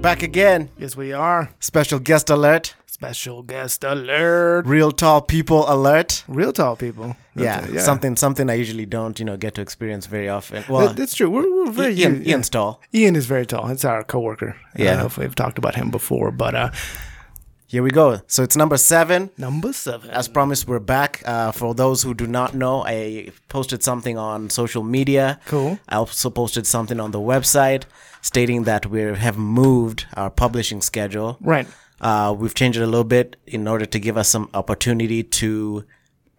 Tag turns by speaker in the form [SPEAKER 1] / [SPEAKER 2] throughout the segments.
[SPEAKER 1] back again.
[SPEAKER 2] Yes, we are.
[SPEAKER 1] Special guest alert.
[SPEAKER 2] Special guest alert.
[SPEAKER 1] Real tall people alert.
[SPEAKER 2] Real tall people.
[SPEAKER 1] Yeah,
[SPEAKER 2] That's it,
[SPEAKER 1] something something I usually don't, you know, get to experience very often. Well,
[SPEAKER 2] That- that's true. We're, we're very
[SPEAKER 1] Ian,
[SPEAKER 2] yeah.
[SPEAKER 1] Ian's tall.
[SPEAKER 2] Ian is very tall. It's our coworker. I
[SPEAKER 1] Yeah.
[SPEAKER 2] don't know if we've talked about him before, but uh,
[SPEAKER 1] Here we go. So it's number seven.
[SPEAKER 2] number seven.
[SPEAKER 1] As promised, we're back. Uh, for those who do not know, I posted something on social media.
[SPEAKER 2] Cool.
[SPEAKER 1] I also posted something on the website stating that we have moved our publishing schedule.
[SPEAKER 2] Right.
[SPEAKER 1] Uh, we've changed it a little bit in order to give us some opportunity to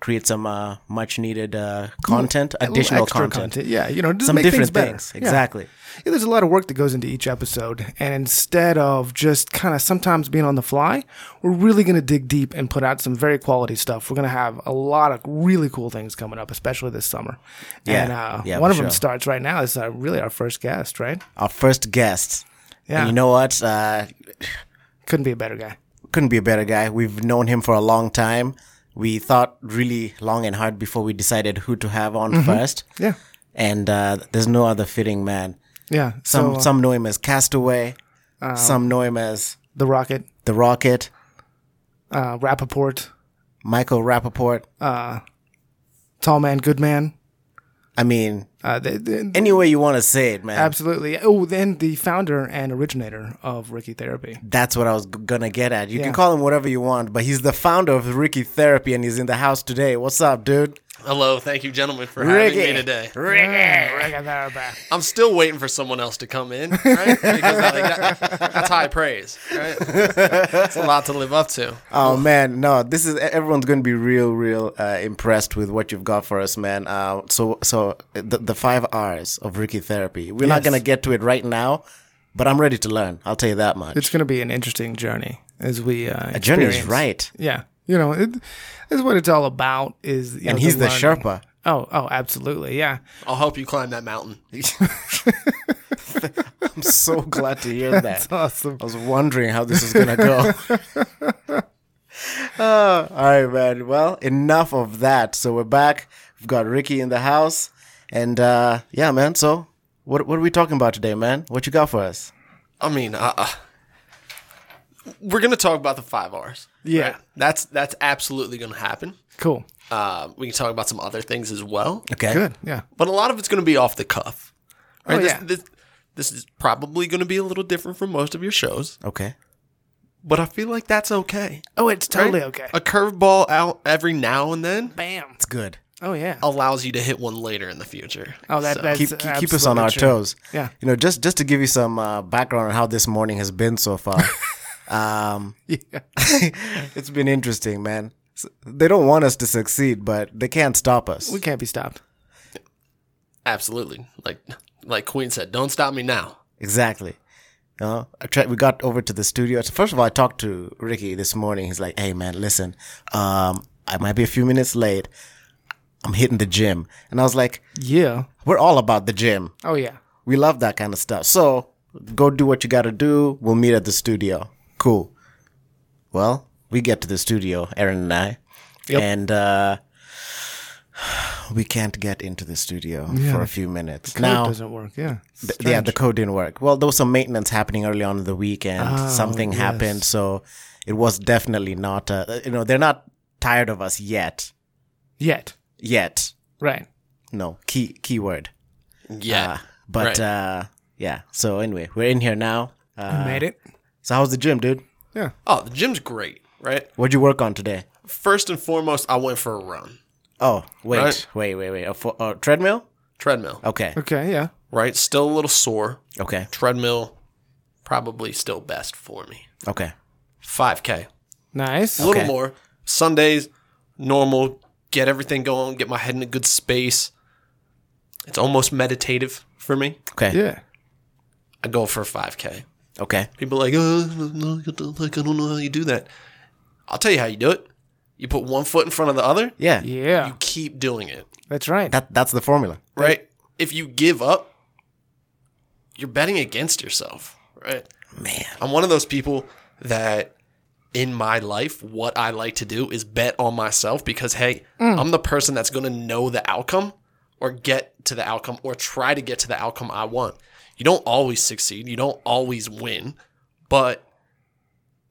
[SPEAKER 1] create some uh, much needed uh, content,
[SPEAKER 2] A little
[SPEAKER 1] additional
[SPEAKER 2] extra
[SPEAKER 1] content.
[SPEAKER 2] Yeah, you know, just
[SPEAKER 1] Some
[SPEAKER 2] make
[SPEAKER 1] different things.
[SPEAKER 2] things, better. Yeah.
[SPEAKER 1] Exactly.
[SPEAKER 2] Yeah, there's a lot of work that goes into each episode, and instead of just kind of sometimes being on the fly, we're really going to dig deep and put out some very quality stuff. We're going to have a lot of really cool things coming up, especially this summer.
[SPEAKER 1] Yeah.
[SPEAKER 2] and uh,
[SPEAKER 1] Yeah,
[SPEAKER 2] one
[SPEAKER 1] for
[SPEAKER 2] of them
[SPEAKER 1] sure.
[SPEAKER 2] starts right now. This is uh, really our first guest, right?
[SPEAKER 1] Our first guest.
[SPEAKER 2] Yeah.
[SPEAKER 1] And you know what? Uh,
[SPEAKER 2] Couldn't be a better guy.
[SPEAKER 1] couldn't be a better guy. We've known him for a long time. We thought really long and hard before we decided who to have on
[SPEAKER 2] Mm-hmm.
[SPEAKER 1] first.
[SPEAKER 2] Yeah,
[SPEAKER 1] And uh, there's no other fitting man.
[SPEAKER 2] yeah.
[SPEAKER 1] Some
[SPEAKER 2] So uh,
[SPEAKER 1] some know him as Castaway. some know him as
[SPEAKER 2] the Rocket,
[SPEAKER 1] The Rocket.
[SPEAKER 2] uh, Rappaport,
[SPEAKER 1] Michael Rappaport.
[SPEAKER 2] Tall Man, Good Man.
[SPEAKER 1] I mean,
[SPEAKER 2] Uh, they, they,
[SPEAKER 1] any way you want to say it, man.
[SPEAKER 2] absolutely. Oh, then the founder and originator of Ricky Therapy.
[SPEAKER 1] That's what I was g- gonna get at. You
[SPEAKER 2] Yeah.
[SPEAKER 1] can call him whatever you want, but he's the founder of Ricky Therapy, and he's in the house today. What's up, dude?
[SPEAKER 3] Hello, thank you, gentlemen, for having me today.
[SPEAKER 1] Ricky.
[SPEAKER 2] Ricky Therapy.
[SPEAKER 3] I'm still waiting for someone else to come in, right? Because like, that- that's high praise, right? It's a lot to live up to.
[SPEAKER 1] Oh man, no! This is everyone's going to be real, real uh, impressed with what you've got for us, man. Uh, so, so the, the five R's of Ricky Therapy. We're not
[SPEAKER 2] Yes.
[SPEAKER 1] gonna get to it right now, but I'm ready to learn. I'll tell you that much.
[SPEAKER 2] it's going to be an interesting journey as we uh,
[SPEAKER 1] the journey's
[SPEAKER 2] experience.
[SPEAKER 1] right,
[SPEAKER 2] Yeah, you know, it, that's what it's all about. Is you
[SPEAKER 1] and
[SPEAKER 2] know,
[SPEAKER 1] he's the
[SPEAKER 2] learning.
[SPEAKER 1] Sherpa.
[SPEAKER 2] Oh, oh, absolutely, yeah.
[SPEAKER 3] I'll help you climb that mountain.
[SPEAKER 1] I'm so glad to hear that.
[SPEAKER 2] Awesome.
[SPEAKER 1] I was wondering how this is gonna go. Uh, all right, man. Well, enough of that. So we're back. We've got Ricky in the house, and uh, yeah, man. So what what are we talking about today, man? What you got for us?
[SPEAKER 3] I mean, uh, uh, we're gonna talk about the five R's.
[SPEAKER 2] Yeah.
[SPEAKER 3] that's that's absolutely gonna happen.
[SPEAKER 2] Cool.
[SPEAKER 3] Uh, we can talk about some other things as well,
[SPEAKER 1] Okay.
[SPEAKER 2] Good. Yeah.
[SPEAKER 3] but a lot of it's gonna be off the cuff. Right?
[SPEAKER 2] Oh,
[SPEAKER 3] this,
[SPEAKER 2] yeah.
[SPEAKER 3] this, this is probably gonna be a little different from most of your shows,
[SPEAKER 1] Okay.
[SPEAKER 3] but I feel like that's okay.
[SPEAKER 2] Oh, it's totally
[SPEAKER 3] Right?
[SPEAKER 2] okay.
[SPEAKER 3] A curveball out every now and then
[SPEAKER 2] Bam.
[SPEAKER 1] It's good.
[SPEAKER 2] Oh yeah.
[SPEAKER 3] allows you to hit one later in the future.
[SPEAKER 2] Oh, that
[SPEAKER 3] So-
[SPEAKER 2] that's
[SPEAKER 1] Keep keep, keep us on
[SPEAKER 2] absolutely
[SPEAKER 1] our
[SPEAKER 2] true.
[SPEAKER 1] toes.
[SPEAKER 2] Yeah.
[SPEAKER 1] You know, just just to give you some uh, background on how this morning has been so far. um,
[SPEAKER 2] Yeah.
[SPEAKER 1] it's been interesting, man. S- They don't want us to succeed, but they can't stop us.
[SPEAKER 2] We can't be stopped.
[SPEAKER 3] absolutely. Like like Queen said, don't stop me now.
[SPEAKER 1] Exactly. You know, I tried, we got over to the studio. First of all, I talked to Ricky this morning. He's like, "Hey, man, listen, um, I might be a few minutes late. I'm hitting the gym," and I was like,
[SPEAKER 2] Yeah.
[SPEAKER 1] "We're all about the gym.
[SPEAKER 2] Oh yeah.
[SPEAKER 1] We love that kind of stuff. So go do what you got to do. We'll meet at the studio. Cool. Well, we get to the studio, Aaron and I, and uh, we can't get into the studio for a few minutes.
[SPEAKER 2] It
[SPEAKER 1] now,
[SPEAKER 2] doesn't work. Yeah.
[SPEAKER 1] Th- yeah, the code didn't work. Well, there was some maintenance happening early on in the weekend.
[SPEAKER 3] Oh,
[SPEAKER 1] Something happened, so it was definitely not. Uh, you know, they're not tired of us yet.
[SPEAKER 2] Yet.
[SPEAKER 1] Yet,
[SPEAKER 2] Right.
[SPEAKER 1] no key keyword. Ah,
[SPEAKER 3] Yeah.
[SPEAKER 2] Ah.
[SPEAKER 1] But
[SPEAKER 3] Right.
[SPEAKER 1] uh, yeah. So anyway, we're in here now. Uh,
[SPEAKER 2] We made it.
[SPEAKER 1] so how's the gym, dude?
[SPEAKER 2] Yeah.
[SPEAKER 3] oh, the gym's great, right?
[SPEAKER 1] What'd you work on today?
[SPEAKER 3] First and foremost, I went for a run.
[SPEAKER 1] Oh, wait,
[SPEAKER 3] Right.
[SPEAKER 1] wait, wait, wait. A fo- a treadmill?
[SPEAKER 3] Treadmill,
[SPEAKER 1] Okay,
[SPEAKER 2] Okay. Yeah.
[SPEAKER 3] right? Still a little sore.
[SPEAKER 1] okay,
[SPEAKER 3] Treadmill probably still best for me.
[SPEAKER 1] okay.
[SPEAKER 3] 5k.
[SPEAKER 2] Nice.
[SPEAKER 3] A little
[SPEAKER 1] Okay.
[SPEAKER 3] more. Sundays normal, get everything going, get my head in a good space. It's almost meditative for me.
[SPEAKER 1] Okay,
[SPEAKER 2] Yeah.
[SPEAKER 3] I go for 5k.
[SPEAKER 1] okay.
[SPEAKER 3] People are like, oh, no, you don't- like, I don't know how you do that. I'll tell you how you do it. You put one foot in front of the other,
[SPEAKER 1] Yeah,
[SPEAKER 2] Yeah.
[SPEAKER 3] you keep doing it,
[SPEAKER 2] That's right.
[SPEAKER 1] that that's the formula.
[SPEAKER 3] right? If you give up, you're betting against yourself, right?
[SPEAKER 1] Man,
[SPEAKER 3] I'm one of those people that in my life, what I like to do is bet on myself because, hey, I'm the person that's going to know the outcome or get to the outcome or try to get to the outcome I want. You don't always succeed, you don't always win, But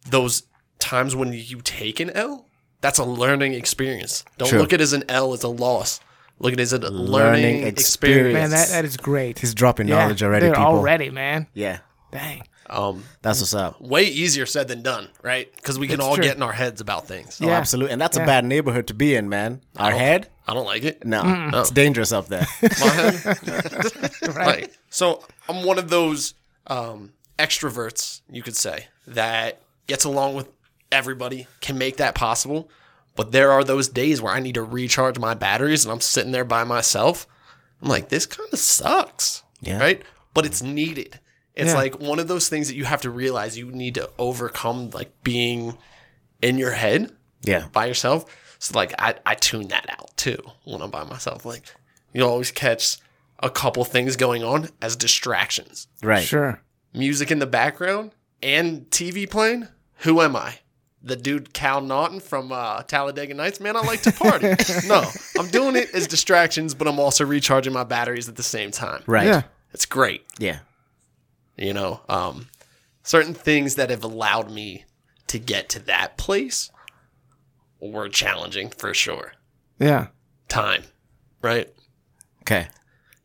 [SPEAKER 3] those times when you take an L, that's a learning experience. Don't
[SPEAKER 1] True.
[SPEAKER 3] look at it as an L as a loss. Look at it as a learning,
[SPEAKER 1] Learning
[SPEAKER 3] experience.
[SPEAKER 1] experience.
[SPEAKER 2] Man, that, that is great.
[SPEAKER 1] He's dropping knowledge already,
[SPEAKER 2] dude,
[SPEAKER 1] people.
[SPEAKER 2] Already, man.
[SPEAKER 1] Yeah,
[SPEAKER 2] Dang.
[SPEAKER 3] Um,
[SPEAKER 1] that's what's up.
[SPEAKER 3] way easier said than done, right? Because we can all
[SPEAKER 2] true.
[SPEAKER 3] get in our heads about things.
[SPEAKER 2] Yeah.
[SPEAKER 1] Oh, Absolutely, and that's a bad neighborhood to be in, man. Our head?
[SPEAKER 3] I don't like it.
[SPEAKER 1] Oh. No, it's dangerous up there.
[SPEAKER 3] My head? Right. So I'm one of those um, extroverts, you could say, that gets along with everybody, can make that possible. But there are those days where I need to recharge my batteries and I'm sitting there by myself. I'm like, this kind of sucks.
[SPEAKER 1] Yeah.
[SPEAKER 3] Right. But it's needed. It's
[SPEAKER 2] Yeah.
[SPEAKER 3] like one of those things that you have to realize you need to overcome, like being in your head
[SPEAKER 1] yeah,
[SPEAKER 3] by yourself. So like I, I tune that out too when I'm by myself. Like you'll always catch a couple things going on as distractions.
[SPEAKER 1] right.
[SPEAKER 2] Sure.
[SPEAKER 3] Music in the background and TV playing. Who am I? The dude Cal Naughton from uh, Talladega Nights. Man, I like to party. no, I'm doing it as distractions, but I'm also recharging my batteries at the same time.
[SPEAKER 1] Right.
[SPEAKER 2] Yeah.
[SPEAKER 1] Yeah.
[SPEAKER 3] It's great you know um, certain things that have allowed me to get to that place were challenging for sure
[SPEAKER 2] Yeah.
[SPEAKER 3] time right
[SPEAKER 1] Okay.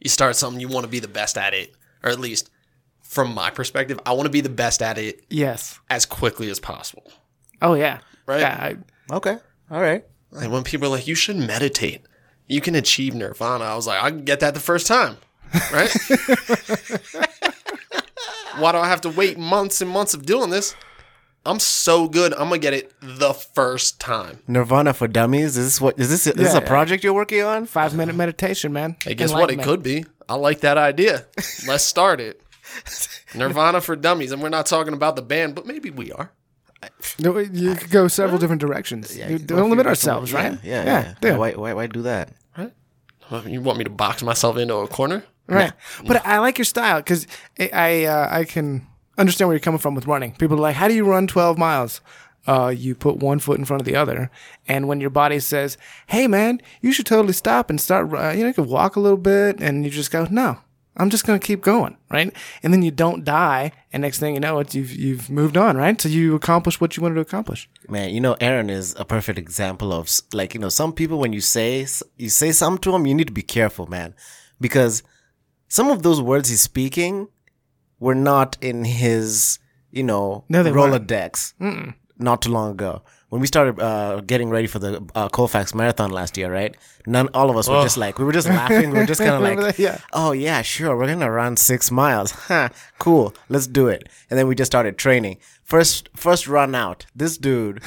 [SPEAKER 3] you start something you want to be the best at it or at least from my perspective i want to be the best at it
[SPEAKER 2] Yes.
[SPEAKER 3] as quickly as possible
[SPEAKER 2] Oh yeah.
[SPEAKER 3] Right.
[SPEAKER 2] Yeah. I,
[SPEAKER 1] Okay. All right.
[SPEAKER 3] like when people are like you should meditate you can achieve nirvana i was like i can get that the first time right why do i have to wait months and months of doing this i'm so good i'm gonna get it the first time
[SPEAKER 1] Nirvana for Dummies. Is this what? Is this? Is this
[SPEAKER 2] Yeah,
[SPEAKER 1] a
[SPEAKER 2] yeah.
[SPEAKER 1] project you're working on?
[SPEAKER 2] five minute meditation, man.
[SPEAKER 3] Hey, guess what? It
[SPEAKER 2] Enlightenment.
[SPEAKER 3] could be. I like that idea. Let's start it. Nirvana for Dummies, and we're not talking about the band, but maybe we are.
[SPEAKER 2] No, you could go several different directions. You- don't limit ourselves,
[SPEAKER 1] Yeah,
[SPEAKER 2] right?
[SPEAKER 1] Yeah. Yeah.
[SPEAKER 2] dude.
[SPEAKER 1] Why, why? Why do that?
[SPEAKER 3] You want me to box myself into a corner?
[SPEAKER 2] Right. But I like your style because I I, uh, I can understand where you're coming from with running. People are like, how do you run 12 miles? Uh, you put one foot in front of the other, and when your body says, "Hey, man, you should totally stop and start," ru- uh, you know, you could walk a little bit, and you just go, "No, I'm just gonna keep going," right? And then you don't die, and next thing you know, it's you've you've moved on, right? So you accomplish what you wanted to accomplish.
[SPEAKER 1] Man, you know, Aaron is a perfect example of s- like you know some people when you say you say something to him, you need to be careful, man, because some of those words he's speaking were not in his you know
[SPEAKER 2] No, they weren't.
[SPEAKER 1] Rolodex not too long ago. When we started uh, getting ready for the uh, Colfax Marathon last year, right? None, all of us were just like, we were just laughing. We were just kind of
[SPEAKER 2] Oh. Remember
[SPEAKER 1] like,
[SPEAKER 2] that? Yeah.
[SPEAKER 1] oh yeah, sure, we're gonna run six miles. Huh, cool, let's do it. And then we just started training. First, first run out. This dude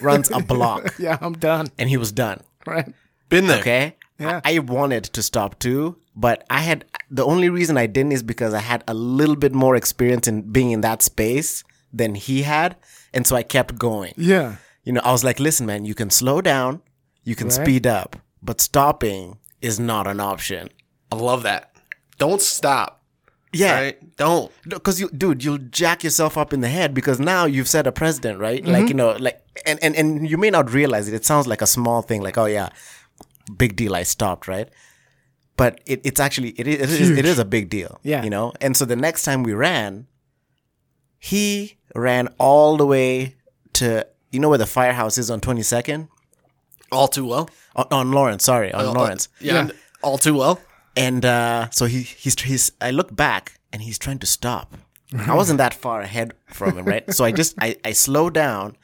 [SPEAKER 1] runs a block,
[SPEAKER 2] Yeah, I'm done.
[SPEAKER 1] and he was done.
[SPEAKER 2] Right.
[SPEAKER 3] Been there.
[SPEAKER 1] Okay.
[SPEAKER 2] Yeah.
[SPEAKER 1] I, I wanted to stop too, but I had the only reason I didn't is because I had a little bit more experience in being in that space than he had, and so I kept going
[SPEAKER 2] Yeah.
[SPEAKER 1] you know, I was like, listen, man, you can slow down, you can
[SPEAKER 2] Right.
[SPEAKER 1] speed up, but stopping is not an option.
[SPEAKER 3] I love that. Don't stop.
[SPEAKER 1] Yeah.
[SPEAKER 3] Right? Don't.
[SPEAKER 1] Because you, dude, you'll jack yourself up in the head because now you've set a precedent, right? Like,
[SPEAKER 2] Mm-hmm.
[SPEAKER 1] you know, like, and, and, and you may not realize it. It sounds like a small thing, like, oh, yeah, big deal, I stopped, right? But it, it's actually, it is, it, is, it is a big deal.
[SPEAKER 2] Yeah.
[SPEAKER 1] You know? And so the next time we ran, he ran all the way to, you know, where the firehouse is on 22nd?
[SPEAKER 3] All too well.
[SPEAKER 1] On, Oh, on Lawrence, sorry,
[SPEAKER 3] Oh,
[SPEAKER 1] on Lawrence.
[SPEAKER 3] Uh, Yeah. All too well.
[SPEAKER 1] And uh, so he he's he's I look back and he's trying to stop. I wasn't that far ahead from him, right? So I just I, I slow down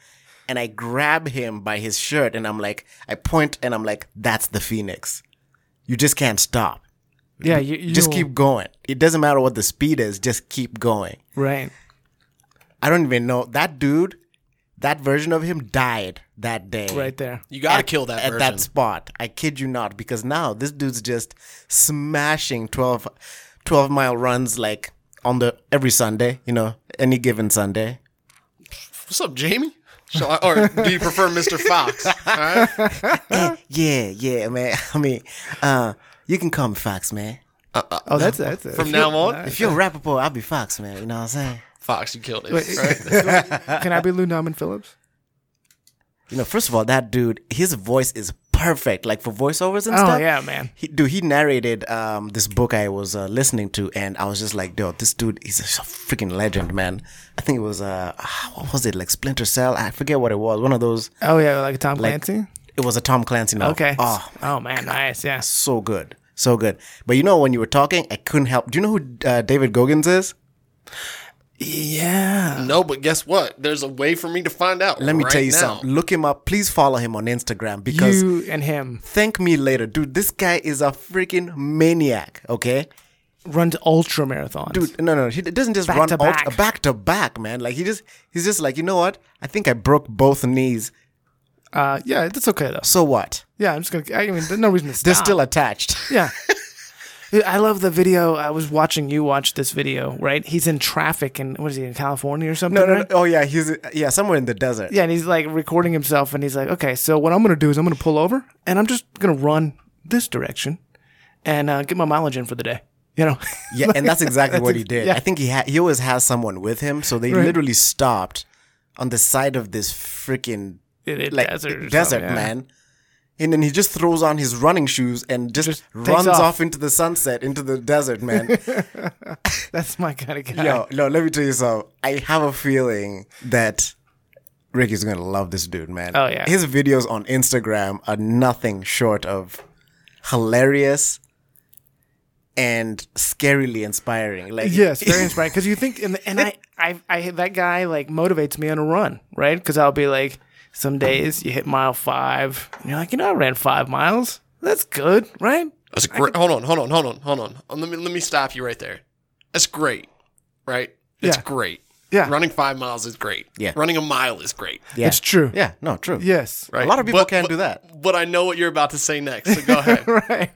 [SPEAKER 1] and I grab him by his shirt and I'm like I point and I'm like, that's the Phoenix. You just can't stop.
[SPEAKER 2] Yeah. You, you
[SPEAKER 1] Just keep going. It doesn't matter what the speed is, just keep going.
[SPEAKER 2] right.
[SPEAKER 1] I don't even know that dude, that version of him died that day.
[SPEAKER 2] Right there.
[SPEAKER 3] You got to
[SPEAKER 1] at-
[SPEAKER 3] kill that
[SPEAKER 1] at
[SPEAKER 3] version.
[SPEAKER 1] that spot. I kid you not, because now this dude's just smashing 12, 12 mile runs like on the every Sunday, you know, any given Sunday.
[SPEAKER 3] What's up, Jamie? Shall I, or do you prefer Mr. Fox? All right. Uh-huh.
[SPEAKER 1] Yeah, yeah, man. I mean, uh, you can call me Fox, man.
[SPEAKER 2] Oh, that's that's it.
[SPEAKER 3] From now on,
[SPEAKER 1] If you're a Rappaport, I'll be Fox, man. You know what I'm saying?
[SPEAKER 3] Fox, you killed it.
[SPEAKER 2] Wait.
[SPEAKER 3] Right?
[SPEAKER 2] Can I be Lou Norman Phillips?
[SPEAKER 1] You know, first of all, that dude, his voice is perfect, like for voiceovers and
[SPEAKER 2] Oh,
[SPEAKER 1] stuff.
[SPEAKER 2] yeah, man.
[SPEAKER 1] He, dude, he narrated um, this book I was uh, listening to, and I was just like, "Dude, this dude is a freaking legend, man." I think it was uh, ah, what was it like Splinter Cell? I forget what it was. One of those.
[SPEAKER 2] Oh yeah, like Tom Clancy.
[SPEAKER 1] It was a Tom Clancy novel.
[SPEAKER 2] Okay.
[SPEAKER 1] Oh,
[SPEAKER 2] oh man, nice. Yeah.
[SPEAKER 1] so good, so good. But you know, when you were talking, I couldn't help. Do you know who uh, David Goggins is?
[SPEAKER 2] Yeah.
[SPEAKER 3] No, but guess what? There's a way for me to find out.
[SPEAKER 1] Let me
[SPEAKER 3] right
[SPEAKER 1] tell you
[SPEAKER 3] now.
[SPEAKER 1] something. Look him up. Please follow him on Instagram because
[SPEAKER 2] You and him
[SPEAKER 1] thank me later, dude. This guy is a freaking maniac. Okay.
[SPEAKER 2] run to ultra marathons.
[SPEAKER 1] Dude, no, no, he d- doesn't just
[SPEAKER 2] Back
[SPEAKER 1] run
[SPEAKER 2] to
[SPEAKER 1] out-
[SPEAKER 2] back.
[SPEAKER 1] back to back, man. Like he just, he's just like, you know what? I think I broke both knees.
[SPEAKER 2] Uh, yeah, that's okay though.
[SPEAKER 1] So what?
[SPEAKER 2] Yeah, I'm just gonna. I mean, there's no reason to stop.
[SPEAKER 1] They're still attached.
[SPEAKER 2] Yeah. Dude, I love the video. I was watching you watch this video, right? He's in traffic in what is he in California or something?
[SPEAKER 1] No, no,
[SPEAKER 2] right?
[SPEAKER 1] no. Oh yeah, he's yeah somewhere in the desert.
[SPEAKER 2] Yeah, and he's like recording himself, and he's like, "Okay, so what I'm gonna do is I'm gonna pull over, and I'm just gonna run this direction, and uh, get my mileage in for the day." You know?
[SPEAKER 1] Yeah, and that's exactly what he did.
[SPEAKER 2] yeah.
[SPEAKER 1] I think he ha- he always has someone with him, so they literally stopped on the side of this freaking
[SPEAKER 2] In the
[SPEAKER 1] like
[SPEAKER 2] desert or
[SPEAKER 1] desert,
[SPEAKER 2] something, yeah.
[SPEAKER 1] man. And then he just throws on his running shoes and just,
[SPEAKER 2] Just takes
[SPEAKER 1] runs
[SPEAKER 2] off.
[SPEAKER 1] off. into the sunset, into the desert, man.
[SPEAKER 2] That's my kind of guy.
[SPEAKER 1] Yo, no, let me tell you something. I have a feeling that Ricky's gonna love this dude, man.
[SPEAKER 2] Oh, yeah.
[SPEAKER 1] his videos on Instagram are nothing short of hilarious and scarily inspiring. Like,
[SPEAKER 2] Yes, very inspiring. Because you think, and, and I, I, I, that guy like motivates me on a run, right? Because I'll be like, some days you hit mile five, and you're like, you know, I ran five miles. That's good, right?
[SPEAKER 3] That's great. Hold on, hold on, hold on, hold on. Um, Let me let me stop you right there. That's great, right? It's
[SPEAKER 2] Yeah.
[SPEAKER 3] great.
[SPEAKER 2] Yeah.
[SPEAKER 3] Running five miles is great.
[SPEAKER 1] Yeah.
[SPEAKER 3] Running a mile is great.
[SPEAKER 1] yeah,
[SPEAKER 2] It's true.
[SPEAKER 1] Yeah, no, true.
[SPEAKER 2] Yes.
[SPEAKER 3] Right.
[SPEAKER 1] A lot of people
[SPEAKER 3] But-
[SPEAKER 1] can't
[SPEAKER 3] but-
[SPEAKER 1] do that.
[SPEAKER 3] But I know what you're about to say next. So go ahead.
[SPEAKER 2] right.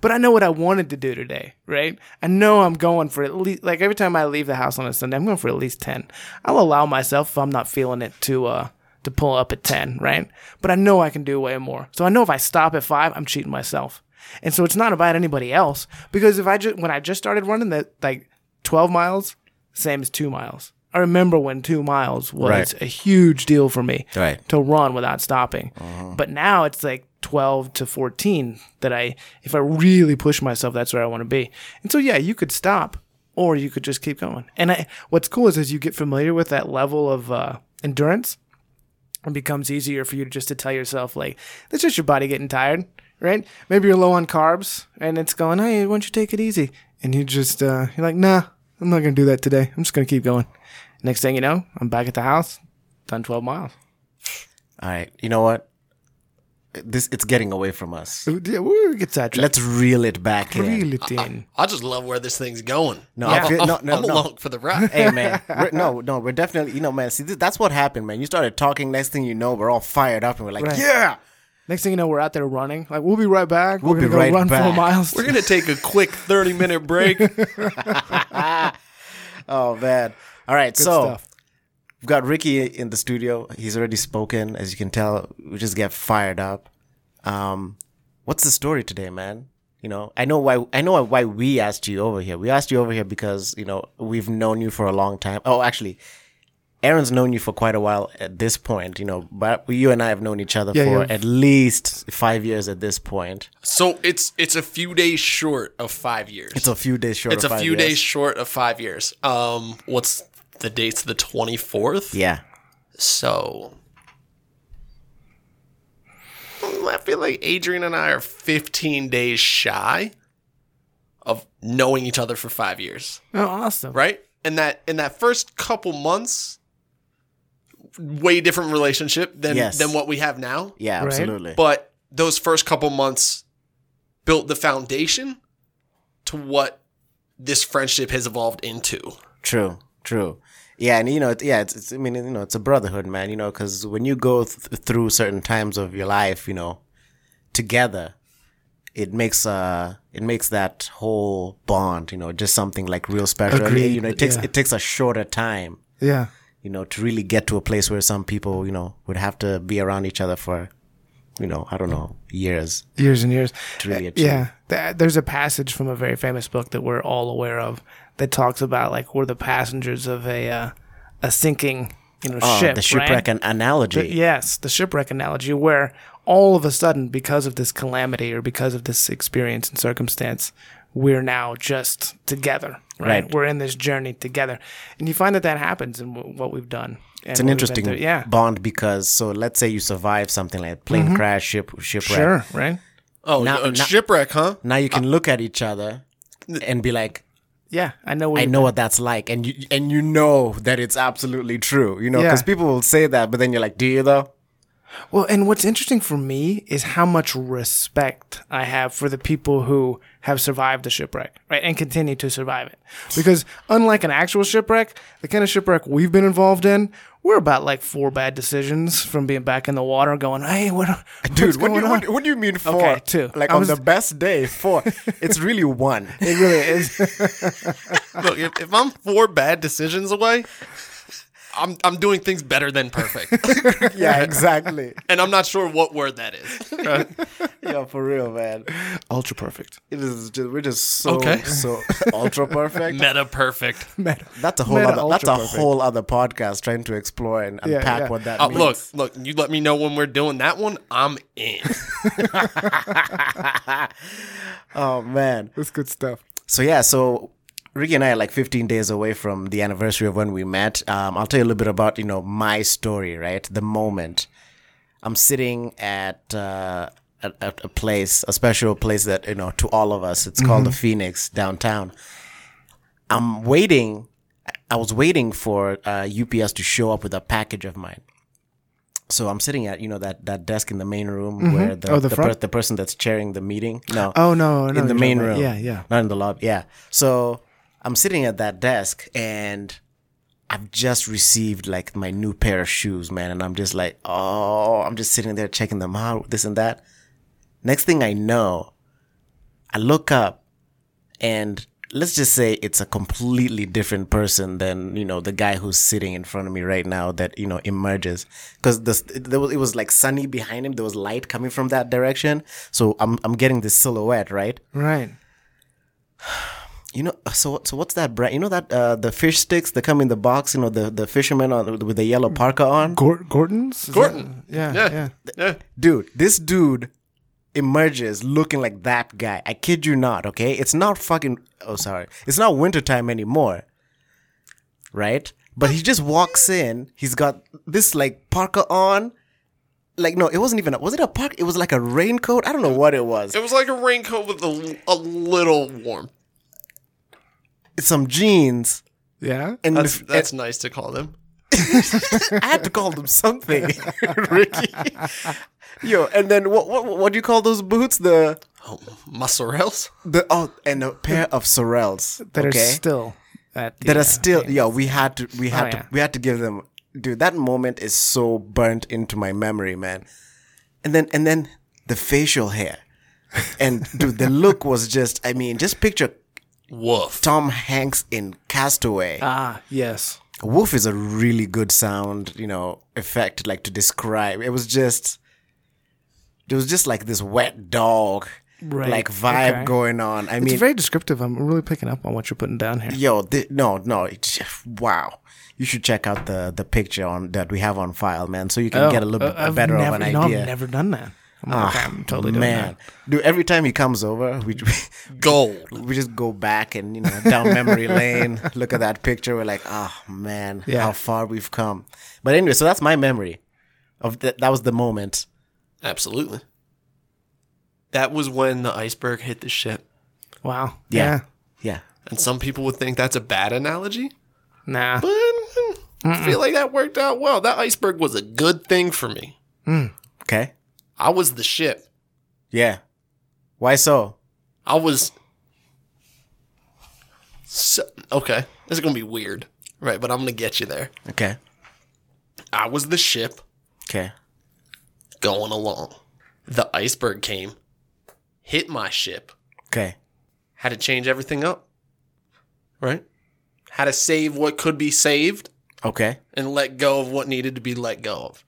[SPEAKER 2] But I know what I wanted to do today, right? I know I'm going for at least like every time I leave the house on a Sunday, I'm going for at least ten. I'll allow myself if I'm not feeling it to uh to pull up at ten, right? But I know I can do way more. So I know if I stop at five, I'm cheating myself. And so it's not about anybody else because if I just when I just started running that like twelve miles, same as two miles. I remember when two miles was
[SPEAKER 1] Right.
[SPEAKER 2] a huge deal for me
[SPEAKER 1] Right.
[SPEAKER 2] to run without stopping. But now it's like 12 to 14 that I, if I really push myself, that's where I want to be. And so, yeah, you could stop or you could just keep going. And I, what's cool is as you get familiar with that level of uh, endurance, it becomes easier for you to just to tell yourself, like, that's just your body getting tired, right? Maybe you're low on carbs and it's going, hey, why don't you take it easy? And you just, uh, you're like, nah, I'm not going to do that today. I'm just going to keep going. Next thing you know, I'm back at the house, done 12 miles.
[SPEAKER 1] All right, you know what? This it's getting away from us.
[SPEAKER 2] Yeah, we get sidetracked.
[SPEAKER 1] Let's reel it back in.
[SPEAKER 2] Reel it Uh, in.
[SPEAKER 3] I just love where this thing's going.
[SPEAKER 1] No,
[SPEAKER 2] Yeah.
[SPEAKER 1] I feel, no, no,
[SPEAKER 3] I'm
[SPEAKER 1] no.
[SPEAKER 3] along for the ride.
[SPEAKER 1] Hey man, we're, no, no, we're definitely you know man. See, this, that's what happened, man. You started talking. Next thing you know, we're all fired up and we're like,
[SPEAKER 2] Right.
[SPEAKER 1] yeah,
[SPEAKER 2] Next thing you know, we're out there running. Like we'll be right back. We'll are
[SPEAKER 1] be
[SPEAKER 2] gonna go
[SPEAKER 1] right
[SPEAKER 2] run four
[SPEAKER 1] back.
[SPEAKER 2] miles.
[SPEAKER 3] We're gonna take a quick 30 minute break.
[SPEAKER 1] oh man. All right, so
[SPEAKER 2] stuff.
[SPEAKER 1] we've got Ricky in the studio. He's already spoken, as you can tell. We just get fired up. Um, what's the story today, man? You know, I know why. I know why we asked you over here. We asked you over here because you know we've known you for a long time. Oh, actually, Aaron's known you for quite a while at this point. You know, but you and I have known each other
[SPEAKER 2] Yeah,
[SPEAKER 1] for
[SPEAKER 2] yeah.
[SPEAKER 1] at least five years at this point.
[SPEAKER 3] so it's it's a few days short of five years.
[SPEAKER 1] It's a few days short.
[SPEAKER 3] It's
[SPEAKER 1] of
[SPEAKER 3] a
[SPEAKER 1] five
[SPEAKER 3] few
[SPEAKER 1] years.
[SPEAKER 3] days short of five years. Um, what's the date's the 24th?
[SPEAKER 1] Yeah.
[SPEAKER 3] So Mm, I feel like Adrian and I are 15 days shy of knowing each other for 5 years,
[SPEAKER 2] oh, awesome.
[SPEAKER 3] right? And that in that first couple months way different relationship than
[SPEAKER 1] Yes.
[SPEAKER 3] than what we have now,
[SPEAKER 1] Yeah.
[SPEAKER 2] Right.
[SPEAKER 1] Absolutely.
[SPEAKER 3] but those first couple months built the foundation to what this friendship has evolved into.
[SPEAKER 1] True, true. Yeah, and you know, it- yeah, it's, it's I mean, you know, it's a brotherhood, man. You know, because when you go th- through certain times of your life, you know, together, it makes uh, it makes that whole bond, you know, just something like real special. And,
[SPEAKER 2] Agreed,
[SPEAKER 1] you know, it takes
[SPEAKER 2] yeah.
[SPEAKER 1] it takes a shorter time,
[SPEAKER 2] Yeah.
[SPEAKER 1] you know, to really get to a place where some people, you know, would have to be around each other for, you know, I don't know, years
[SPEAKER 2] Years and years. Uh,
[SPEAKER 1] to really achieve.
[SPEAKER 2] Yeah. Th- There's a passage from a very famous book that we're all aware of that talks about like we're the passengers of a uh, a sinking you know
[SPEAKER 1] Oh,
[SPEAKER 2] ship.
[SPEAKER 1] the shipwreck
[SPEAKER 2] right?
[SPEAKER 1] an- analogy.
[SPEAKER 2] Yes, the shipwreck analogy where all of a sudden, because of this calamity or because of this experience and circumstance, we're now just together. Right.
[SPEAKER 1] Right.
[SPEAKER 2] We're in this journey together. And you find that that happens in w- what we've done.
[SPEAKER 1] It's
[SPEAKER 2] and what we've
[SPEAKER 1] an
[SPEAKER 2] been
[SPEAKER 1] interesting
[SPEAKER 2] through. Yeah. Mm-hmm.
[SPEAKER 1] bond because so let's say you survive something like plane crash, ship shipwreck.
[SPEAKER 2] Sure. Right.
[SPEAKER 3] Oh,
[SPEAKER 1] Now-
[SPEAKER 3] uh,
[SPEAKER 1] now-
[SPEAKER 3] shipwreck, huh?
[SPEAKER 1] Now you
[SPEAKER 2] Uh,
[SPEAKER 1] can look at each other and be like,
[SPEAKER 2] Yeah. I know. What
[SPEAKER 1] I
[SPEAKER 2] you-
[SPEAKER 1] know what that's like, and you and you know that it's absolutely true. You know,
[SPEAKER 2] Yeah.
[SPEAKER 1] because people will say that, but then you're like, do you though?
[SPEAKER 2] Well, and what's interesting for me is how much respect I have for the people who have survived the shipwreck, right, and continue to survive it. Because unlike an actual shipwreck, the kind of shipwreck we've been involved in, we're about like four bad decisions from being back in the water, going, "Hey, what, what's
[SPEAKER 1] Dude, what
[SPEAKER 2] going
[SPEAKER 1] do, you,
[SPEAKER 2] on?"
[SPEAKER 1] what, do- what do you mean four?
[SPEAKER 2] Okay, two.
[SPEAKER 1] Like
[SPEAKER 2] I
[SPEAKER 1] on
[SPEAKER 2] was-
[SPEAKER 1] the best day, four. it's really one.
[SPEAKER 2] It really is.
[SPEAKER 3] Look, if, if I'm four bad decisions away, I'm I'm doing things better than perfect,
[SPEAKER 1] yeah, exactly.
[SPEAKER 3] and I'm not sure what word that is.
[SPEAKER 1] Yeah, for real, man.
[SPEAKER 2] Ultra perfect.
[SPEAKER 1] It is just, we're just so
[SPEAKER 3] Okay.
[SPEAKER 1] so ultra perfect.
[SPEAKER 3] Meta perfect.
[SPEAKER 2] Matter.
[SPEAKER 1] That's a whole
[SPEAKER 2] Meta
[SPEAKER 1] other. That's a
[SPEAKER 2] ultra perfect.
[SPEAKER 1] whole other podcast trying to explore and
[SPEAKER 2] Yeah,
[SPEAKER 1] unpack
[SPEAKER 2] yeah.
[SPEAKER 1] what that
[SPEAKER 3] Uh,
[SPEAKER 1] means.
[SPEAKER 3] look, look. You let me know when we're doing that one. I'm in.
[SPEAKER 1] Oh man.
[SPEAKER 2] That's good stuff.
[SPEAKER 1] So yeah, so Ricky and I are like 15 days away from the anniversary of when we met. Um, I'll tell you a little bit about you know my story, right? The moment I'm sitting at uh, at, at a place, a special place that you know to all of us. It's called the
[SPEAKER 2] Mm-hmm.
[SPEAKER 1] Phoenix downtown. I'm waiting. I was waiting for uh, UPS to show up with a package of mine. So I'm sitting at you know that, that desk in the main room where the
[SPEAKER 2] Oh, the
[SPEAKER 1] per-
[SPEAKER 2] front?
[SPEAKER 1] the person that's chairing the meeting. No,
[SPEAKER 2] Oh no, no
[SPEAKER 1] in the
[SPEAKER 2] you're
[SPEAKER 1] main
[SPEAKER 2] talking
[SPEAKER 1] room.
[SPEAKER 2] about- Yeah, yeah.
[SPEAKER 1] Not in the lobby. Yeah. So I'm sitting at that desk and I've just received like my new pair of shoes, man. And I'm just like, oh, I'm just sitting there checking them out, this and that. Next thing I know, I look up and let's just say it's a completely different person than, you know, the guy who's sitting in front of me right now that, you know, emerges. Cause this, there was, it was like sunny behind him. There was light coming from that direction. So I'm, I'm getting this silhouette, right?
[SPEAKER 2] Right.
[SPEAKER 1] You know, so so what's that brand? You know that uh, the fish sticks that come in the box. You know the the fisherman on, with the yellow parka on.
[SPEAKER 2] Gor- Gordon's. Is
[SPEAKER 3] Gordon.
[SPEAKER 2] that- yeah, yeah.
[SPEAKER 3] Yeah. Yeah.
[SPEAKER 1] Dude, this dude emerges looking like that guy. I kid you not. Okay, it's not fucking. Oh, sorry, it's not wintertime anymore. Right, but he just walks in. He's got this like parka on. Like no, it wasn't even. A, was it a park? It was like a raincoat. I don't know what it was.
[SPEAKER 3] It was like a raincoat with a, a little warmth.
[SPEAKER 1] Some jeans.
[SPEAKER 2] Yeah.
[SPEAKER 1] And
[SPEAKER 3] That's that's nice to call them.
[SPEAKER 1] I had to call them something, Ricky. Yo, and then what, what what do you call those boots? The
[SPEAKER 3] Oh, muscles.
[SPEAKER 1] the oh, and a pair of sorels
[SPEAKER 2] That are
[SPEAKER 1] okay?
[SPEAKER 2] still at the,
[SPEAKER 1] that
[SPEAKER 2] uh,
[SPEAKER 1] are still yo. We had to we had
[SPEAKER 2] Oh,
[SPEAKER 1] to
[SPEAKER 2] yeah.
[SPEAKER 1] we had to give them. Dude, that moment is so burnt into my memory, man. And then and then the facial hair, and dude, the look was just. I mean, just picture
[SPEAKER 3] Woof.
[SPEAKER 1] Tom Hanks in Castaway.
[SPEAKER 2] Ah, yes.
[SPEAKER 1] Woof is a really good sound, you know, effect like to describe. It was just it was just like this wet dog
[SPEAKER 2] Right,
[SPEAKER 1] like vibe
[SPEAKER 2] okay.
[SPEAKER 1] going on. I mean,
[SPEAKER 2] It's very descriptive. I'm really picking up on what you're putting down here.
[SPEAKER 1] yo, thi- no, no, it's, wow. You should check out the the picture on that we have on file, man, so you can get a little
[SPEAKER 2] Uh,
[SPEAKER 1] bit better
[SPEAKER 2] never,
[SPEAKER 1] of an
[SPEAKER 2] no,
[SPEAKER 1] idea. Ah,
[SPEAKER 2] I've never done that. I'm, like, okay, I'm totally doing
[SPEAKER 1] man, dude, every time he comes over, we
[SPEAKER 3] Gold.
[SPEAKER 1] we just go back and you know down memory lane look at that picture we're like oh man
[SPEAKER 2] Yeah.
[SPEAKER 1] how far we've come but anyway so that's my memory of th- that was the moment
[SPEAKER 3] Absolutely. That was when the iceberg hit the ship.
[SPEAKER 2] that. Wow.
[SPEAKER 1] Yeah. yeah
[SPEAKER 3] And some people would think that's a bad analogy,
[SPEAKER 2] Yeah. Nah.
[SPEAKER 3] but mm, I feel like that worked out well. That iceberg was a good thing for me.
[SPEAKER 1] okay
[SPEAKER 3] I was the ship.
[SPEAKER 1] yeah why so
[SPEAKER 3] I was. So, okay, this is gonna be weird, right? But I'm gonna get you there.
[SPEAKER 1] okay
[SPEAKER 3] I was the ship
[SPEAKER 1] okay
[SPEAKER 3] going along. The iceberg came, hit my ship,
[SPEAKER 1] okay
[SPEAKER 3] had to change everything up, right? Had to save what could be saved
[SPEAKER 1] okay
[SPEAKER 3] and let go of what needed to be let go of.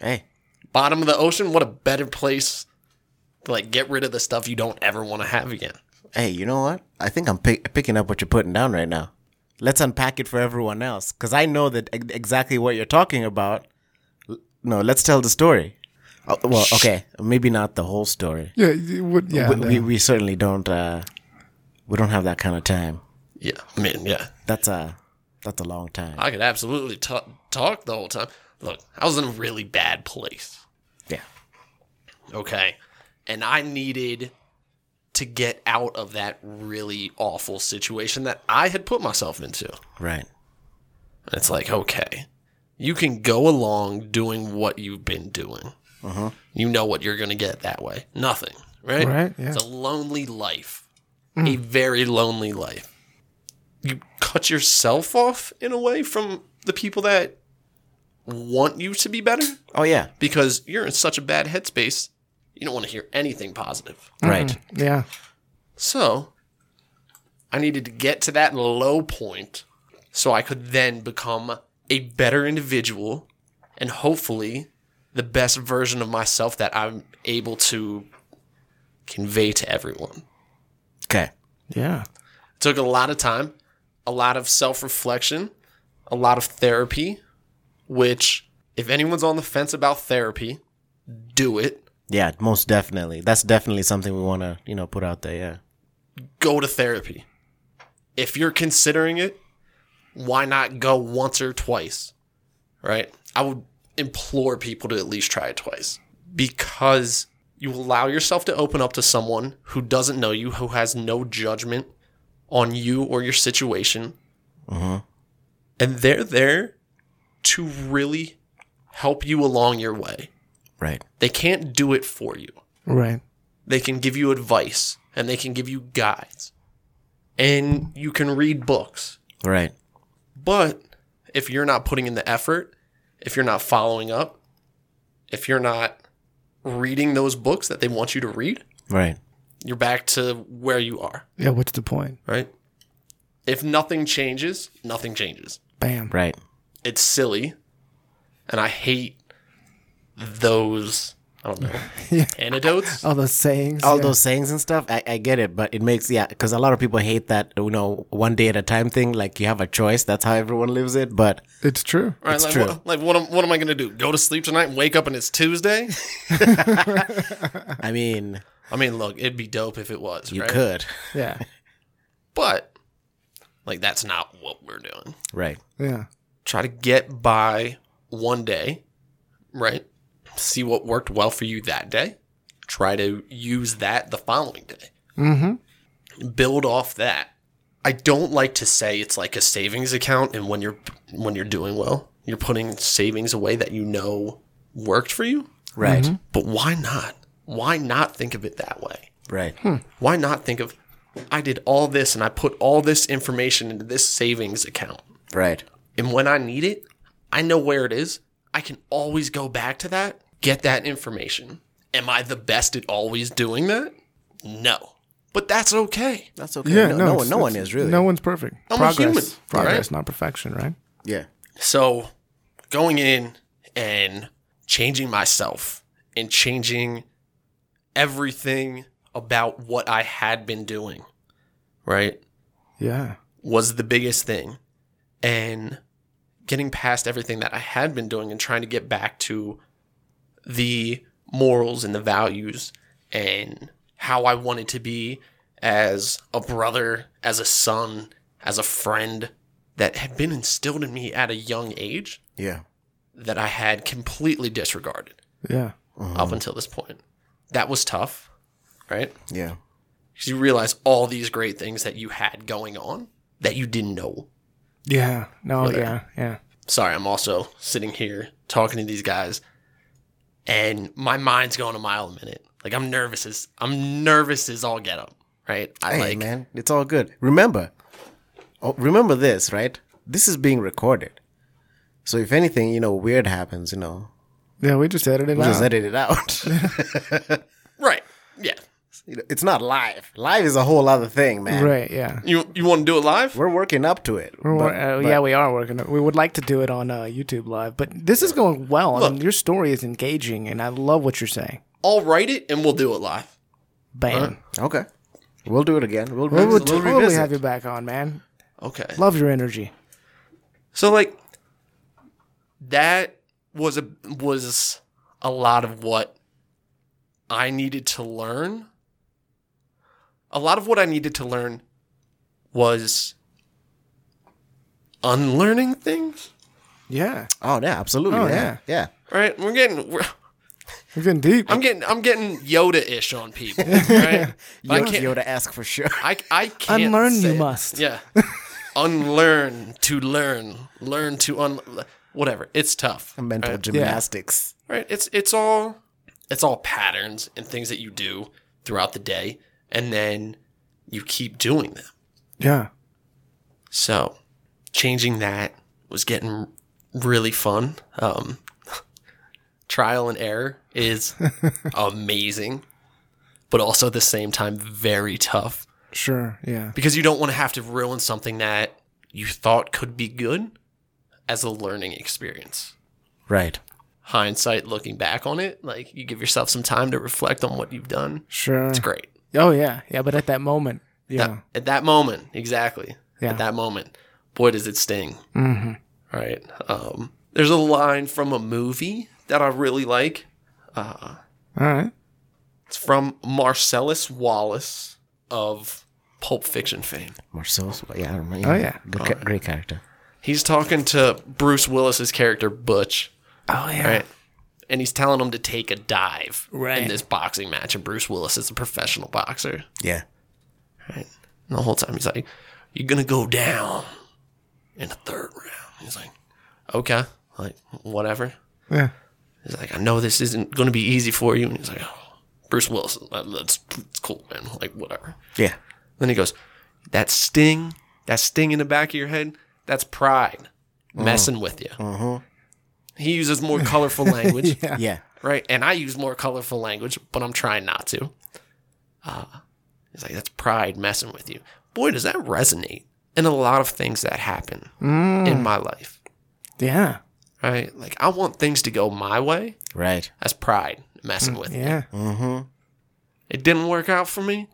[SPEAKER 1] hey
[SPEAKER 3] bottom of the ocean, what a better place to like get rid of the stuff you don't ever want to have again.
[SPEAKER 1] hey you know what i think i'm pick- picking up what you're putting down right now let's unpack it for everyone else because i know that ex- exactly what you're talking about L- no let's tell the story Oh, well, okay, maybe not the whole story.
[SPEAKER 2] Yeah, you would- yeah.
[SPEAKER 1] we, we, we certainly don't. Uh, we don't have that kind of time.
[SPEAKER 3] Yeah, I mean, yeah.
[SPEAKER 1] That's a that's a long time.
[SPEAKER 3] I could absolutely t- talk the whole time. Look, I was in a really bad place.
[SPEAKER 1] yeah.
[SPEAKER 3] Okay. And I needed to get out of that really awful situation that I had put myself into.
[SPEAKER 1] Right.
[SPEAKER 3] And It's like, okay, you can go along doing what you've been doing. You know what you're going to get that way. Nothing, right?
[SPEAKER 2] Right, yeah.
[SPEAKER 3] It's a lonely life, a very lonely life. You cut yourself off in a way from the people that want you to be better
[SPEAKER 1] Oh yeah.
[SPEAKER 3] because you're in such a bad headspace. You don't want to hear anything positive.
[SPEAKER 1] Right.
[SPEAKER 2] yeah.
[SPEAKER 3] So I needed to get to that low point so I could then become a better individual and hopefully the best version of myself that I'm able to convey to everyone.
[SPEAKER 1] Okay.
[SPEAKER 2] Yeah.
[SPEAKER 3] It took a lot of time, a lot of self reflection, a lot of therapy, which, if anyone's on the fence about therapy, do it.
[SPEAKER 1] Yeah. Most definitely. That's definitely something we want to you know put out there. Yeah.
[SPEAKER 3] go to therapy. If you're considering it, why not go once or twice? Right? I would implore people to at least try it twice because you allow yourself to open up to someone who doesn't know you, who has no judgment on you or your situation. And they're there to really help you along your way.
[SPEAKER 1] Right.
[SPEAKER 3] They can't do it for you
[SPEAKER 2] Right.
[SPEAKER 3] they can give you advice and they can give you guides and you can read books
[SPEAKER 1] Right.
[SPEAKER 3] but if you're not putting in the effort if you're not following up if you're not reading those books that they want you to read
[SPEAKER 1] Right.
[SPEAKER 3] you're back to where you are
[SPEAKER 2] Yeah. What's the point?
[SPEAKER 3] right if nothing changes nothing changes
[SPEAKER 2] Bam.
[SPEAKER 1] Right.
[SPEAKER 3] it's silly and i hate those i don't know antidotes
[SPEAKER 2] All those sayings.
[SPEAKER 1] All
[SPEAKER 2] yeah.
[SPEAKER 1] those sayings and stuff, I, I get it, but it makes yeah, because a lot of people hate that you know one day at a time thing. Like you have a choice. That's how everyone lives it. But
[SPEAKER 2] It's true.
[SPEAKER 3] Right, like,
[SPEAKER 1] true.
[SPEAKER 3] What, like what am, what am I going to do? Go to sleep tonight and wake up and it's Tuesday?
[SPEAKER 1] I mean,
[SPEAKER 3] I mean, look, it'd be dope if it was,
[SPEAKER 1] you
[SPEAKER 3] right?
[SPEAKER 1] could.
[SPEAKER 2] Yeah.
[SPEAKER 3] But like that's not what we're doing.
[SPEAKER 1] Right.
[SPEAKER 2] Yeah.
[SPEAKER 3] Try to get by one day, right? See what worked well for you that day. Try to use that the following day. Mm-hmm. Build off that. I don't like to say it's like a savings account and when you're when you're doing well, you're putting savings away that you know worked for you.
[SPEAKER 1] Right.
[SPEAKER 3] But why not? Why not think of it that way?
[SPEAKER 1] Right.
[SPEAKER 3] Why not think of I did all this and I put all this information into this savings account.
[SPEAKER 1] Right.
[SPEAKER 3] And when I need it, I know where it is. I can always go back to that, get that information. Am I the best at always doing that? No. But that's okay.
[SPEAKER 1] That's okay.
[SPEAKER 2] Yeah.
[SPEAKER 1] no,
[SPEAKER 2] No,
[SPEAKER 1] no, one,
[SPEAKER 2] it's-
[SPEAKER 1] no one
[SPEAKER 2] it's-
[SPEAKER 1] is really.
[SPEAKER 2] No one's perfect.
[SPEAKER 3] I'm a
[SPEAKER 2] Progress.
[SPEAKER 3] human,
[SPEAKER 2] Progress,
[SPEAKER 3] right?
[SPEAKER 2] not perfection, right?
[SPEAKER 1] Yeah.
[SPEAKER 3] So going in and changing myself and changing everything about what I had been doing, right?
[SPEAKER 2] Yeah.
[SPEAKER 3] was the biggest thing. And getting past everything that I had been doing and trying to get back to the morals and the values and how I wanted to be as a brother, as a son, as a friend that had been instilled in me at a young age
[SPEAKER 1] Yeah.
[SPEAKER 3] that I had completely disregarded
[SPEAKER 2] Yeah.
[SPEAKER 3] up until this point. That was tough, right?
[SPEAKER 1] Yeah.
[SPEAKER 3] Because you realize all these great things that you had going on that you didn't know
[SPEAKER 2] Yeah. No. Yeah. Yeah.
[SPEAKER 3] sorry, I'm also sitting here talking to these guys and my mind's going a mile a minute. Like I'm nervous as I'm nervous as all get up. Right? I
[SPEAKER 1] Hey,
[SPEAKER 3] like
[SPEAKER 1] man, it's all good. Remember, oh, remember this, right? This is being recorded. So if anything, you know, weird happens, you know,
[SPEAKER 2] Yeah. We just edited it
[SPEAKER 1] just
[SPEAKER 2] out.
[SPEAKER 1] edit it out.
[SPEAKER 3] Right. Yeah.
[SPEAKER 1] You know, it's not live. Live is a whole other thing, man.
[SPEAKER 2] right. Yeah.
[SPEAKER 3] You you wanna do it live?
[SPEAKER 1] We're working up to it.
[SPEAKER 2] We're wor-
[SPEAKER 1] but-
[SPEAKER 2] uh, yeah, we are working. on- We would like to do it on uh, YouTube Live, but this is going well. I mean, your story is engaging, and I love what you're saying.
[SPEAKER 3] I'll write it and we'll do it live.
[SPEAKER 2] Bam.
[SPEAKER 1] okay. We'll do it again. We'll,
[SPEAKER 2] We
[SPEAKER 1] revisit-
[SPEAKER 2] would
[SPEAKER 1] we'll
[SPEAKER 2] totally
[SPEAKER 1] revisit.
[SPEAKER 2] have you back on, man.
[SPEAKER 3] Okay.
[SPEAKER 2] Love your energy.
[SPEAKER 3] So like that was a was a lot of what I needed to learn, a lot of what I needed to learn was unlearning things.
[SPEAKER 2] Yeah.
[SPEAKER 1] Oh yeah, absolutely.
[SPEAKER 2] Oh,
[SPEAKER 1] yeah. yeah.
[SPEAKER 3] Right? We're getting we're,
[SPEAKER 2] We're getting deep.
[SPEAKER 3] I'm getting I'm getting Yoda-ish on people. Right? I
[SPEAKER 1] Yoda,
[SPEAKER 3] can't
[SPEAKER 1] Yoda ask for sure.
[SPEAKER 3] I, I can't
[SPEAKER 2] Unlearn
[SPEAKER 3] say
[SPEAKER 2] you
[SPEAKER 3] it.
[SPEAKER 2] must.
[SPEAKER 3] Yeah. Unlearn to learn. Learn to un whatever. It's tough.
[SPEAKER 1] Mental
[SPEAKER 3] right?
[SPEAKER 1] gymnastics.
[SPEAKER 3] right? It's it's all it's all patterns and things that you do throughout the day, and then you keep doing them.
[SPEAKER 2] yeah.
[SPEAKER 3] So changing that was getting really fun. Um, trial and error is amazing, but also at the same time very tough
[SPEAKER 2] Sure. Yeah.
[SPEAKER 3] because you don't want to have to ruin something that you thought could be good as a learning experience.
[SPEAKER 1] Right.
[SPEAKER 3] hindsight looking back on it like you give yourself some time to reflect on what you've done
[SPEAKER 2] Sure.
[SPEAKER 3] it's great
[SPEAKER 2] Oh yeah. Yeah. But at that moment. Yeah.
[SPEAKER 3] That- at that moment exactly
[SPEAKER 2] Yeah.
[SPEAKER 3] at that moment boy does it sting
[SPEAKER 2] Mm-hmm.
[SPEAKER 3] right um, there's a line from a movie that i really like uh,
[SPEAKER 2] All right.
[SPEAKER 3] it's from marcellus wallace of pulp fiction fame
[SPEAKER 1] Marcel's. Yeah, I remember.
[SPEAKER 2] Oh, yeah.
[SPEAKER 1] Good, ca- great character.
[SPEAKER 3] he's talking to bruce willis's character butch
[SPEAKER 2] Oh yeah.
[SPEAKER 3] right and he's telling him to take a dive
[SPEAKER 2] Right.
[SPEAKER 3] in this boxing match and bruce willis is a professional boxer
[SPEAKER 1] Yeah.
[SPEAKER 3] Right? And the whole time he's like, You're gonna go down in the third round. He's like, Okay. Like, whatever.
[SPEAKER 2] Yeah.
[SPEAKER 3] He's like, I know this isn't gonna be easy for you. And he's like, oh, Bruce Willis, uh, that's, that's cool, man. Like, whatever.
[SPEAKER 1] Yeah.
[SPEAKER 3] Then he goes, That sting, that sting in the back of your head, that's pride messing with you. He uses more colorful language
[SPEAKER 2] Yeah.
[SPEAKER 1] Yeah.
[SPEAKER 3] right? And I use more colorful language, but I'm trying not to. Uh, it's like that's pride messing with you. Boy, does that resonate in a lot of things that happen in my life,
[SPEAKER 2] Yeah.
[SPEAKER 3] right? Like I want things to go my way.
[SPEAKER 1] Right. Mm-hmm.
[SPEAKER 3] That's pride messing with me.
[SPEAKER 2] Yeah.
[SPEAKER 3] It didn't work out for me.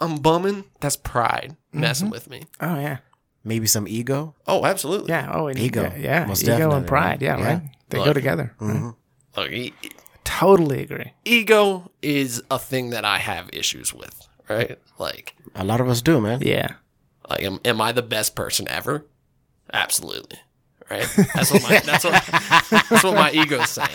[SPEAKER 3] I'm bumming. That's pride messing with me.
[SPEAKER 2] Oh yeah.
[SPEAKER 1] Maybe some ego.
[SPEAKER 3] Oh, absolutely.
[SPEAKER 2] Yeah. Oh, and
[SPEAKER 1] Ego.
[SPEAKER 2] Yeah. yeah.
[SPEAKER 1] Most
[SPEAKER 2] ego
[SPEAKER 1] definitely,
[SPEAKER 2] and pride.
[SPEAKER 1] right?
[SPEAKER 2] Yeah,
[SPEAKER 1] Yeah.
[SPEAKER 2] Right. They go
[SPEAKER 3] Look.
[SPEAKER 2] together.
[SPEAKER 3] Look, e- e-
[SPEAKER 2] Totally agree.
[SPEAKER 3] ego is a thing that I have issues with, right? Like
[SPEAKER 1] A lot of us do, man.
[SPEAKER 2] Yeah.
[SPEAKER 3] Like, am, am I the best person ever? Absolutely. Right? That's what my, that's what, that's what my ego's saying.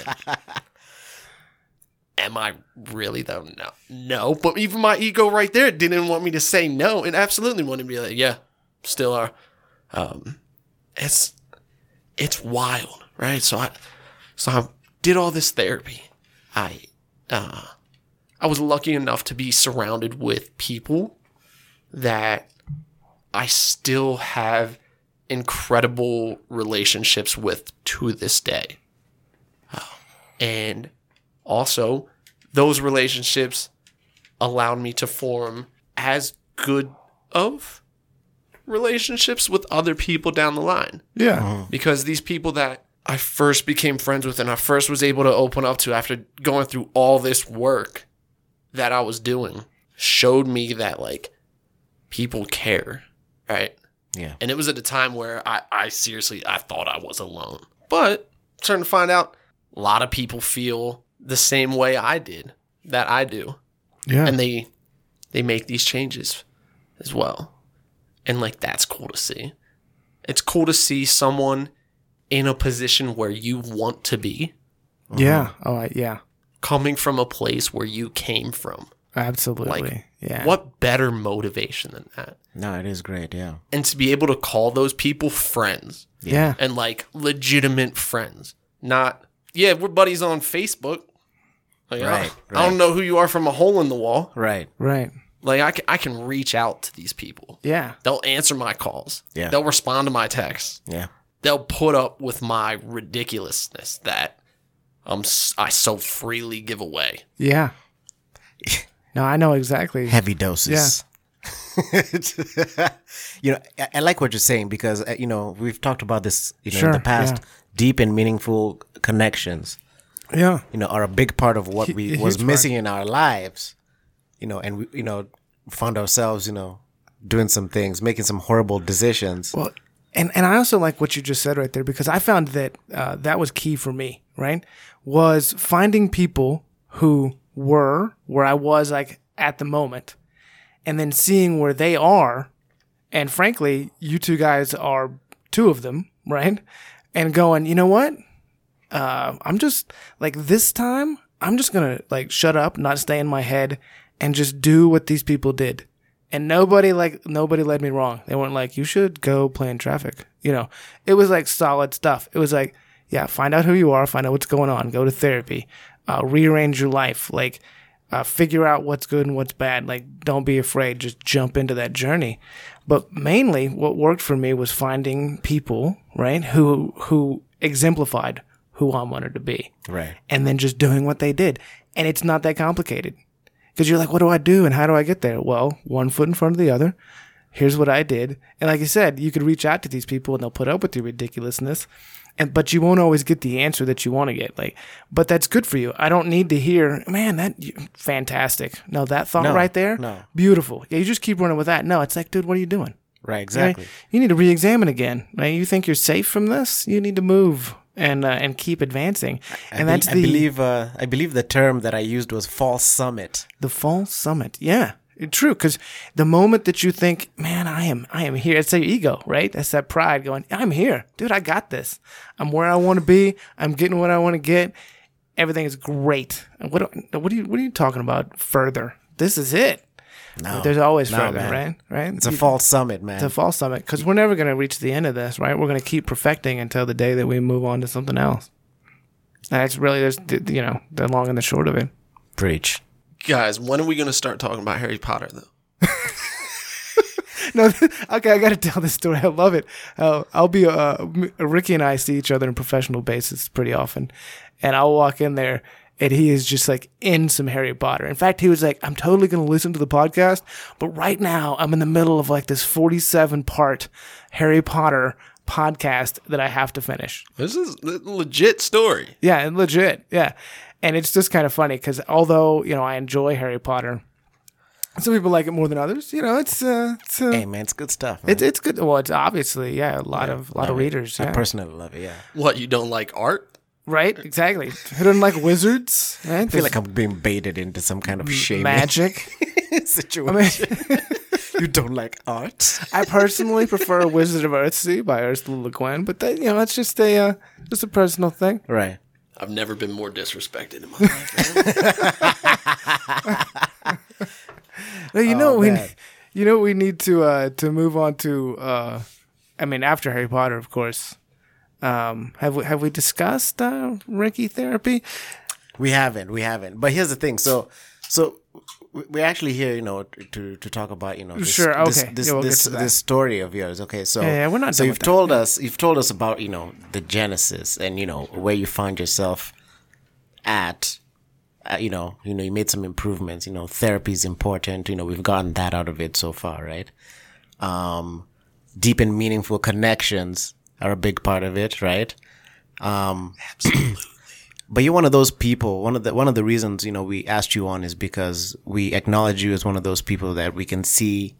[SPEAKER 3] Am I really though? No. No. But even my ego right there didn't want me to say no. It absolutely wanted to be like, yeah, still are. Um, it's, it's wild. Right. So I, so I did all this therapy. I, uh, I was lucky enough to be surrounded with people that I still have incredible relationships with to this day. And also, those relationships allowed me to form as good of relationships with other people down the line
[SPEAKER 2] Yeah.
[SPEAKER 3] because these people that I first became friends with and I first was able to open up to after going through all this work that I was doing showed me that like people care, right?
[SPEAKER 1] Yeah.
[SPEAKER 3] And it was at a time where I, I seriously I thought I was alone. But starting to find out a lot of people feel the same way I did that I do
[SPEAKER 2] Yeah.
[SPEAKER 3] and they they make these changes as well and like that's cool to see it's cool to see someone in a position where you want to be
[SPEAKER 2] yeah. Oh I, yeah.
[SPEAKER 3] coming from a place where you came from
[SPEAKER 2] Absolutely. yeah.
[SPEAKER 3] what better motivation than that
[SPEAKER 1] No, it is great. Yeah.
[SPEAKER 3] and to be able to call those people friends
[SPEAKER 2] Yeah.
[SPEAKER 3] and like legitimate friends not yeah we're buddies on facebook like, I-
[SPEAKER 1] Right,
[SPEAKER 3] I
[SPEAKER 1] right.
[SPEAKER 3] don't know who you are from a hole in the wall
[SPEAKER 1] Right.
[SPEAKER 2] Right.
[SPEAKER 3] like I can, I can reach out to these people
[SPEAKER 2] Yeah.
[SPEAKER 3] They'll answer my calls.
[SPEAKER 1] Yeah.
[SPEAKER 3] They'll respond to my texts.
[SPEAKER 1] Yeah.
[SPEAKER 3] They'll put up with my ridiculousness that I'm s- I so freely give away.
[SPEAKER 2] Yeah. No, I know exactly.
[SPEAKER 1] Heavy doses. you know, I, I like what you're saying because uh, you know we've talked about this you know,
[SPEAKER 2] Sure,
[SPEAKER 1] in the past.
[SPEAKER 2] yeah.
[SPEAKER 1] Deep and meaningful connections,
[SPEAKER 2] Yeah.
[SPEAKER 1] you know, are a big part of what
[SPEAKER 2] a
[SPEAKER 1] we was
[SPEAKER 2] huge part.
[SPEAKER 1] missing in our lives. You know, and we you know found ourselves you know doing some things, making some horrible decisions.
[SPEAKER 2] Well, and and I also like what you just said right there because I found that uh, that was key for me. Right, was finding people who were, where I was like at the moment, and then seeing where they are, and frankly, you two guys are two of them, right? And going, you know what? Uh, I'm just like this time, I'm just gonna like shut up, not stay in my head, and just do what these people did. And nobody like nobody led me wrong. They weren't like, you should go play in traffic. You know, it was like solid stuff. It was like, yeah, find out who you are, find out what's going on, go to therapy, uh, rearrange your life, like uh, figure out what's good and what's bad. Like, don't be afraid, just jump into that journey. But mainly, what worked for me was finding people, right, who who exemplified who I wanted to be,
[SPEAKER 1] Right.
[SPEAKER 2] and then just doing what they did. And it's not that complicated because you're like, what do I do and how do I get there? Well, one foot in front of the other. Here's what I did, and like I said, you could reach out to these people and they'll put up with your ridiculousness, and but you won't always get the answer that you want to get. Like, but that's good for you. I don't need to hear, man, that you, fantastic. No, that thought
[SPEAKER 1] No,
[SPEAKER 2] right there,
[SPEAKER 1] no.
[SPEAKER 2] beautiful. Yeah, you just keep running with that. No, it's like, dude, what are you doing?
[SPEAKER 1] Right.
[SPEAKER 2] Right?
[SPEAKER 1] Exactly.
[SPEAKER 2] You need to re-examine again. Right? You think you're safe from this? You need to move and uh, and keep advancing.
[SPEAKER 1] I
[SPEAKER 2] and
[SPEAKER 1] be-
[SPEAKER 2] that's
[SPEAKER 1] I
[SPEAKER 2] the
[SPEAKER 1] believe uh, I believe the term that I used was false summit.
[SPEAKER 2] the fall summit. Yeah, true. Because the moment that you think, man, I am, I am here. It's that ego, right? That's that pride going, I'm here, dude. I got this. I'm where I want to be. I'm getting what I want to get. Everything is great. And What do- what are you what are you talking about? Further, this is it.
[SPEAKER 1] No.
[SPEAKER 2] There's always
[SPEAKER 1] No,
[SPEAKER 2] further,
[SPEAKER 1] man.
[SPEAKER 2] right? Right.
[SPEAKER 1] It's a false summit, man.
[SPEAKER 2] to fall summit because we're never going to reach the end of this, right? We're going to keep perfecting until the day that we move on to something else. And that's really there's th- you know the long and the short of it.
[SPEAKER 1] Preach.
[SPEAKER 3] Guys, when are we going to start talking about Harry Potter, though?
[SPEAKER 2] No, okay, I got to tell this story. I love it. Uh, I'll be uh, m- Ricky and I see each other on a professional basis pretty often, and I'll walk in there. And he is just like in some Harry Potter. In fact, he was like, I'm totally going to listen to the podcast, but right now I'm in the middle of like this 47 part Harry Potter podcast that I have to finish.
[SPEAKER 3] This is a legit story.
[SPEAKER 2] Yeah, and legit. Yeah. And it's just kind of funny because although, you know, I enjoy Harry Potter, some people like it more than others. You know, it's, uh, it's, uh,
[SPEAKER 1] Hey, man, it's good stuff. man.
[SPEAKER 2] it's, it's good. Well, it's obviously, yeah, a lot of, lot of readers.
[SPEAKER 1] I
[SPEAKER 2] Yeah.
[SPEAKER 1] personally love it. Yeah.
[SPEAKER 3] What, you don't like art?
[SPEAKER 2] right? Exactly. Who doesn't like wizards? Right?
[SPEAKER 1] I feel like I'm being baited into some kind of shame
[SPEAKER 2] magic. I
[SPEAKER 1] situation.
[SPEAKER 2] mean,
[SPEAKER 1] you don't like art?
[SPEAKER 2] I personally prefer Wizard of Earthsea by Ursula Le Guin, but that, you know, it's just a, uh, just a personal thing.
[SPEAKER 1] Right.
[SPEAKER 3] I've never been more disrespected in my life. man.
[SPEAKER 2] No, you know we,
[SPEAKER 1] man.
[SPEAKER 2] you know we need to uh, to move on to. Uh, I mean, after Harry Potter, of course. Um, have we have we discussed uh, Reiki therapy?
[SPEAKER 1] We haven't. We haven't. But here's the thing. So, so w- we're actually here, you know, to to talk about, you know, this,
[SPEAKER 2] Sure,
[SPEAKER 1] this,
[SPEAKER 2] okay.
[SPEAKER 1] this
[SPEAKER 2] Yeah, we'll get
[SPEAKER 1] this,
[SPEAKER 2] to that.
[SPEAKER 1] this story of yours. Okay, so
[SPEAKER 2] Yeah, yeah, we're not
[SPEAKER 1] So
[SPEAKER 2] done
[SPEAKER 1] you've
[SPEAKER 2] with that.
[SPEAKER 1] told us, you've told us about, you know, the genesis and you know where you found yourself at. Uh, you know, you know, you made some improvements. You know, therapy is important. You know, we've gotten that out of it so far, right? Um, deep and meaningful connections are a big part of it, right? Um, but you're one of those people. One of the one of the reasons you know we asked you on is because we acknowledge you as one of those people that we can see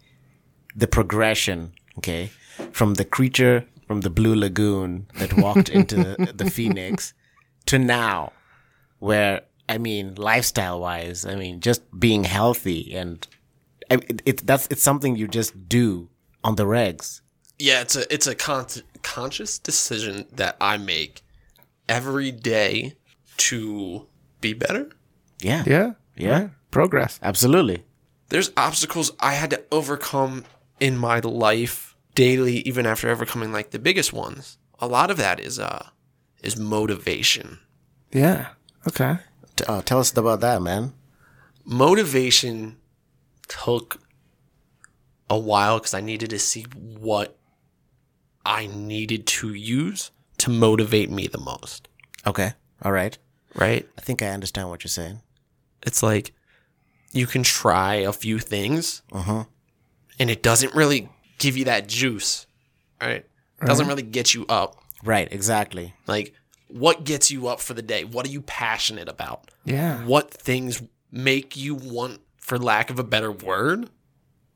[SPEAKER 1] the progression. Okay, from the creature from the blue lagoon that walked into the, the phoenix to now, where I mean, lifestyle wise, I mean, just being healthy and I, it, it, that's it's something you just do on the regs.
[SPEAKER 3] yeah, it's a it's a con- conscious decision that I make every day to be better.
[SPEAKER 1] Yeah,
[SPEAKER 2] Yeah,
[SPEAKER 1] Yeah.
[SPEAKER 2] progress.
[SPEAKER 1] absolutely.
[SPEAKER 3] there's obstacles I had to overcome in my life daily, even after overcoming like the biggest ones. A lot of that is uh is motivation.
[SPEAKER 2] Yeah. Okay.
[SPEAKER 1] T- uh, tell us about that, man.
[SPEAKER 3] Motivation took a while because I needed to see what I needed to use to motivate me the most.
[SPEAKER 1] Okay, all right.
[SPEAKER 3] Right?
[SPEAKER 1] I think I understand what you're saying.
[SPEAKER 3] It's like you can try a few things
[SPEAKER 1] Uh huh.
[SPEAKER 3] and it doesn't really give you that juice. Right? Doesn't really get you up.
[SPEAKER 1] Right, exactly.
[SPEAKER 3] Like, what gets you up for the day? What are you passionate about?
[SPEAKER 2] Yeah.
[SPEAKER 3] What things make you want, for lack of a better word,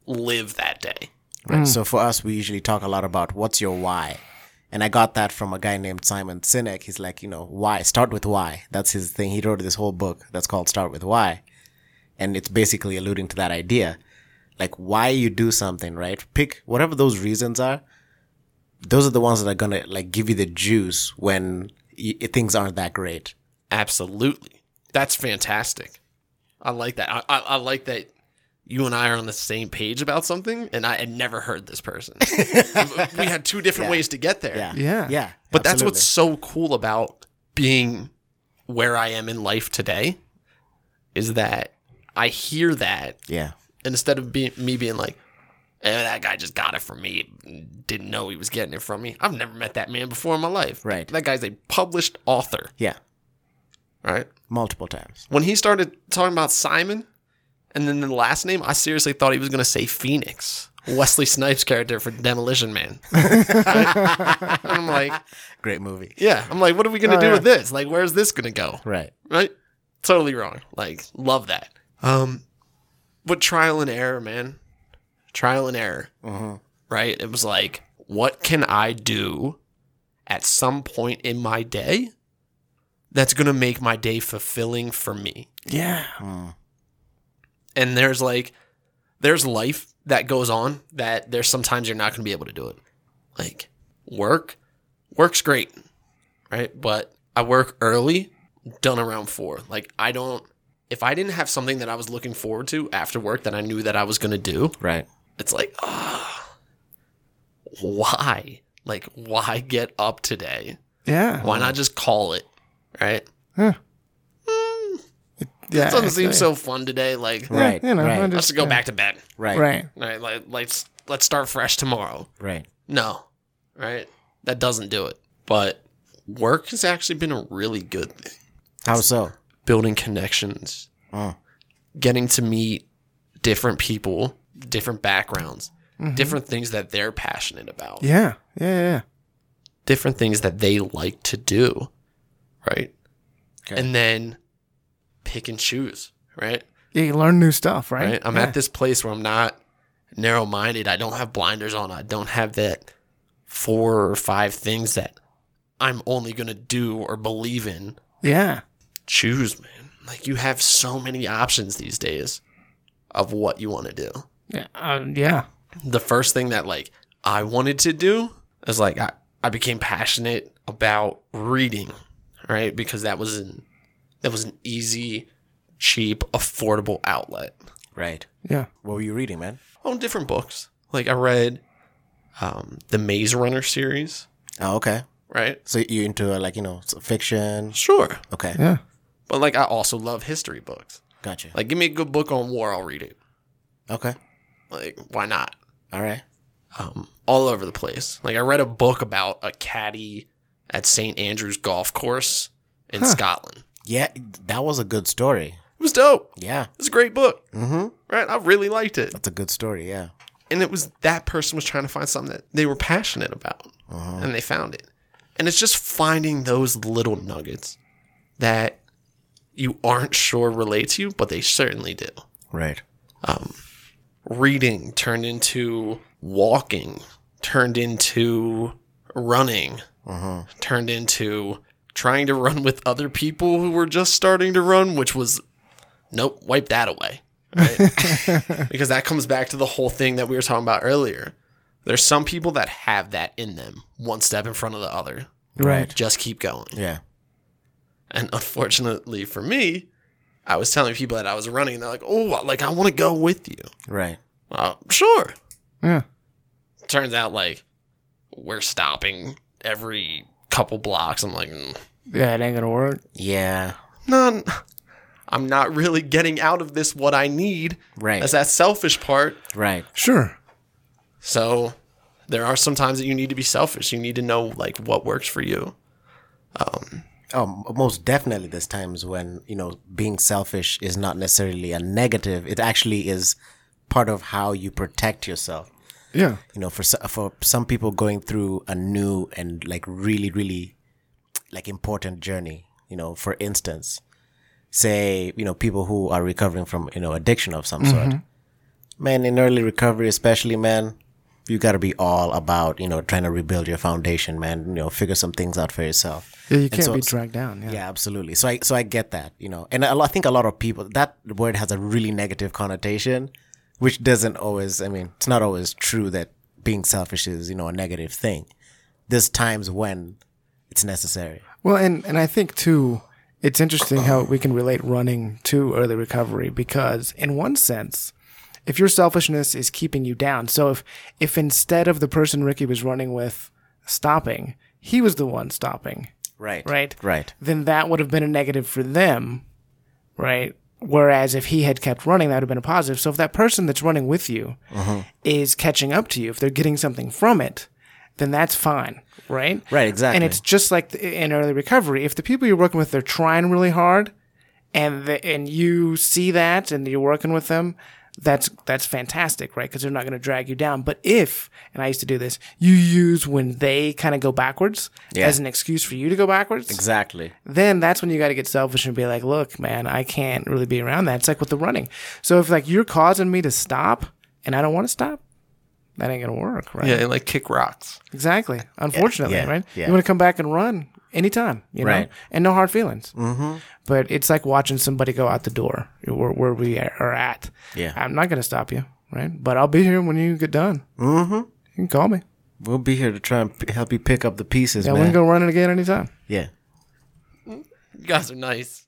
[SPEAKER 3] live that day? Mm.
[SPEAKER 1] Right. So for us, we usually talk a lot about what's your why. And I got that from a guy named Simon Sinek. He's like, you know, why? Start with why. That's his thing. He wrote this whole book that's called Start with Why. and it's basically alluding to that idea like why you do something right pick whatever those reasons are those are the ones that are going to like give you the juice when y- things aren't that great
[SPEAKER 3] Absolutely. That's fantastic. I like that. I, I, I like that you and I are on the same page about something, and I had never heard this person. we had two different ways to get there.
[SPEAKER 1] yeah
[SPEAKER 2] Yeah.
[SPEAKER 1] yeah
[SPEAKER 3] But that's what's so cool about being where I am in life today is that I hear that
[SPEAKER 1] yeah
[SPEAKER 3] and instead of being, me being like, eh, that guy just got it from me, didn't know he was getting it from me. I've never met that man before in my life.
[SPEAKER 1] Right.
[SPEAKER 3] That guy's a published author,
[SPEAKER 1] yeah
[SPEAKER 3] right?
[SPEAKER 1] multiple times
[SPEAKER 3] When he started talking about Simon and then the last name, I seriously thought he was going to say Phoenix, Wesley Snipes' character for Demolition Man. And I'm like,
[SPEAKER 1] great movie
[SPEAKER 3] yeah, I'm like, what are we going to do with this? Like, where's this going to go?
[SPEAKER 1] right
[SPEAKER 3] right? Totally wrong. Like, love that. Um, but trial and error, man. Trial and error.
[SPEAKER 1] Mm-hmm.
[SPEAKER 3] Right? It was like, what can I do at some point in my day that's going to make my day fulfilling for me?
[SPEAKER 2] Yeah.
[SPEAKER 1] Mm.
[SPEAKER 3] And there's like, there's life that goes on that there's sometimes you're not going to be able to do it. Like, work, work's great. Right? But I work early done around four. Like I don't if I didn't have something that I was looking forward to after work that I knew that I was gonna do,
[SPEAKER 1] right
[SPEAKER 3] it's like ah why? Like why get up today?
[SPEAKER 2] Yeah.
[SPEAKER 3] Why not just call it? Right?
[SPEAKER 2] yeah.
[SPEAKER 3] Doesn't seem so fun today. Like
[SPEAKER 1] right
[SPEAKER 2] you know, I
[SPEAKER 1] right
[SPEAKER 2] under-
[SPEAKER 3] let's just go back to bed.
[SPEAKER 1] right
[SPEAKER 2] Right.
[SPEAKER 3] Right? Like let's let's start fresh tomorrow.
[SPEAKER 1] right
[SPEAKER 3] No. Right? That doesn't do it. But work has actually been a really good thing.
[SPEAKER 1] how so Uh.
[SPEAKER 3] building connections, getting to meet different people, different backgrounds, different things that they're passionate about,
[SPEAKER 2] Yeah. Yeah. Yeah.
[SPEAKER 3] different things that they like to do, right?
[SPEAKER 1] Okay.
[SPEAKER 3] And then pick and choose, right?
[SPEAKER 2] yeah. You learn new stuff, right?
[SPEAKER 3] Right? I'm at this place where I'm not narrow minded. I don't have blinders on. I don't have that four or five things that I'm only going to do or believe in
[SPEAKER 2] yeah.
[SPEAKER 3] choose, man. Like you have so many options these days of what you want to do.
[SPEAKER 2] Yeah. Uh, yeah.
[SPEAKER 3] The first thing that like I wanted to do is like I, I became passionate about reading, right? Because that was an that was an easy, cheap, affordable outlet.
[SPEAKER 1] right
[SPEAKER 2] Yeah.
[SPEAKER 1] what were you reading man
[SPEAKER 3] On different books. Like I read um the Maze Runner series,
[SPEAKER 1] oh okay
[SPEAKER 3] right?
[SPEAKER 1] so you into uh, like you know s- fiction
[SPEAKER 3] Sure.
[SPEAKER 1] okay
[SPEAKER 2] Yeah.
[SPEAKER 3] But like I also love history books.
[SPEAKER 1] gotcha
[SPEAKER 3] Like give me a good book on war, I'll read it.
[SPEAKER 1] okay
[SPEAKER 3] Like why not?
[SPEAKER 1] all right
[SPEAKER 3] um, all over the place. Like I read a book about a caddy at St Andrews Golf Course in Scotland.
[SPEAKER 1] yeah that was a good story
[SPEAKER 3] It was dope.
[SPEAKER 1] yeah
[SPEAKER 3] It's a great book,
[SPEAKER 1] mm-hmm
[SPEAKER 3] right? I really liked it,
[SPEAKER 1] That's a good story, yeah.
[SPEAKER 3] and it was that person was trying to find something that they were passionate about, and they found it. And it's just finding those little nuggets that you aren't sure relate to you, but they certainly do.
[SPEAKER 1] Right.
[SPEAKER 3] reading turned into walking, turned into running,
[SPEAKER 1] Mm-hmm.
[SPEAKER 3] turned into trying to run with other people who were just starting to run, which was nope, wipe that away. Right? because that comes back to the whole thing that we were talking about earlier. There's some people that have that in them, one step in front of the other.
[SPEAKER 1] Right.
[SPEAKER 3] Just keep going.
[SPEAKER 1] Yeah.
[SPEAKER 3] And unfortunately for me, I was telling people that I was running, and they're like, oh, like I want to go with you.
[SPEAKER 1] Right.
[SPEAKER 3] Uh, sure.
[SPEAKER 2] Yeah.
[SPEAKER 3] turns out like we're stopping every couple blocks. I'm like, mm,
[SPEAKER 2] Yeah. It ain't gonna work.
[SPEAKER 1] Yeah.
[SPEAKER 3] no, I'm not really getting out of this what I need.
[SPEAKER 1] Right.
[SPEAKER 3] That's that selfish part.
[SPEAKER 1] Right.
[SPEAKER 2] Sure.
[SPEAKER 3] So there are some times that you need to be selfish. You need to know like what works for you.
[SPEAKER 1] Oh, m- most definitely. There's times when you know being selfish is not necessarily a negative. It actually is part of how you protect yourself.
[SPEAKER 2] Yeah.
[SPEAKER 1] You know, for so- for some people going through a new and like really really like important journey. You know, for instance, say you know people who are recovering from you know addiction of some sort. Man, in early recovery, especially man, you got to be all about you know trying to rebuild your foundation, man. You know, figure some things out for yourself.
[SPEAKER 2] Yeah, you can't
[SPEAKER 1] so-
[SPEAKER 2] be dragged down. Yeah.
[SPEAKER 1] Yeah, absolutely. So I so I get that, you know, and I, I think a lot of people that word has a really negative connotation, which doesn't always. I mean, it's not always true that being selfish is you know a negative thing. There's times when it's necessary.
[SPEAKER 2] Well, and and I think too, it's interesting how we can relate running to early recovery because in one sense, if your selfishness is keeping you down, so if if instead of the person Ricky was running with stopping, he was the one stopping,
[SPEAKER 1] Right.
[SPEAKER 2] right?
[SPEAKER 1] Right.
[SPEAKER 2] Then that would have been a negative for them, right? Whereas if he had kept running, that would have been a positive. So if that person that's running with you
[SPEAKER 1] Uh-huh.
[SPEAKER 2] is catching up to you, if they're getting something from it, then that's fine, right?
[SPEAKER 1] Right, exactly.
[SPEAKER 2] And it's just like th- in early recovery. If the people you're working with, they're trying really hard, and the, and you see that, and you're working with them, that's that's fantastic, right? Because they're not going to drag you down. But if, and I used to do this, you use when they kind of go backwards as an excuse for you to go backwards
[SPEAKER 1] Exactly.
[SPEAKER 2] then that's when you got to get selfish and be like, look, man, I can't really be around that. It's like with the running. So if like you're causing me to stop and I don't want to stop, that ain't gonna work, right?
[SPEAKER 3] Yeah, and like kick rocks.
[SPEAKER 2] Exactly. Unfortunately,
[SPEAKER 1] yeah,
[SPEAKER 2] right?
[SPEAKER 1] yeah.
[SPEAKER 2] You want to come back and run anytime, you know,
[SPEAKER 1] Right.
[SPEAKER 2] and no hard feelings. Mm-hmm. But it's like watching somebody go out the door where, where we are at.
[SPEAKER 1] Yeah.
[SPEAKER 2] I'm not gonna stop you, right? But I'll be here when you get done. Mm-hmm. You can call me.
[SPEAKER 1] We'll be here to try and p- help you pick up the pieces,
[SPEAKER 2] Yeah, we
[SPEAKER 1] man.
[SPEAKER 2] can go running again anytime.
[SPEAKER 1] yeah.
[SPEAKER 3] You guys are nice.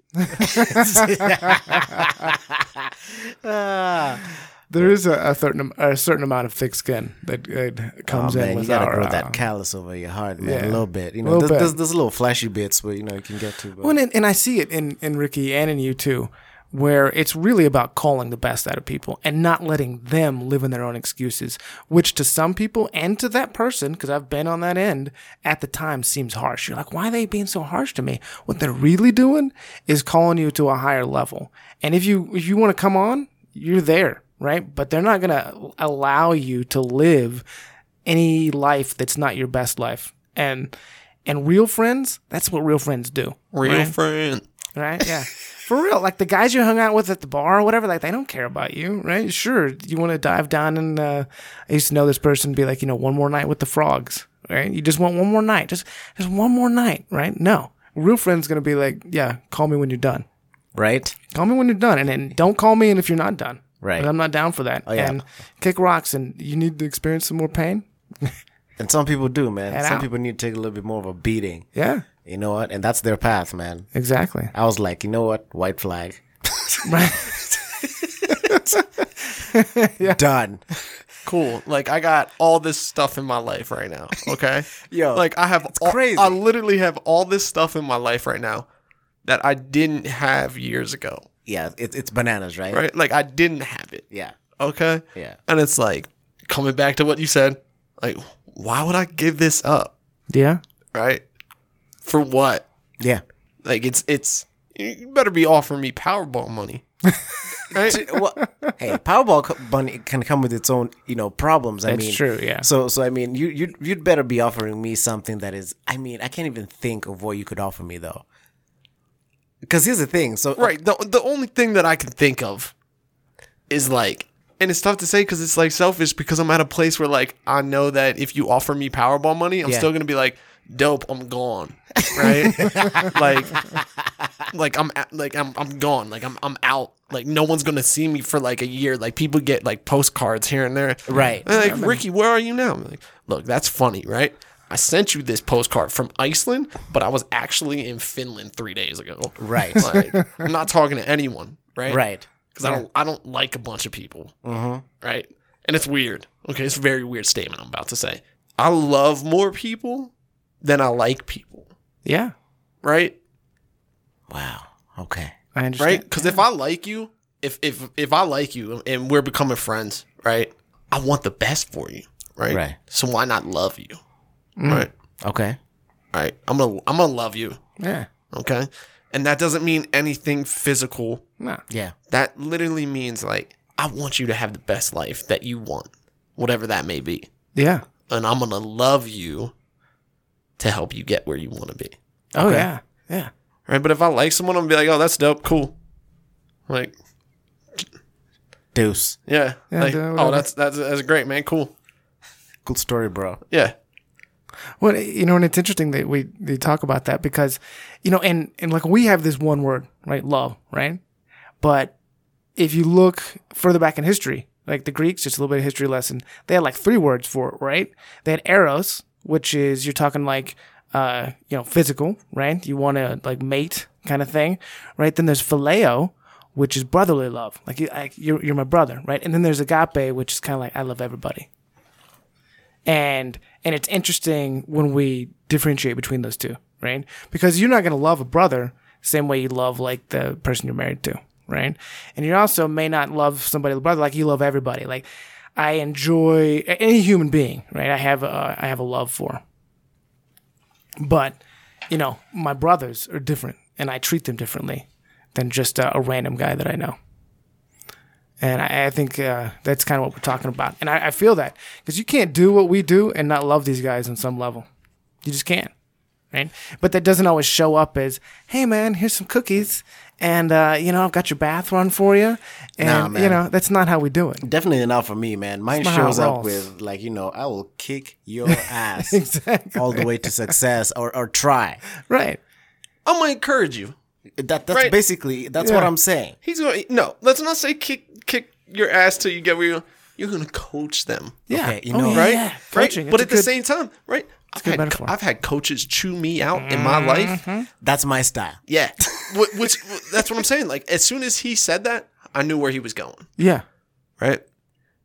[SPEAKER 2] There is a, a certain a certain amount of thick skin that uh, comes
[SPEAKER 1] Oh,
[SPEAKER 2] in
[SPEAKER 1] man, you
[SPEAKER 2] with
[SPEAKER 1] gotta
[SPEAKER 2] our,
[SPEAKER 1] grow
[SPEAKER 2] uh,
[SPEAKER 1] that callus over your heart, man,
[SPEAKER 2] yeah.
[SPEAKER 1] a little bit. You know,
[SPEAKER 2] Little
[SPEAKER 1] there's,
[SPEAKER 2] bit.
[SPEAKER 1] There's, there's little flashy bits where you know you can get to. But
[SPEAKER 2] Well, and, and I see it in, in Ricky and in you too, where it's really about calling the best out of people and not letting them live in their own excuses, which to some people and to that person, because I've been on that end at the time, seems harsh. You're like, why are they being so harsh to me? What they're really doing is calling you to a higher level. And if you if you want to come on, you're there, right? But they're not gonna allow you to live any life that's not your best life. And and real friends, that's what real friends do
[SPEAKER 3] Real friend.
[SPEAKER 2] right? Yeah. For real, like the guys you hung out with at the bar or whatever, like they don't care about you, right? Sure, you want to dive down and uh, I used to know this person be like, you know, one more night with the frogs, right? You just want one more night, just just one more night, right? No, real friend's gonna be like, yeah, call me when you're done,
[SPEAKER 1] right?
[SPEAKER 2] call me when you're done, and then don't call me, and if you're not done,
[SPEAKER 1] Right. Oh,
[SPEAKER 2] And I'm not down for that,
[SPEAKER 1] yeah.
[SPEAKER 2] and kick rocks, and you need to experience some more pain,
[SPEAKER 1] And some people do, man.
[SPEAKER 2] Head
[SPEAKER 1] some
[SPEAKER 2] out.
[SPEAKER 1] people need to take a little bit more of a beating.
[SPEAKER 2] yeah,
[SPEAKER 1] You know what? And that's their path, man.
[SPEAKER 2] exactly,
[SPEAKER 1] I was like, you know what? White flag.
[SPEAKER 2] right?
[SPEAKER 1] Done.
[SPEAKER 3] Cool. Like I got all this stuff in my life right now. Okay.
[SPEAKER 1] Yo,
[SPEAKER 3] Like I have all,
[SPEAKER 1] crazy.
[SPEAKER 3] I literally have all this stuff in my life right now that I didn't have years ago.
[SPEAKER 1] Yeah, it, it's bananas, right?
[SPEAKER 3] Right? Like I didn't have it.
[SPEAKER 1] Yeah.
[SPEAKER 3] Okay.
[SPEAKER 1] Yeah.
[SPEAKER 3] And it's like coming back to what you said. Like, why would I give this up?
[SPEAKER 2] yeah,
[SPEAKER 3] Right? For what?
[SPEAKER 1] Yeah.
[SPEAKER 3] Like it's it's you better be offering me Powerball money. right?
[SPEAKER 1] well, hey, Powerball co- bunny can come with its own, you know, problems. I
[SPEAKER 2] That's
[SPEAKER 1] mean,
[SPEAKER 2] true, yeah.
[SPEAKER 1] So, so I mean, you you you'd better be offering me something that is. I mean, I can't even think of what you could offer me though. Because here's the thing. So,
[SPEAKER 3] Right. The the only thing that I can think of is like, and it's tough to say because it's like selfish because I'm at a place where like I know that if you offer me Powerball money, I'm
[SPEAKER 1] Yeah.
[SPEAKER 3] still gonna be like, dope, I'm gone. Right. like, like I'm at- like I'm I'm gone. Like I'm I'm out. Like no one's gonna see me for like a year. Like people get like postcards here and there.
[SPEAKER 1] Right.
[SPEAKER 3] And, like Ricky, where are you now? I'm like, look, that's funny, right? I sent you this postcard from Iceland, but I was actually in Finland three days ago.
[SPEAKER 1] Right.
[SPEAKER 3] Like, I'm not talking to anyone, right?
[SPEAKER 1] Right. Mm-hmm.
[SPEAKER 3] Because I don't, I don't like a bunch of people, right? And it's weird. Okay, it's a very weird statement I'm about to say. I love more people than I like people,
[SPEAKER 2] yeah,
[SPEAKER 3] right?
[SPEAKER 1] Wow. Okay.
[SPEAKER 2] I understand.
[SPEAKER 3] Right? Because if I like you, if if if I like you and we're becoming friends, right? I want the best for you, right?
[SPEAKER 1] Right.
[SPEAKER 3] So why not love you, right?
[SPEAKER 1] Okay.
[SPEAKER 3] All right, I'm gonna I'm gonna love you,
[SPEAKER 2] Yeah,
[SPEAKER 3] okay? And that doesn't mean anything physical
[SPEAKER 2] no,
[SPEAKER 1] Yeah.
[SPEAKER 3] That literally means like I want you to have the best life that you want, whatever that may be.
[SPEAKER 2] yeah.
[SPEAKER 3] And I'm going to love you to help you get where you want to be.
[SPEAKER 2] Oh yeah, yeah.
[SPEAKER 3] Right? But if I like someone, I'm going to be like, "Oh, that's dope. Cool." Like,
[SPEAKER 1] Deuce.
[SPEAKER 3] yeah.
[SPEAKER 2] Yeah,
[SPEAKER 3] like,
[SPEAKER 2] do
[SPEAKER 3] oh,
[SPEAKER 2] whatever.
[SPEAKER 3] that's that's that's great, man. Cool.
[SPEAKER 1] Cool story, bro.
[SPEAKER 3] Yeah.
[SPEAKER 2] Well, you know, and it's interesting that we they talk about that because, you know, and and like we have this one word, right? Love, right? But if you look further back in history, like the Greeks, just a little bit of history lesson, they had like three words for it, right? They had eros, which is you're talking like, uh, you know, physical, right? You want to like mate kind of thing, right? Then there's phileo, which is brotherly love, like you, I, you're you're my brother, right? And then there's agape, which is kind of like I love everybody, and and it's interesting when we differentiate between those two, right? Because you're not going to love a brother same way you love like the person you're married to, right? And you also may not love somebody, brother, like you love everybody. Like I enjoy a- any human being, right? I have a, I have a love for, but you know my brothers are different, and I treat them differently than just uh, a, a random guy that I know. And I, I think uh, that's kind of what we're talking about. And I, I feel that because you can't do what we do and not love these guys on some level. You just can't. Right? But that doesn't always show up as, hey, man, here's some cookies. And, uh, you know, I've got your bath run for you. And,
[SPEAKER 1] Nah,
[SPEAKER 2] you
[SPEAKER 1] man.
[SPEAKER 2] know, that's not how we do it.
[SPEAKER 1] Definitely not for me, man. Mine
[SPEAKER 2] Smile
[SPEAKER 1] shows up
[SPEAKER 2] rolls.
[SPEAKER 1] with like you know, I will kick your ass all the way to success, or or try.
[SPEAKER 2] Right.
[SPEAKER 3] I'm gonna encourage you.
[SPEAKER 1] That that's
[SPEAKER 3] Right.
[SPEAKER 1] basically that's what
[SPEAKER 2] Yeah.
[SPEAKER 1] I'm saying.
[SPEAKER 3] He's going. to No, let's not say kick kick your ass till you get where you. You're gonna coach them.
[SPEAKER 2] Yeah. Oh,
[SPEAKER 1] Okay, you know,
[SPEAKER 2] yeah,
[SPEAKER 3] right?
[SPEAKER 2] yeah.
[SPEAKER 3] Right?
[SPEAKER 2] Coaching,
[SPEAKER 3] But
[SPEAKER 2] it's
[SPEAKER 3] at
[SPEAKER 2] a
[SPEAKER 3] the
[SPEAKER 2] good-
[SPEAKER 3] same time, right? I've
[SPEAKER 2] good
[SPEAKER 3] had,
[SPEAKER 2] metaphor.
[SPEAKER 3] I've had coaches chew me out in my life.
[SPEAKER 1] That's my style.
[SPEAKER 3] Yeah, Wh- which wh- that's what I'm saying. Like as soon as he said that, I knew where he was going.
[SPEAKER 2] Yeah.
[SPEAKER 3] Right?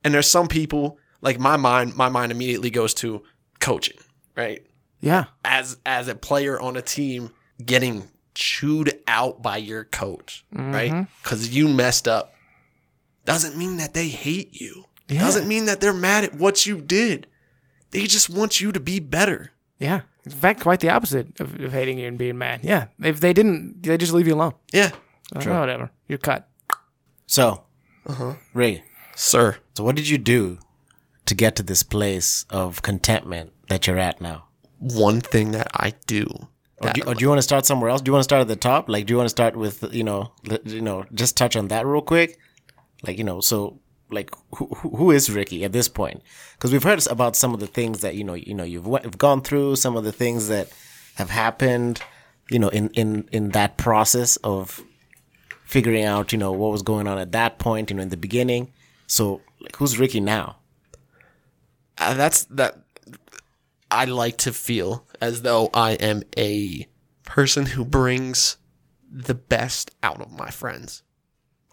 [SPEAKER 3] And there's some people like my mind. My mind immediately goes to coaching. Right?
[SPEAKER 2] Yeah.
[SPEAKER 3] As as a player on a team, getting chewed out by your coach. Right? Because you messed up doesn't mean that they hate you.
[SPEAKER 2] Yeah.
[SPEAKER 3] Doesn't mean that they're mad at what you did. They just want you to be better.
[SPEAKER 2] Yeah. In fact, quite the opposite of, of hating you and being mad. Yeah. If they didn't, they just leave you alone.
[SPEAKER 3] Yeah.
[SPEAKER 2] Uh, whatever. You're cut.
[SPEAKER 1] So,
[SPEAKER 2] Uh-huh.
[SPEAKER 1] Ray,
[SPEAKER 3] Sir.
[SPEAKER 1] so what did you do to get to this place of contentment that you're at now?
[SPEAKER 3] One thing that I do.
[SPEAKER 1] Or do, or do you want to start somewhere else? Do you want to start at the top? Like, do you want to start with you know, li- you know, just touch on that real quick? Like, you know, so like, who who who is Ricky at this point? Because we've heard about some of the things that you know, you know, you've went- you've gone through, some of the things that have happened, you know, in in in that process of figuring out, you know, what was going on at that point, you know, in the beginning. So, like, who's Ricky now?
[SPEAKER 3] Uh, that's that. I like to feel as though I am a person who brings the best out of my friends.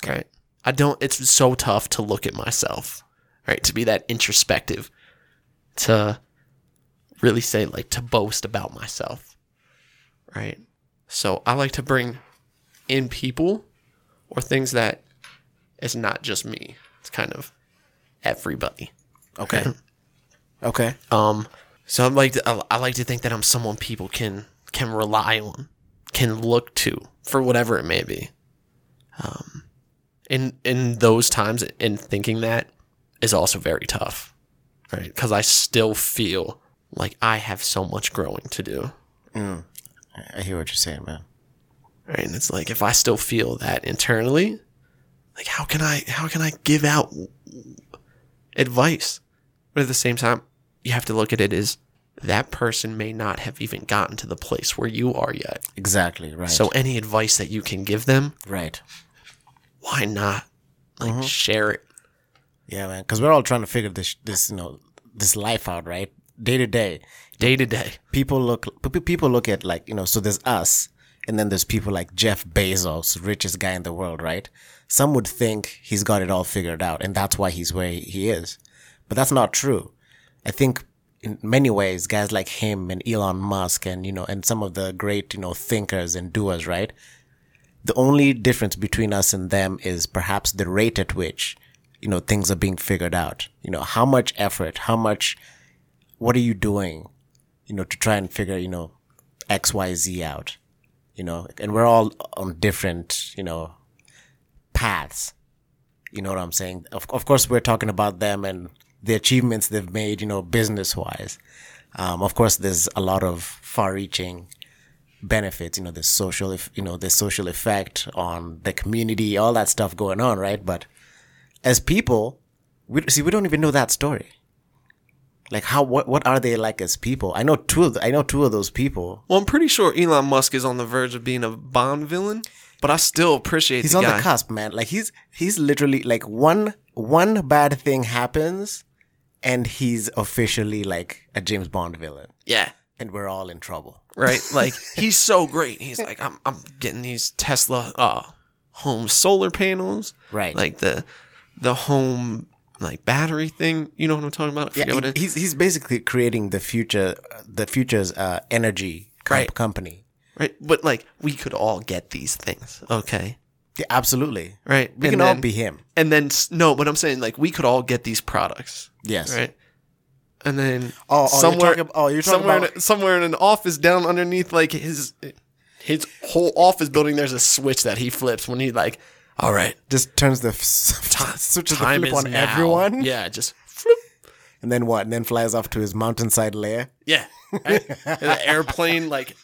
[SPEAKER 3] Right? I don't. It's so tough to look at myself. Right? To be that introspective. To really say like to boast about myself. Right? So I like to bring in people or things that it's not just me. It's kind of everybody.
[SPEAKER 1] Okay, okay,
[SPEAKER 3] Um, so I like to, I, I like to think that I'm someone people can can rely on, can look to for whatever it may be. Um, in in those times, and thinking that is also very tough, right? Because I still feel like I have so much growing to do,
[SPEAKER 1] I hear what you're saying, man.
[SPEAKER 3] right? And it's like if I still feel that internally, like how can I how can I give out advice? But at the same time, you have to look at it as that person may not have even gotten to the place where you are yet.
[SPEAKER 1] Exactly right.
[SPEAKER 3] So any advice that you can give them,
[SPEAKER 1] right.
[SPEAKER 3] why not? Like
[SPEAKER 1] Mm-hmm.
[SPEAKER 3] share it.
[SPEAKER 1] Yeah, man. Because we're all trying to figure this, this, you know, this life out, right? Day to day,
[SPEAKER 3] Day to day.
[SPEAKER 1] people look, p- p- people look at like, you know, so there's us, and then there's people like Jeff Bezos, richest guy in the world, right? Some would think he's got it all figured out, and that's why he's where he is, but that's not true. I think in many ways, guys like him and Elon Musk, and you know, and some of the great, you know, thinkers and doers, right? the only difference between us and them is perhaps the rate at which you know things are being figured out you know how much effort how much what are you doing you know to try and figure you know xyz out you know and we're all on different you know paths you know what i'm saying of, of course we're talking about them and the achievements they've made you know business wise um, of course there's a lot of far reaching benefits you know the social eff- you know the social effect on the community all that stuff going on right but as people we see we don't even know that story Like how what what are they like as people? I know two of th- I know two of those people.
[SPEAKER 3] Well, I'm pretty sure Elon Musk is on the verge of being a Bond villain, but I still appreciate
[SPEAKER 1] He's
[SPEAKER 3] the
[SPEAKER 1] on
[SPEAKER 3] guy.
[SPEAKER 1] the cusp, man. Like he's he's literally like one one bad thing happens and he's officially like a James Bond villain
[SPEAKER 3] Yeah.
[SPEAKER 1] and we're all in trouble.
[SPEAKER 3] right? Like he's so great. He's like, I'm I'm getting these Tesla uh home solar panels.
[SPEAKER 1] Right.
[SPEAKER 3] Like the the home like battery thing. You know what I'm talking about? I forget
[SPEAKER 1] Yeah,
[SPEAKER 3] what it is.
[SPEAKER 1] he's he's basically creating the future the future's uh, energy comp-
[SPEAKER 3] Right.
[SPEAKER 1] company.
[SPEAKER 3] Right. But like we could all get these things. Okay.
[SPEAKER 1] Yeah, absolutely.
[SPEAKER 3] Right.
[SPEAKER 1] We
[SPEAKER 3] And
[SPEAKER 1] can all
[SPEAKER 3] then-
[SPEAKER 1] be him.
[SPEAKER 3] And then s- no, but I'm saying like we could all get these products.
[SPEAKER 1] Yes.
[SPEAKER 3] Right. And then
[SPEAKER 1] Oh, oh, you're
[SPEAKER 3] somewhere,
[SPEAKER 1] talking- oh, you're talking
[SPEAKER 3] somewhere,
[SPEAKER 1] about-
[SPEAKER 3] in a- somewhere in an office down underneath, like his his whole office building. There's a switch that he flips when he like, all right,
[SPEAKER 1] Just turns the f- switches the
[SPEAKER 3] time
[SPEAKER 1] flip
[SPEAKER 3] is
[SPEAKER 1] on
[SPEAKER 3] now.
[SPEAKER 1] everyone,
[SPEAKER 3] Yeah, just flip.
[SPEAKER 1] and then what? And then flies off to his mountainside lair.
[SPEAKER 3] Yeah. Right? And the airplane, like,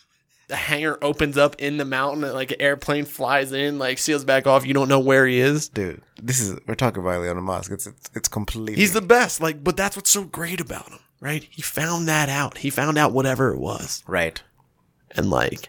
[SPEAKER 3] the hangar opens up in the mountain, and, like, an airplane flies in, like, seals back off. You don't know where he is.
[SPEAKER 1] Dude, this is we're talking about Elon Musk. It's it's, it's completely.
[SPEAKER 3] He's the best. Like, but that's what's so great about him, right? He found that out. He found out whatever it was.
[SPEAKER 1] right.
[SPEAKER 3] And, like,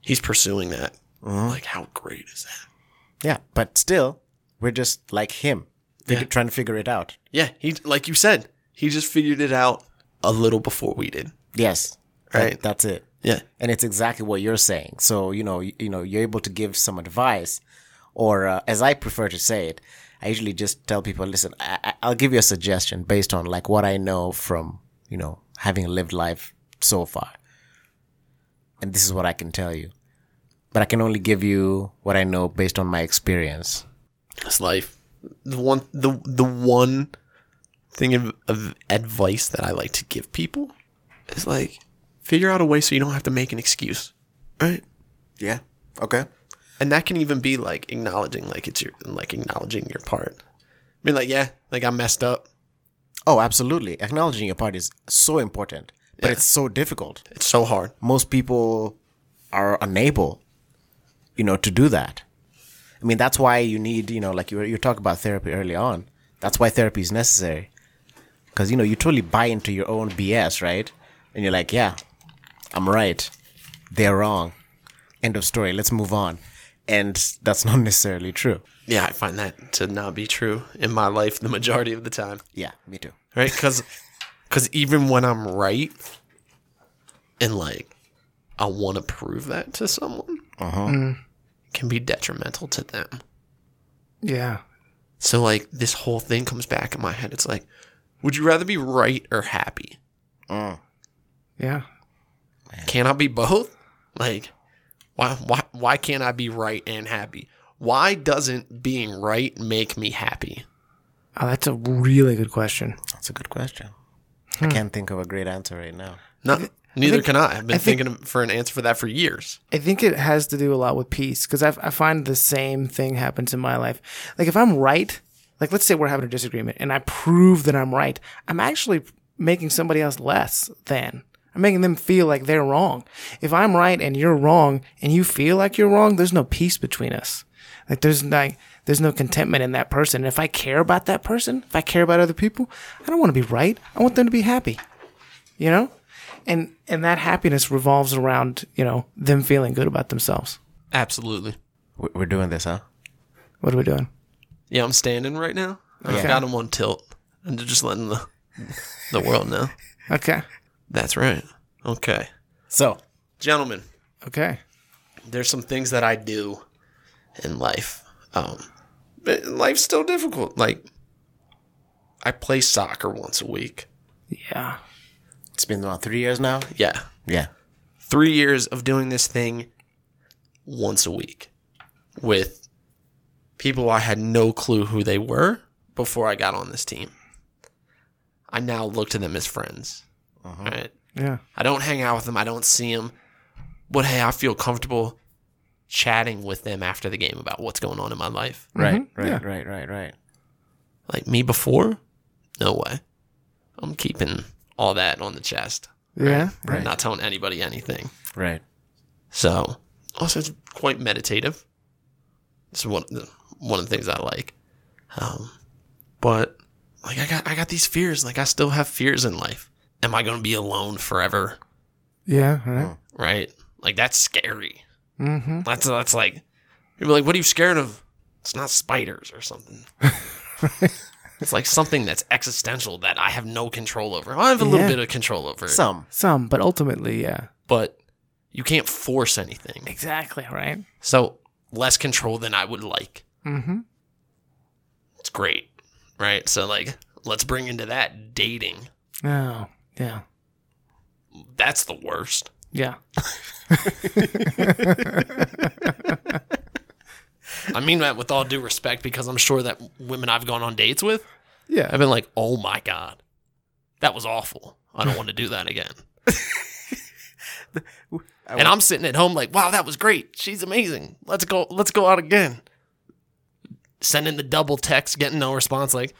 [SPEAKER 3] he's pursuing that.
[SPEAKER 1] Uh-huh.
[SPEAKER 3] Like, how great is that?
[SPEAKER 1] Yeah, but still, we're just like him, fig-
[SPEAKER 3] Yeah.
[SPEAKER 1] trying to figure it out.
[SPEAKER 3] Yeah. He, like you said, he just figured it out a little before we did.
[SPEAKER 1] Yes, That-
[SPEAKER 3] Right.
[SPEAKER 1] that's it.
[SPEAKER 3] Yeah.
[SPEAKER 1] and it's exactly what you're saying. So you know, you, you know, you're able to give some advice, or uh, as I prefer to say it, I usually just tell people, listen, I, I- I'll give you a suggestion based on like what I know from you know having lived life so far, and this is what I can tell you, but I can only give you what I know based on my experience.
[SPEAKER 3] It's life. The one, the the one thing of, of advice that I like to give people is like figure out a way so you don't have to make an excuse, right?
[SPEAKER 1] Yeah. Okay.
[SPEAKER 3] And that can even be like acknowledging, like it's your, like acknowledging your part. I mean, like yeah, like I messed up.
[SPEAKER 1] Oh, absolutely. Acknowledging your part is so important, but it's so difficult.
[SPEAKER 3] It's so hard.
[SPEAKER 1] most people are unable, you know, to do that. I mean, that's why you need, you know, like you were, you were talking about therapy early on. That's why therapy is necessary. Because, you know, you totally buy into your own BS, right? And you're like, yeah, I'm right. They're wrong. End of story. Let's move on. And that's not necessarily true.
[SPEAKER 3] Yeah, I find that to not be true in my life the majority of the time,
[SPEAKER 1] Yeah, me too.
[SPEAKER 3] right? Because because even when I'm right, and like I want to prove that to someone. Mm. can be detrimental to them.
[SPEAKER 2] Yeah.
[SPEAKER 3] So like this whole thing comes back in my head. It's like, would you rather be right or happy?
[SPEAKER 1] Mm,
[SPEAKER 2] Yeah.
[SPEAKER 3] Can I be both? Like, why why why can't I be right and happy? Why doesn't being right make me happy?
[SPEAKER 2] Oh, that's a really good question.
[SPEAKER 1] That's a good question. I can't think of a great answer right now.
[SPEAKER 3] No, neither can I. I've been
[SPEAKER 2] think-
[SPEAKER 3] thinking for an answer for that for years.
[SPEAKER 2] I think it has to do a lot with peace because I, I find the same thing happens in my life. Like if I'm right, like let's say we're having a disagreement and I prove that I'm right, I'm actually making somebody else less than. I'm making them feel like they're wrong. If I'm right and you're wrong and you feel like you're wrong, there's no peace between us. Like there's like there's no contentment in that person. And if I care about that person, if I care about other people, I don't want to be right. I want them to be happy you know and and that happiness revolves around you know them feeling good about themselves
[SPEAKER 3] Absolutely.
[SPEAKER 1] We- We're doing this, huh?
[SPEAKER 2] what are we doing
[SPEAKER 3] Yeah, I'm standing right now. I've got him on tilt. I'm just letting the the world know.
[SPEAKER 2] okay
[SPEAKER 3] That's right. Okay,
[SPEAKER 1] So,
[SPEAKER 3] gentlemen.
[SPEAKER 2] okay
[SPEAKER 3] there's some things that I do in life. Um, but life's still difficult. Like, I play soccer once a week.
[SPEAKER 2] yeah
[SPEAKER 1] it's been about three years now?
[SPEAKER 3] Yeah.
[SPEAKER 1] Yeah.
[SPEAKER 3] Three years of doing this thing once a week with people I had no clue who they were before I got on this team. I now look to them as friends. Right?
[SPEAKER 2] yeah
[SPEAKER 3] I don't hang out with them. I don't see them. But hey, I feel comfortable chatting with them after the game about what's going on in my life.
[SPEAKER 1] Right,
[SPEAKER 2] Mm-hmm.
[SPEAKER 1] right, right, right, right.
[SPEAKER 3] Like me before? No way. I'm keeping all that on the chest.
[SPEAKER 2] yeah
[SPEAKER 3] I'm not telling anybody anything.
[SPEAKER 1] Right.
[SPEAKER 3] So, also it's quite meditative. It's one of the, one of the things I like. Um, but like I got I got these fears. Like I still have fears in life. Am I gonna be alone forever?
[SPEAKER 2] Yeah. All right.
[SPEAKER 3] Right? Like that's scary.
[SPEAKER 2] Mm-hmm.
[SPEAKER 3] That's that's like people are like, what are you scared of? It's not spiders or something. It's like something that's existential that I have no control over. I have a little
[SPEAKER 2] Yeah.
[SPEAKER 3] bit of control over it,
[SPEAKER 1] Some.
[SPEAKER 2] Some, but ultimately, yeah.
[SPEAKER 3] but you can't force anything.
[SPEAKER 2] Exactly. Right.
[SPEAKER 3] So less control than I would like.
[SPEAKER 2] Mm-hmm.
[SPEAKER 3] It's great, right? So like, let's bring into that dating.
[SPEAKER 2] Oh, yeah.
[SPEAKER 3] That's the worst.
[SPEAKER 2] Yeah.
[SPEAKER 3] I mean that with all due respect, because I'm sure that women I've gone on dates with
[SPEAKER 2] Yeah.
[SPEAKER 3] have been like, "Oh my god, that was awful. I don't want to do that again." and I'm sitting at home like, "Wow, that was great. She's amazing. Let's go. Let's go out again." Sending the double text, getting no response. Like,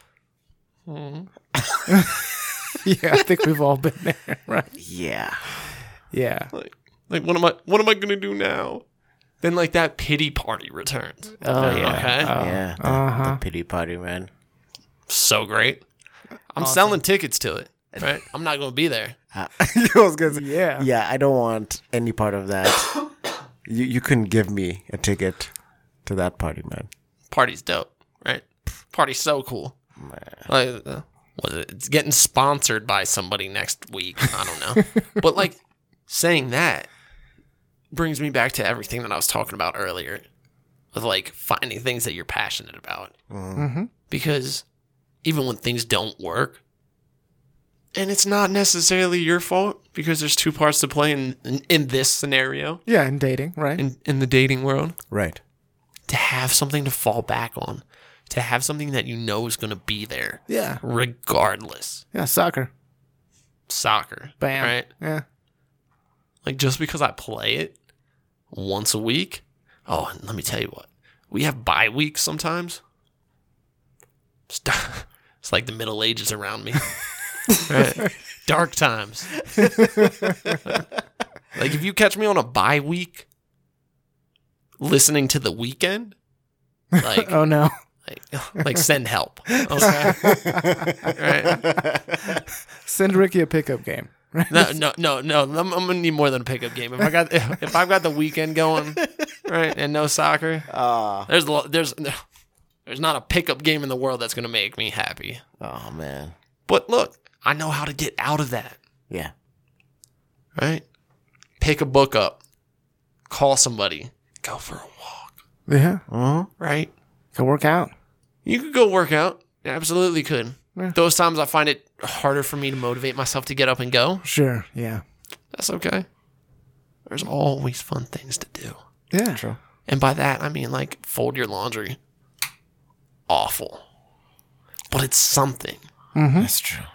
[SPEAKER 2] Yeah. I think we've all been there. Right.
[SPEAKER 1] Yeah.
[SPEAKER 2] Yeah.
[SPEAKER 3] like, like what am I? What am I gonna do now? Then like that pity party returns.
[SPEAKER 2] Oh, yeah.
[SPEAKER 3] Okay.
[SPEAKER 2] Oh,
[SPEAKER 1] Yeah. The, the pity party, man.
[SPEAKER 3] so great. I'm selling tickets to it. Right. I'm not gonna be there.
[SPEAKER 1] Uh, I was gonna say,
[SPEAKER 2] Yeah.
[SPEAKER 1] Yeah, I don't want any part of that. you you couldn't give me a ticket to that party, man.
[SPEAKER 3] party's dope, right? Party's so cool. Like, uh, what is it? It's getting sponsored by somebody next week. I don't know. but like saying that brings me back to everything that I was talking about earlier with like finding things that you're passionate about. Because even when things don't work, and it's not necessarily your fault because there's two parts to play in, in, in this scenario,
[SPEAKER 2] Yeah. And dating. Right.
[SPEAKER 3] in, in the dating world
[SPEAKER 1] Right.
[SPEAKER 3] to have something to fall back on, to have something that you know is going to be there,
[SPEAKER 2] yeah.
[SPEAKER 3] regardless.
[SPEAKER 2] Yeah. Soccer.
[SPEAKER 3] Soccer,
[SPEAKER 2] Bam.
[SPEAKER 3] right?
[SPEAKER 2] Yeah.
[SPEAKER 3] Like just because I play it once a week. Oh, and let me tell you what, we have bye weeks sometimes. It's, dar- it's like the Middle Ages around me. right? Dark times. like if you catch me on a bye week, listening to the weekend, like
[SPEAKER 2] Oh no.
[SPEAKER 3] like, like send help. Okay. right.
[SPEAKER 2] Send Ricky a pickup game. Right.
[SPEAKER 3] No, no, no, no. I'm, I'm gonna need more than a pickup game. If I got if I've got the weekend going, right, and no soccer,
[SPEAKER 1] Uh,
[SPEAKER 3] there's a lo- there's there's not a pickup game in the world that's gonna make me happy.
[SPEAKER 1] oh man.
[SPEAKER 3] But look, I know how to get out of that.
[SPEAKER 1] Yeah.
[SPEAKER 3] Right, pick a book up, call somebody, go for a walk.
[SPEAKER 2] Yeah.
[SPEAKER 1] Mm-hmm.
[SPEAKER 3] Right,
[SPEAKER 2] Can work out.
[SPEAKER 3] You could go work out. You absolutely could.
[SPEAKER 2] Yeah.
[SPEAKER 3] Those times I find it harder for me to motivate myself to get up and go.
[SPEAKER 2] Sure. Yeah.
[SPEAKER 3] That's okay. There's always fun things to do.
[SPEAKER 2] Yeah. True.
[SPEAKER 3] And by that, I mean like fold your laundry. Awful. But it's something.
[SPEAKER 2] Mm-hmm.
[SPEAKER 1] That's true.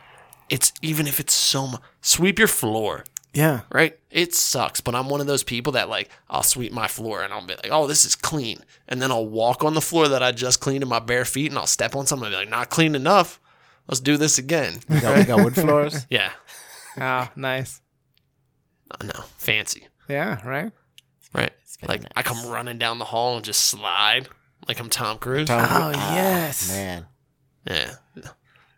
[SPEAKER 3] It's even if it's so much. Sweep your floor,
[SPEAKER 2] Yeah.
[SPEAKER 3] right? It sucks, but I'm one of those people that like, I'll sweep my floor and I'll be like, oh, this is clean. And then I'll walk on the floor that I just cleaned in my bare feet and I'll step on something and be like, not clean enough. Let's do this again.
[SPEAKER 1] We got, we got wood floors.
[SPEAKER 3] Yeah.
[SPEAKER 2] Ah, nice.
[SPEAKER 3] I know. Fancy.
[SPEAKER 2] Yeah. Right.
[SPEAKER 3] Right. Like I come running down the hall and just slide like I'm Tom Cruise.
[SPEAKER 2] Oh yes.
[SPEAKER 1] Man.
[SPEAKER 3] Yeah.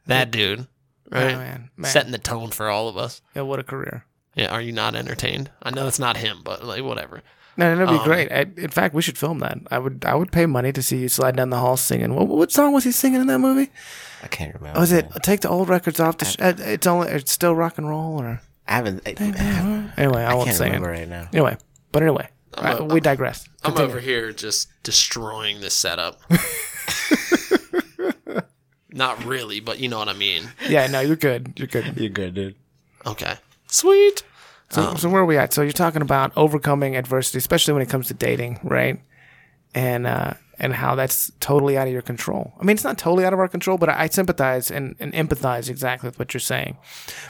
[SPEAKER 3] That dude. Right.
[SPEAKER 2] Oh, man. Man.
[SPEAKER 3] Setting the tone for all of us.
[SPEAKER 2] Yeah. What a career.
[SPEAKER 3] Yeah. Are you not entertained? I know it's not him, but like whatever.
[SPEAKER 2] No, no, that'd be
[SPEAKER 3] Um,
[SPEAKER 2] great. I, in fact, we should film that. I would, I would pay money to see you slide down the hall singing. What, what song was he singing in that movie?
[SPEAKER 1] I can't remember.
[SPEAKER 2] Was it
[SPEAKER 1] man.
[SPEAKER 2] "Take the Old Records Off"? The sh- uh, it's only, it's still rock and roll, or
[SPEAKER 1] I haven't. I, I,
[SPEAKER 2] anyway, I, won't
[SPEAKER 1] can't
[SPEAKER 2] sing
[SPEAKER 1] remember
[SPEAKER 2] it.
[SPEAKER 1] right now.
[SPEAKER 2] Anyway, but anyway,
[SPEAKER 3] I'm
[SPEAKER 2] uh,
[SPEAKER 3] a-
[SPEAKER 2] we digress.
[SPEAKER 3] I'm over here just destroying this setup. not really, but you know what I mean.
[SPEAKER 2] Yeah, no, you're good. You're good.
[SPEAKER 1] You're good, dude.
[SPEAKER 3] Okay. Sweet.
[SPEAKER 2] So, so where are we at? So you're talking about overcoming adversity, especially when it comes to dating, right? And uh, and how that's totally out of your control. I mean, it's not totally out of our control, but I, I sympathize and, and empathize exactly with what you're saying,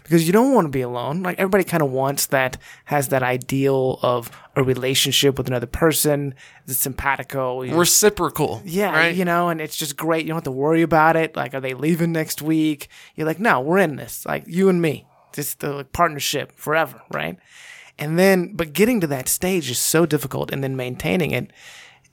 [SPEAKER 2] because you don't want to be alone. Like everybody kind of wants that, has that ideal of a relationship with another person, the simpatico. you-
[SPEAKER 3] Reciprocal.
[SPEAKER 2] yeah,
[SPEAKER 3] Right?
[SPEAKER 2] you know, and it's just great. You don't have to worry about it. Like, are they leaving next week? You're like, no, we're in this. Like, you and me, just the like, partnership forever, right? And then, but getting to that stage is so difficult, and then maintaining it,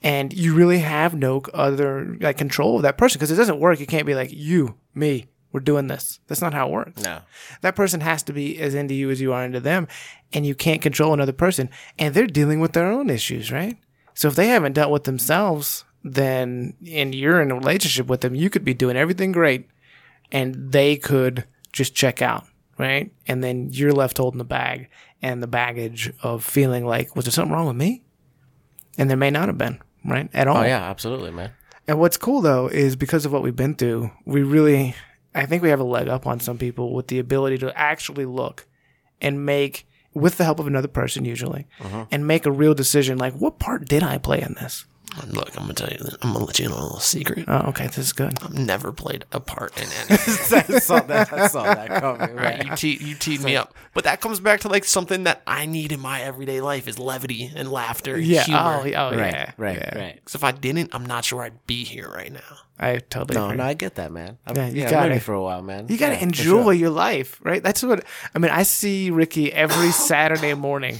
[SPEAKER 2] and you really have no other like control of that person because it doesn't work. You can't be like you, me, we're doing this. That's not how it works.
[SPEAKER 1] No.
[SPEAKER 2] That person has to be as into you as you are into them, and you can't control another person. And they're dealing with their own issues, right? So if they haven't dealt with themselves, then and you're in a relationship with them, you could be doing everything great, and they could just check out, right? And then you're left holding the bag and the baggage of feeling like, was there something wrong with me? And there may not have been, right? At all.
[SPEAKER 1] Oh yeah, absolutely, man.
[SPEAKER 2] And what's cool though is because of what we've been through, we really, I think we have a leg up on some people with the ability to actually look and make, with the help of another person usually,
[SPEAKER 1] Uh-huh.
[SPEAKER 2] and make a real decision like, what part did I play in this?
[SPEAKER 3] Look, I'm gonna tell you. this- I'm gonna let you in on a little secret.
[SPEAKER 2] Oh, okay, this is good.
[SPEAKER 3] I've never played a part in any. of it.
[SPEAKER 1] I saw that. I saw that coming. Right.
[SPEAKER 3] Right, you, te- you teed me up, but that comes back to like something that I need in my everyday life is levity and laughter. And
[SPEAKER 2] Yeah.
[SPEAKER 3] humor.
[SPEAKER 2] Oh, yeah, oh,
[SPEAKER 1] Right.
[SPEAKER 2] yeah.
[SPEAKER 1] Right.
[SPEAKER 2] Yeah.
[SPEAKER 1] Right.
[SPEAKER 3] Because if I didn't, I'm not sure I'd be here right now.
[SPEAKER 2] I totally
[SPEAKER 1] No,
[SPEAKER 2] agree.
[SPEAKER 1] no, I get that, man. I've,
[SPEAKER 2] Yeah,
[SPEAKER 1] yeah,
[SPEAKER 2] you
[SPEAKER 1] you
[SPEAKER 2] gotta-
[SPEAKER 1] got me for a while, man.
[SPEAKER 2] You got to
[SPEAKER 1] Yeah, for
[SPEAKER 2] enjoy
[SPEAKER 1] sure.
[SPEAKER 2] your life, right? That's what I mean. I see Ricky every Saturday morning,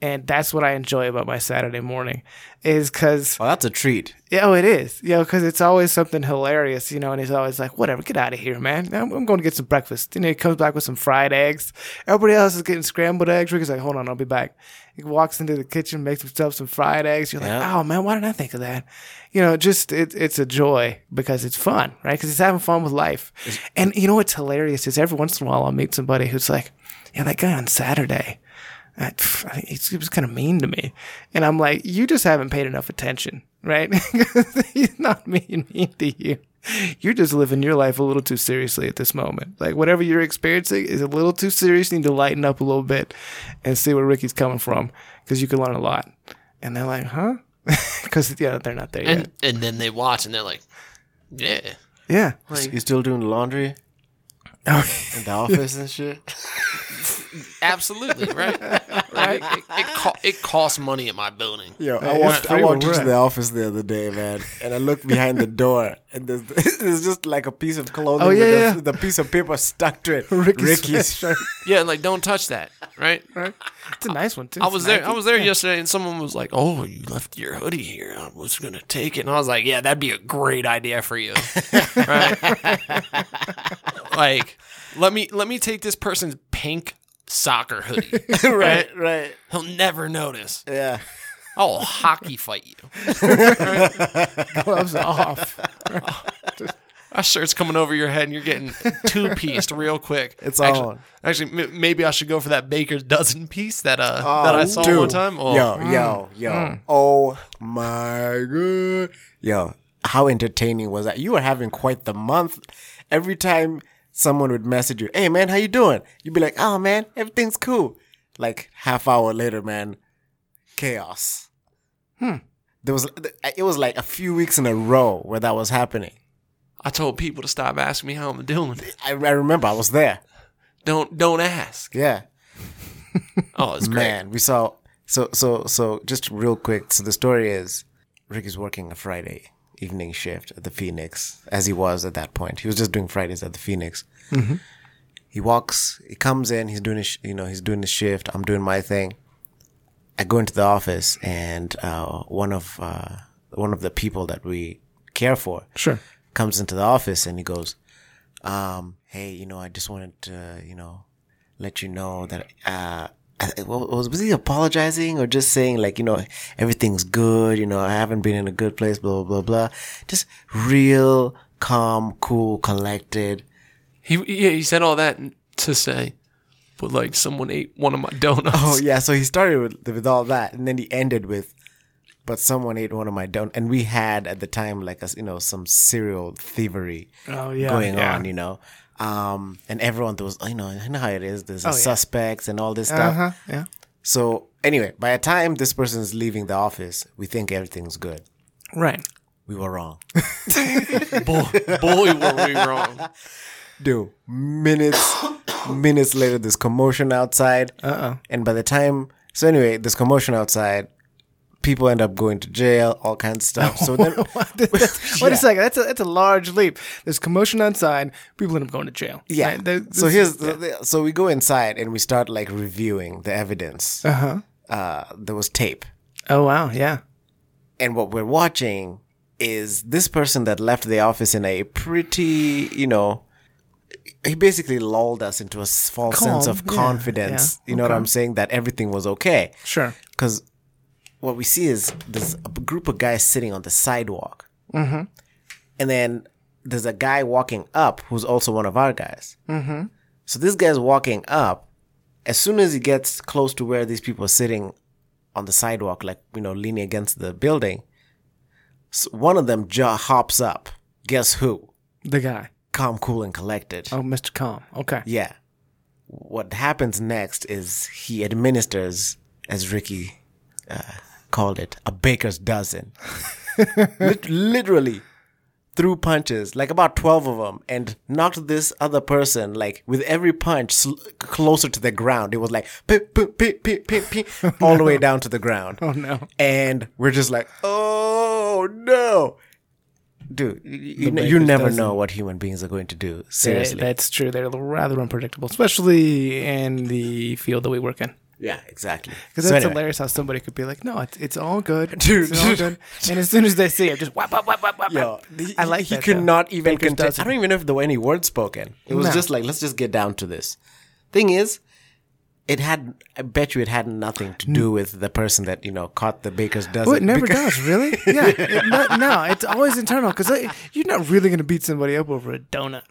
[SPEAKER 2] and that's what I enjoy about my Saturday morning is because
[SPEAKER 1] Well, Oh, that's a treat.
[SPEAKER 2] Yeah, oh, it is. Yeah, because it's always something hilarious, you know. And he's always like, "Whatever, get out of here, man. I'm, I'm going to get some breakfast." You know, he comes back with some fried eggs. Everybody else is getting scrambled eggs. Ricky's like, "Hold on, I'll be back." He walks into the kitchen, makes himself some fried eggs. You're like,
[SPEAKER 1] Yeah.
[SPEAKER 2] "Oh man, why didn't I think of that?" You know, just it, it's a joy because it's fun, right? Because he's having fun with life. And you know what's hilarious is every once in a while I'll meet somebody who's like, "Yeah, that guy on Saturday." I, pff, I think he's- he was kind of mean to me. And I'm like, you just haven't paid enough attention, right? he's not being mean to you. You're just living your life a little too seriously at this moment. Like, whatever you're experiencing is a little too serious. You need to lighten up a little bit and see where Ricky's coming from because you can learn a lot. And they're like, huh? Because, yeah, they're not there yet.
[SPEAKER 3] And and then they watch and they're like, yeah.
[SPEAKER 2] Yeah. Oh,
[SPEAKER 1] You still doing laundry in the office and shit?
[SPEAKER 3] Absolutely, right? right? It, it, co- it costs money at my building.
[SPEAKER 1] Yo, I
[SPEAKER 2] it's
[SPEAKER 1] walked,
[SPEAKER 2] free
[SPEAKER 1] I
[SPEAKER 2] where
[SPEAKER 1] walked
[SPEAKER 2] we're
[SPEAKER 1] into
[SPEAKER 2] at.
[SPEAKER 1] the office the other day, man, and I looked behind the door, and there's, there's just like a piece of clothing
[SPEAKER 2] Oh, yeah,
[SPEAKER 1] with
[SPEAKER 2] yeah.
[SPEAKER 1] A, the piece of paper stuck to it.
[SPEAKER 2] Ricky's
[SPEAKER 1] shirt.
[SPEAKER 3] Yeah, and like don't touch that, right?
[SPEAKER 2] Right? It's a nice one, too.
[SPEAKER 3] I
[SPEAKER 2] It's
[SPEAKER 3] was
[SPEAKER 2] nice.
[SPEAKER 3] there. I was there yesterday, and someone was like, "Oh, you left your hoodie here. I was gonna take it." And I was like, "Yeah, that'd be a great idea for you." right? like, let me let me take this person's pink soccer hoodie. right?
[SPEAKER 1] right.
[SPEAKER 3] He'll never notice.
[SPEAKER 1] Yeah.
[SPEAKER 3] I'll hockey fight you.
[SPEAKER 2] Gloves off.
[SPEAKER 3] Our shirt's coming over your head, and you're getting two pieced real quick.
[SPEAKER 1] It's
[SPEAKER 3] actually,
[SPEAKER 1] on.
[SPEAKER 3] Actually, m- maybe I should go for that baker's dozen piece that uh that I saw
[SPEAKER 1] Dude.
[SPEAKER 3] one time. Oh,
[SPEAKER 1] Yo, yo, yo. Oh my god. Yo, how entertaining was that? You were having quite the month. Every time someone would message you, "Hey man, how you doing?" You'd be like, "Oh man, everything's cool." Like half hour later, man, chaos. Hmm. There was it was like a few weeks in a row where that was happening.
[SPEAKER 3] I told people to stop asking me how I'm doing.
[SPEAKER 1] I, I remember I was there.
[SPEAKER 3] Don't don't ask.
[SPEAKER 1] Yeah.
[SPEAKER 3] Oh, it's great.
[SPEAKER 1] Man, we saw so so so just real quick. So the story is Ricky's working a Friday evening shift at the Phoenix, as he was at that point. He was just doing Fridays at the Phoenix. He walks, he comes in, he's doing his, sh- you know, he's doing his shift. I'm doing my thing. I go into the office, and uh, one of uh, one of the people that we care for
[SPEAKER 2] Sure.
[SPEAKER 1] comes into the office and he goes, um, "Hey, you know, I just wanted to, you know, let you know that uh, I, I- what was was he apologizing or just saying like, you know, everything's good, you know, I haven't been in a good place, blah blah blah, blah. just real calm, cool, collected."
[SPEAKER 3] He yeah, he said all that to say, but like someone ate one of my donuts.
[SPEAKER 1] Oh yeah, so he started with with all that, and then he ended with, "But someone ate one of my donuts." And we had at the time like a s- you know some serial thievery
[SPEAKER 2] Oh, yeah,
[SPEAKER 1] going
[SPEAKER 2] yeah.
[SPEAKER 1] on, you know. Um, and everyone there was you know I know how it is. There's the suspects and all this stuff.
[SPEAKER 2] Oh, Uh-huh. Yeah.
[SPEAKER 1] So anyway, by the time this person is leaving the office, we think everything's good.
[SPEAKER 2] Right.
[SPEAKER 1] We were wrong,
[SPEAKER 3] boy, boy, were we wrong.
[SPEAKER 1] dude. Minutes, minutes later, there's commotion outside.
[SPEAKER 2] Uh-oh.
[SPEAKER 1] And by the time, so anyway, there's commotion outside. People end up going to jail, all kinds of stuff. So then,
[SPEAKER 2] Wait a second. That's a that's a large leap. There's commotion outside. People end up going to jail.
[SPEAKER 1] yeah.
[SPEAKER 2] Right? There-
[SPEAKER 1] so
[SPEAKER 2] this-
[SPEAKER 1] here's, the, the- so we go inside and we start like reviewing the evidence.
[SPEAKER 2] Uh-huh.
[SPEAKER 1] Uh, there was tape,
[SPEAKER 2] Oh wow. Yeah.
[SPEAKER 1] and what we're watching is this person that left the office in a pretty, you know, he basically lulled us into a s- false sense
[SPEAKER 2] Calm,
[SPEAKER 1] of
[SPEAKER 2] yeah,
[SPEAKER 1] confidence.
[SPEAKER 2] yeah,
[SPEAKER 1] You know what
[SPEAKER 2] okay.
[SPEAKER 1] I'm saying? That everything was okay.
[SPEAKER 2] Sure.
[SPEAKER 1] Because what we see is there's a group of guys sitting on the sidewalk. And then there's a guy walking up who's also one of our guys. Mm-hmm. So this guy's walking up. As soon as he gets close to where these people are sitting on the sidewalk, like, you know, leaning against the building, s one of them ja hops up. Guess who?
[SPEAKER 2] The guy.
[SPEAKER 1] Calm, cool, and collected.
[SPEAKER 2] Oh, Mr. Calm. Okay.
[SPEAKER 1] Yeah. What happens next is he administers, as Ricky uh, called it, a baker's dozen. Lit- literally threw punches, like about 12 of them, and knocked this other person, like with every punch, sl- closer to the ground. It was like, pip, pip, pip, pip, pip, pip, all the way down to the ground.
[SPEAKER 2] Oh no.
[SPEAKER 1] And we're just like, oh no. Dude, you, you, ne- you
[SPEAKER 2] baker's
[SPEAKER 1] never
[SPEAKER 2] dozen.
[SPEAKER 1] know what human beings are going to do.
[SPEAKER 2] Yeah,
[SPEAKER 1] Seriously.
[SPEAKER 2] that's true. They're rather unpredictable, especially in the field that we work in.
[SPEAKER 1] Yeah, exactly.
[SPEAKER 2] Because
[SPEAKER 1] So
[SPEAKER 2] that's
[SPEAKER 1] anyway,
[SPEAKER 2] hilarious how somebody could be like, "No, it's, it's all good,
[SPEAKER 1] Dude.
[SPEAKER 2] It's all good. And as soon as they see it, just whap, whap, whap, whap, whap.
[SPEAKER 1] Yo,
[SPEAKER 2] I like
[SPEAKER 1] he
[SPEAKER 2] that,
[SPEAKER 1] could
[SPEAKER 2] though.
[SPEAKER 1] not even
[SPEAKER 2] Baker's
[SPEAKER 1] contain. I
[SPEAKER 2] dozen.
[SPEAKER 1] don't even know if there were any words spoken. It was
[SPEAKER 2] No.
[SPEAKER 1] just like, let's just get down to this. Thing is, it had. I bet you it had nothing to do with the person that you know caught the baker's dozen.
[SPEAKER 2] Oh, it never
[SPEAKER 1] because-
[SPEAKER 2] does, really. Yeah, it, no, no, it's always internal because you're not really going to beat somebody up over a donut.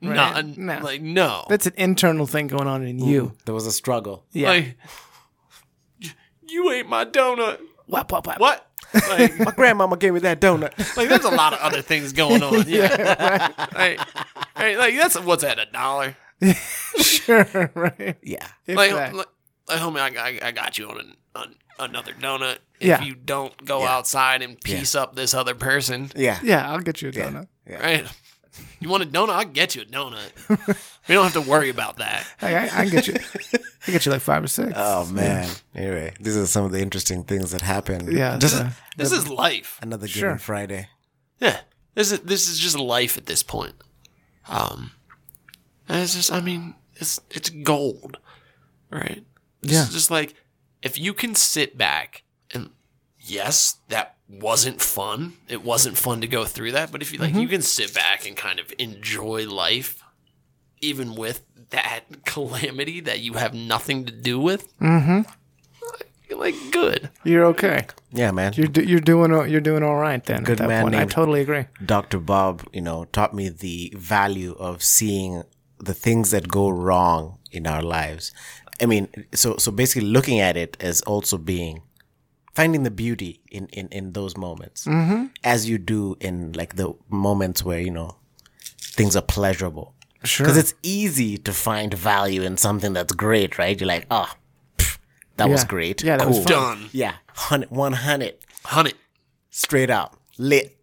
[SPEAKER 3] Not,
[SPEAKER 2] No.
[SPEAKER 3] Like, no.
[SPEAKER 2] That's an internal thing going on in you.
[SPEAKER 1] There was a struggle.
[SPEAKER 2] Yeah.
[SPEAKER 3] Like, you ate my donut.
[SPEAKER 2] Whap, whap, whap.
[SPEAKER 3] What? Like,
[SPEAKER 1] My grandmama gave me that donut.
[SPEAKER 3] like there's a lot of other things going on. Yeah. right. Right. Like, that's what's at a dollar.
[SPEAKER 2] Sure, right.
[SPEAKER 1] yeah,
[SPEAKER 2] If
[SPEAKER 3] like,
[SPEAKER 2] that.
[SPEAKER 3] like, like, homie, I, I, I got you on, an, on another donut. If
[SPEAKER 2] Yeah.
[SPEAKER 3] you don't go outside and piece up this other person,
[SPEAKER 1] yeah,
[SPEAKER 2] yeah, I'll get you a donut.
[SPEAKER 3] right? You want a donut? I'll get you a donut. we don't have to worry about that.
[SPEAKER 2] Hey, I, I can get you. I can get you like five or six.
[SPEAKER 1] Oh man. Anyway, these are some of the interesting things that happened.
[SPEAKER 2] Yeah,
[SPEAKER 1] just
[SPEAKER 2] yeah.
[SPEAKER 3] This is life.
[SPEAKER 1] another given
[SPEAKER 2] Sure.
[SPEAKER 1] Friday.
[SPEAKER 3] Yeah. This is this is just life at this point. Um and it's just I mean, it's it's gold. Right? It's
[SPEAKER 2] Yeah.
[SPEAKER 3] just like if you can sit back and yes, that wasn't fun. It wasn't fun to go through that, but if you like you can sit back and kind of enjoy life even with that calamity that you have nothing to do with. Mm-hmm. Like good.
[SPEAKER 2] You're okay.
[SPEAKER 1] Yeah, man.
[SPEAKER 2] You're do, you're doing all- you're doing all right then.
[SPEAKER 1] Good
[SPEAKER 2] at that
[SPEAKER 1] man
[SPEAKER 2] Point. I
[SPEAKER 1] named-
[SPEAKER 2] totally agree.
[SPEAKER 1] Dr. Bob, you know, taught me the value of seeing the things that go wrong in our lives. I mean, so so basically looking at it as also being finding the beauty in in in those moments
[SPEAKER 2] Mm-hmm.
[SPEAKER 1] as you do in like the moments where, you know, things are pleasurable.
[SPEAKER 2] Sure.
[SPEAKER 1] Cuz it's easy to find value in something that's great, right? You're like, "Oh, pff, that was
[SPEAKER 2] Yeah.
[SPEAKER 1] great."
[SPEAKER 2] Yeah, that was fun.
[SPEAKER 3] Done.
[SPEAKER 1] Yeah. 100 100
[SPEAKER 3] Hunt it.
[SPEAKER 1] straight out. Lit.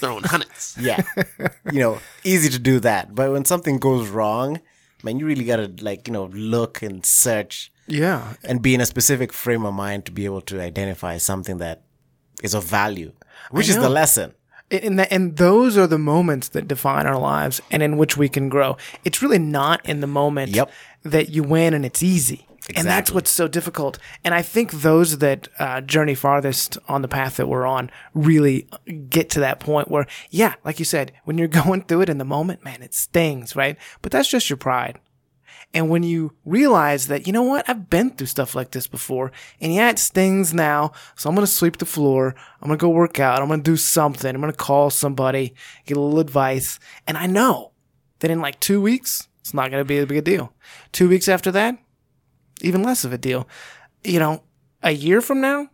[SPEAKER 3] Throwing hunnits.
[SPEAKER 1] Yeah. you know, easy to do that. But when something goes wrong, man, you really got to, like, you know, look and search
[SPEAKER 2] Yeah,
[SPEAKER 1] and be in a specific frame of mind to be able to identify something that is of value, which is the
[SPEAKER 2] know.
[SPEAKER 1] lesson.
[SPEAKER 2] and that, and those are the moments that define our lives and in which we can grow. It's really not in the moment
[SPEAKER 1] Yep.
[SPEAKER 2] that you win and it's easy. And that's
[SPEAKER 1] Exactly.
[SPEAKER 2] what's so difficult. And I think those that uh, journey farthest on the path that we're on really get to that point where, yeah, like you said, when you're going through it in the moment, man, it stings, right? But that's just your pride. And when you realize that, you know what, I've been through stuff like this before, and yeah, it stings now. So I'm gonna sweep the floor. I'm gonna go work out. I'm gonna do something. I'm gonna call somebody, get a little advice. And I know that in like two weeks, it's not gonna be a big deal. Two weeks after that, even less of a deal. You know, a year from now,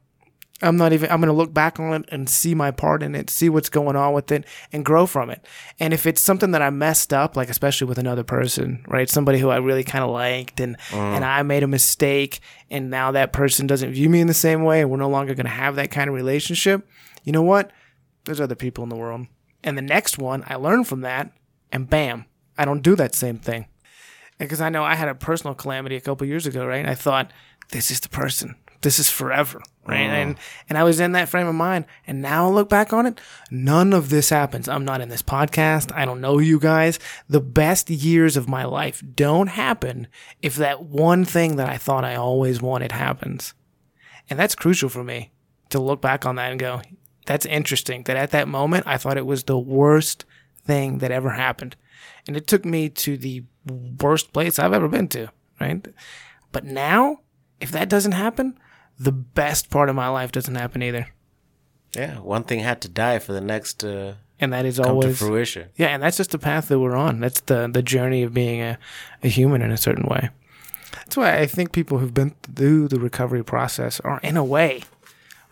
[SPEAKER 2] I'm not even, I'm going to look back on it and see my part in it, see what's going on with it and grow from it. And if it's something that I messed up, like especially with another person, right? Somebody who I really kind of liked and, and I made a mistake and now that person doesn't view me in the same way. and We're no longer going to have that kind of relationship. You know what? There's other people in the world. And the next one, I learn from that and bam, I don't do that same thing because I know I had a personal calamity a couple years ago, right? And I thought, this is the person. This is forever, right? And and I was in that frame of mind. And now I look back on it, none of this happens. I'm not in this podcast. I don't know you guys. The best years of my life don't happen if that one thing that I thought I always wanted happens. And that's crucial for me to look back on that and go, that's interesting that at that moment I thought it was the worst thing that ever happened. and it took me to the worst place I've ever been to, right? But now, if that doesn't happen, the best part of my life doesn't happen either.
[SPEAKER 1] Yeah, one thing had to die for the next to
[SPEAKER 2] And that is
[SPEAKER 1] come to
[SPEAKER 2] always
[SPEAKER 1] fruition.
[SPEAKER 2] Yeah, and that's just the path that we're on. That's the the journey of being a, a human in a certain way. That's why I think people who've been through the recovery process are in a way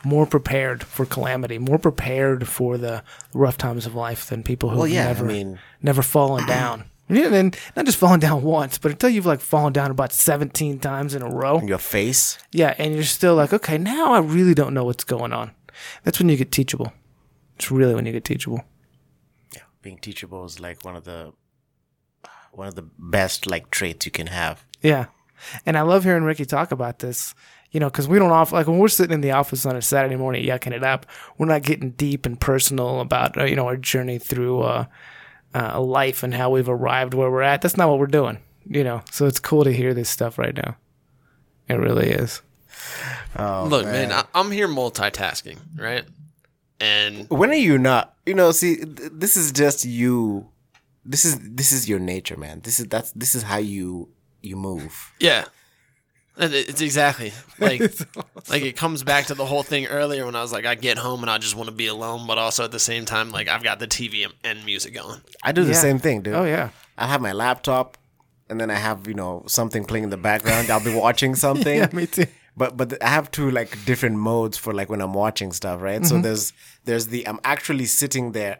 [SPEAKER 2] more prepared for calamity, more prepared for the rough times of life than people who've
[SPEAKER 1] Well, yeah, I
[SPEAKER 2] never
[SPEAKER 1] mean-
[SPEAKER 2] never fallen down. Yeah, then not just fallen down once, but until you've like fallen down about seventeen times in a row.
[SPEAKER 1] Your face.
[SPEAKER 2] Yeah, and you're still like, okay, now I really don't know what's going on. That's when you get teachable. It's really when you get teachable.
[SPEAKER 1] Being teachable is like one of the one of the best like traits you can have.
[SPEAKER 2] Yeah. And I love hearing Ricky talk about this, you know, because we don't often, like when we're sitting in the office on a Saturday morning yucking it up, we're not getting deep and personal about, uh, you know, our journey through uh, uh, life and how we've arrived where we're at. That's not what we're doing, you know. So it's cool to hear this stuff right now. It really is.
[SPEAKER 3] Look, man, I, I'm here multitasking, right? And
[SPEAKER 1] When are you not? You know, see, th- this is just you. This is this is your nature, man. This is that's this is how you you move.
[SPEAKER 3] yeah, And it- it's exactly like like it comes back to the whole thing earlier when I was like, I get home and I just want to be alone, but also at the same time, like I've got the TV and- and music going.
[SPEAKER 1] I do the
[SPEAKER 2] Yeah.
[SPEAKER 1] same thing, dude.
[SPEAKER 2] Oh, yeah.
[SPEAKER 1] I have my laptop, and then I have you know something playing in the background. I'll be watching something.
[SPEAKER 2] Yeah, me too.
[SPEAKER 1] But but I have two like different modes for like when I'm watching stuff, right?
[SPEAKER 2] Mm-hmm.
[SPEAKER 1] So there's there's the I'm actually sitting there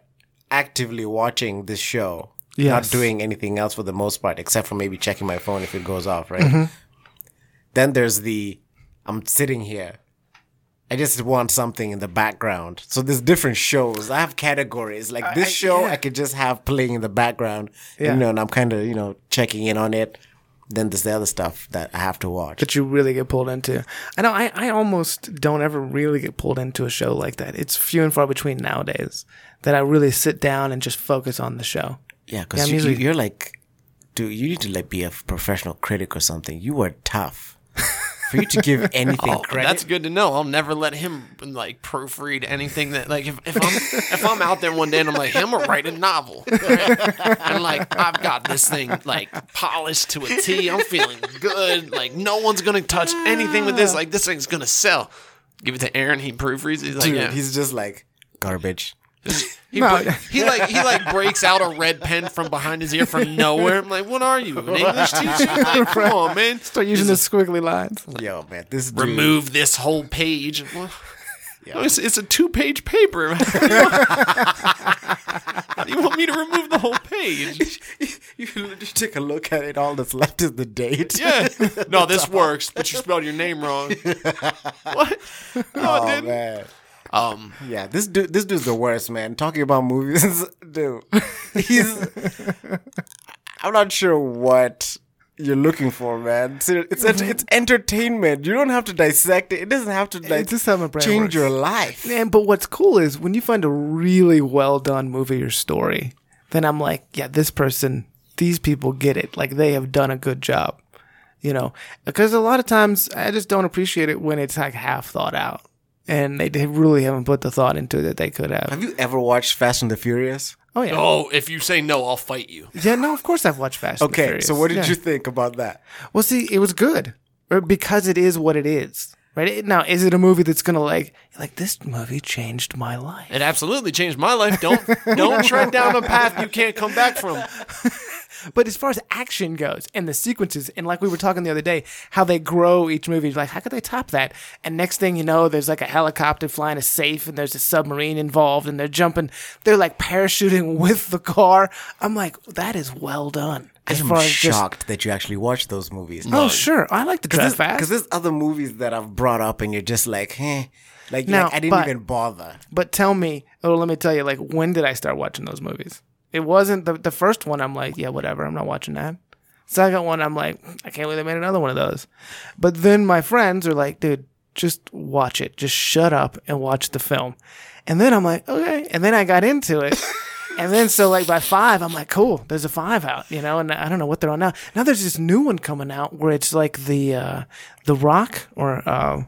[SPEAKER 1] actively watching this show,
[SPEAKER 2] Yes.
[SPEAKER 1] not doing anything else for the most part, except for maybe checking my phone if it goes off, right?
[SPEAKER 2] Mm-hmm.
[SPEAKER 1] Then there's the I'm sitting here. I just want something in the background. So there's different shows. I have categories. Like this
[SPEAKER 2] I-
[SPEAKER 1] show,
[SPEAKER 2] yeah.
[SPEAKER 1] I could just have playing in the background,
[SPEAKER 2] Yeah.
[SPEAKER 1] you know, and I'm kind of, you know, checking in on it. Then there's the other stuff that I have to watch.
[SPEAKER 2] that you really get pulled into. I know I, I almost don't ever really get pulled into a show like that. It's few and far between nowadays that I really sit down and just focus on the show.
[SPEAKER 1] Yeah,
[SPEAKER 2] Yeah,
[SPEAKER 1] because
[SPEAKER 2] I'm
[SPEAKER 1] you,
[SPEAKER 2] usually-
[SPEAKER 1] you, are like, dude, you need to like be a professional critic or something. You were tough for you to give anything
[SPEAKER 3] Oh,
[SPEAKER 1] credit.
[SPEAKER 3] that's good to know. I'll never let him like proofread anything that like if, if I'm if I'm out there one day and I'm like him or write a novel, right? and like I've got this thing like polished to a T. I'm feeling good. Like no one's gonna touch anything with this. Like this thing's gonna sell. Give it to Aaron. He proofreads. He's like,
[SPEAKER 1] dude.
[SPEAKER 3] yeah.
[SPEAKER 1] He's just like garbage.
[SPEAKER 3] he,
[SPEAKER 2] No.
[SPEAKER 3] br- he like he like breaks out a red pen from behind his ear from nowhere. I'm like, what are you, an English teacher? Like, come on, man.
[SPEAKER 2] Start using the squiggly lines.
[SPEAKER 1] Yo, man, this dude.
[SPEAKER 3] remove this whole page. Well, It's, it's a two page paper. How do, you want, how do you want me to remove the whole page?
[SPEAKER 1] you literally take a look at it. All that's left is the date.
[SPEAKER 3] Yeah. No, this works, but you spelled your name wrong. What? No, it
[SPEAKER 1] Oh
[SPEAKER 3] didn't.
[SPEAKER 1] man.
[SPEAKER 3] Um,
[SPEAKER 1] Yeah, this dude. This dude's the worst, man. Talking about movies, dude. He's. I'm not sure what you're looking for, man. Ser- It's it's, it's entertainment. You don't have to dissect it. It doesn't have to like
[SPEAKER 2] just how my brain
[SPEAKER 1] change
[SPEAKER 2] works.
[SPEAKER 1] your life.
[SPEAKER 2] And but what's cool is when you find a really well done movie or story, then I'm like, yeah, this person, these people get it. Like they have done a good job, you know. Because a lot of times I just don't appreciate it when it's like half thought out, and they, they really haven't put the thought into it that they could have.
[SPEAKER 1] Have you ever watched Fast and the Furious?
[SPEAKER 2] Oh yeah,
[SPEAKER 3] oh, if you say no, I'll fight you.
[SPEAKER 2] yeah. No, of course I've watched Fast. and
[SPEAKER 1] Okay,
[SPEAKER 2] Furious.
[SPEAKER 1] so what did
[SPEAKER 2] Yeah.
[SPEAKER 1] you think about that?
[SPEAKER 2] Well, see, it was good or because it is what it is. Right It- now, is it a movie that's gonna like like this movie changed my life?
[SPEAKER 3] It absolutely changed my life. Don't don't tread down a path you can't come back from.
[SPEAKER 2] But as far as action goes and the sequences, and like we were talking the other day, how they grow each movie, like how could they top that? And next thing you know, there's like a helicopter flying a safe, and there's a submarine involved, and they're jumping, they're like parachuting with the car. I'm like, that is well done. As
[SPEAKER 1] I'm
[SPEAKER 2] far as just,
[SPEAKER 1] shocked that you actually watched those movies.
[SPEAKER 2] oh sure, I like to drive fast.
[SPEAKER 1] Because there's other movies that I've brought up and you're just like, eh. Like, you're
[SPEAKER 2] No,
[SPEAKER 1] like, I didn't
[SPEAKER 2] but-
[SPEAKER 1] even bother.
[SPEAKER 2] But tell me, oh, let me tell you, like, when did I start watching those movies? It wasn't the, the first one. I'm like, yeah, whatever. I'm not watching that. Second one, I'm like, I can't believe they made another one of those. But then my friends are like, dude, just watch it. Just shut up and watch the film. And then I'm like, okay. And then I got into it. and then so like by five, I'm like, cool. There's a five out, you know. And I don't know what they're on now. Now there's this new one coming out where it's like the uh, the Rock or. Uh,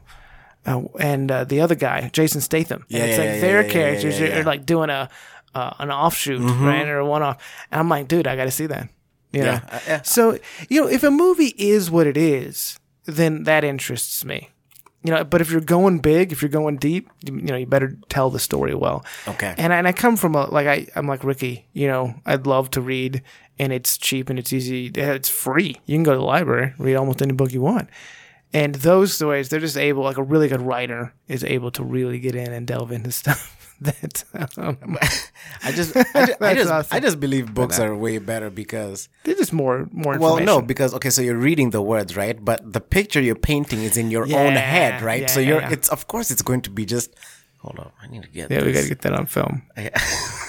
[SPEAKER 2] uh, and uh, the other guy, Jason Statham. And
[SPEAKER 1] Yeah,
[SPEAKER 2] it's
[SPEAKER 1] yeah,
[SPEAKER 2] like
[SPEAKER 1] yeah,
[SPEAKER 2] their
[SPEAKER 1] yeah, yeah,
[SPEAKER 2] characters
[SPEAKER 1] yeah, Mm-hmm.
[SPEAKER 2] are-
[SPEAKER 1] yeah.
[SPEAKER 2] are like doing a uh, an offshoot, right, or a one off. And I'm like, dude, I got to see that. You know?
[SPEAKER 1] Uh, yeah.
[SPEAKER 2] So you know, if a movie is what it is, then that interests me. You know, but if you're going big, if you're going deep, you, you know, you better tell the story well.
[SPEAKER 1] Okay.
[SPEAKER 2] And I, and I come from a like I I'm like Ricky. You know, I'd love to read, and it's cheap and it's easy. It's free. You can go to the library, read almost any book you want. And those stories, they're just able, like a really good writer is able to really get in and delve into stuff that um,
[SPEAKER 1] I just, I just, I
[SPEAKER 2] That's
[SPEAKER 1] just,
[SPEAKER 2] awesome.
[SPEAKER 1] I just believe books are way better because,
[SPEAKER 2] they're just more more
[SPEAKER 1] well,
[SPEAKER 2] information.
[SPEAKER 1] no, because okay, so you're reading the words, right? But the picture you're painting is in your own
[SPEAKER 2] Yeah,
[SPEAKER 1] head, right?
[SPEAKER 2] yeah,
[SPEAKER 1] so
[SPEAKER 2] yeah,
[SPEAKER 1] you're,
[SPEAKER 2] yeah.
[SPEAKER 1] it's of course it's going to be just. Hold on, I need to get.
[SPEAKER 2] Yeah, we
[SPEAKER 1] this.
[SPEAKER 2] gotta get that on film.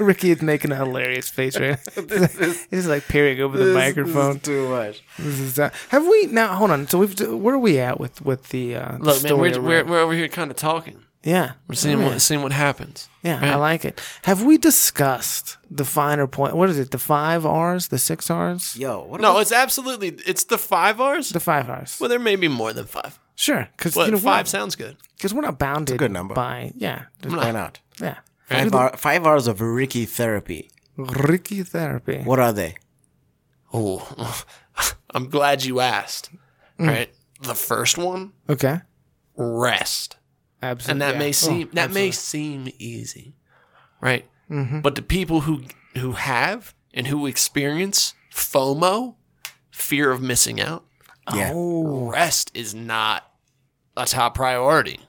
[SPEAKER 2] Ricky is making a hilarious face right now. He's like peering over the microphone.
[SPEAKER 1] This is too much.
[SPEAKER 2] This is, uh, have we now? Hold on. So we've where are we at with with the uh, the
[SPEAKER 3] Look, man,
[SPEAKER 2] story
[SPEAKER 3] we're,
[SPEAKER 2] around-
[SPEAKER 3] we're, we're over here kind of talking.
[SPEAKER 2] yeah
[SPEAKER 3] We're seeing what seeing what happens.
[SPEAKER 2] yeah
[SPEAKER 3] Right.
[SPEAKER 2] I like it. Have we discussed the finer point? What is it? The five R's, the six R's,
[SPEAKER 1] Yo, what
[SPEAKER 3] No, it's absolutely it's the five R's.
[SPEAKER 2] the five R's.
[SPEAKER 3] Well, there may be more than five,
[SPEAKER 2] Sure, because
[SPEAKER 3] but
[SPEAKER 2] you know
[SPEAKER 3] five
[SPEAKER 2] five
[SPEAKER 3] sounds good.
[SPEAKER 2] because we're not bounded
[SPEAKER 1] good number.
[SPEAKER 2] by yeah just-
[SPEAKER 1] Why not?
[SPEAKER 2] yeah
[SPEAKER 1] Five, hour, five hours of Ricky therapy.
[SPEAKER 2] Ricky therapy.
[SPEAKER 1] What are they?
[SPEAKER 3] Oh, I'm glad you asked.
[SPEAKER 2] Mm.
[SPEAKER 3] Right, the first one,
[SPEAKER 2] Okay,
[SPEAKER 3] rest,
[SPEAKER 2] absolutely.
[SPEAKER 3] and that
[SPEAKER 2] yeah.
[SPEAKER 3] may
[SPEAKER 2] Oh,
[SPEAKER 3] seem that may seem easy, right?
[SPEAKER 2] Mm-hmm.
[SPEAKER 3] But to people who who have and who experience FOMO, fear of missing out,
[SPEAKER 1] Yeah.
[SPEAKER 2] Oh.
[SPEAKER 3] rest is not a top priority.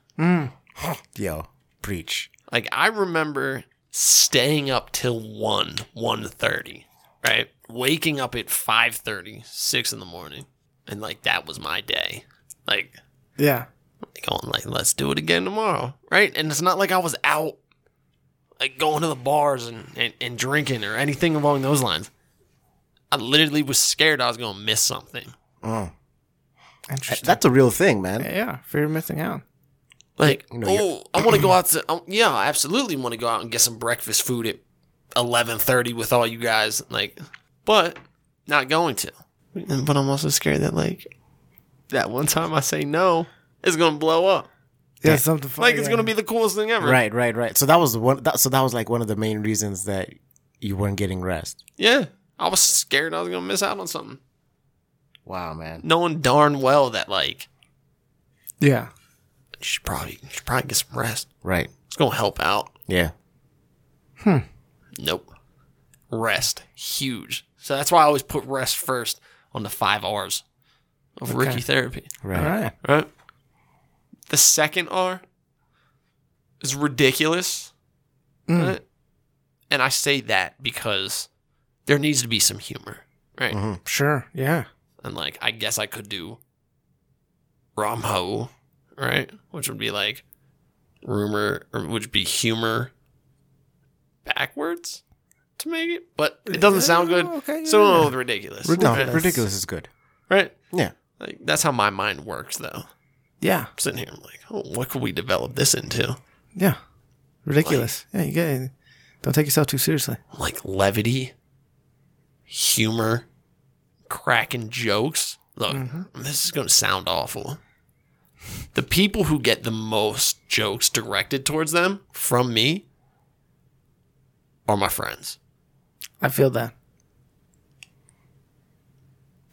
[SPEAKER 1] Yo, preach.
[SPEAKER 3] Like I remember staying up till 1, 1.30, right? Waking up at 5.30, 6 in the morning. And like that was my day. Like
[SPEAKER 2] yeah.
[SPEAKER 3] going like, let's do it again tomorrow. Right? And it's not like I was out like going to the bars and, and, and drinking or anything along those lines. I literally was scared I was gonna miss something.
[SPEAKER 1] Oh.
[SPEAKER 2] Interesting.
[SPEAKER 1] That's a real thing, man.
[SPEAKER 2] yeah, fear of missing out.
[SPEAKER 3] Like,
[SPEAKER 1] you're-
[SPEAKER 3] oh, I want to go out to. Um, yeah, I absolutely want to go out and get some breakfast food at eleven thirty with all you guys. Like, but not going to. But I'm also scared that like that one time I say no, Oh, it's gonna blow up.
[SPEAKER 2] Yeah, something
[SPEAKER 3] Like it's gonna be the coolest thing ever.
[SPEAKER 1] Right, right, right. So that was the one. That, so that was like one of the main reasons that you weren't getting rest.
[SPEAKER 3] Yeah. I was scared I was gonna miss out on something,
[SPEAKER 1] Wow, man.
[SPEAKER 3] knowing darn well that like
[SPEAKER 2] yeah.
[SPEAKER 3] you should probably you should probably get some rest.
[SPEAKER 1] Right.
[SPEAKER 3] It's gonna help out.
[SPEAKER 1] Yeah.
[SPEAKER 3] Nope. Rest. Huge. So that's why I always put rest first on the five R's of Ricky therapy.
[SPEAKER 1] Right.
[SPEAKER 2] All right.
[SPEAKER 3] Right? The second R is ridiculous.
[SPEAKER 2] Hmm. Mm,
[SPEAKER 3] right? And I say that because there needs to be some humor. Right.
[SPEAKER 2] Sure. Yeah.
[SPEAKER 3] And like I guess I could do Ramho, right? Which would be like rumor or would be humor backwards to make it. But it doesn't sound good.
[SPEAKER 2] Okay,
[SPEAKER 3] so
[SPEAKER 2] yeah.
[SPEAKER 3] I'm with ridiculous.
[SPEAKER 1] No,
[SPEAKER 2] Ridiculous.
[SPEAKER 1] ridiculous is good.
[SPEAKER 3] Right?
[SPEAKER 1] Yeah.
[SPEAKER 3] Like that's how my mind works though.
[SPEAKER 2] Yeah.
[SPEAKER 3] I'm sitting here I'm like, oh, what could we develop this into?
[SPEAKER 2] Yeah. Ridiculous. yeah. You get. Don't take yourself too seriously.
[SPEAKER 3] Like levity, humor, cracking jokes. Look, this is gonna sound awful. The people who get the most jokes directed towards them from me are my friends.
[SPEAKER 2] I feel that.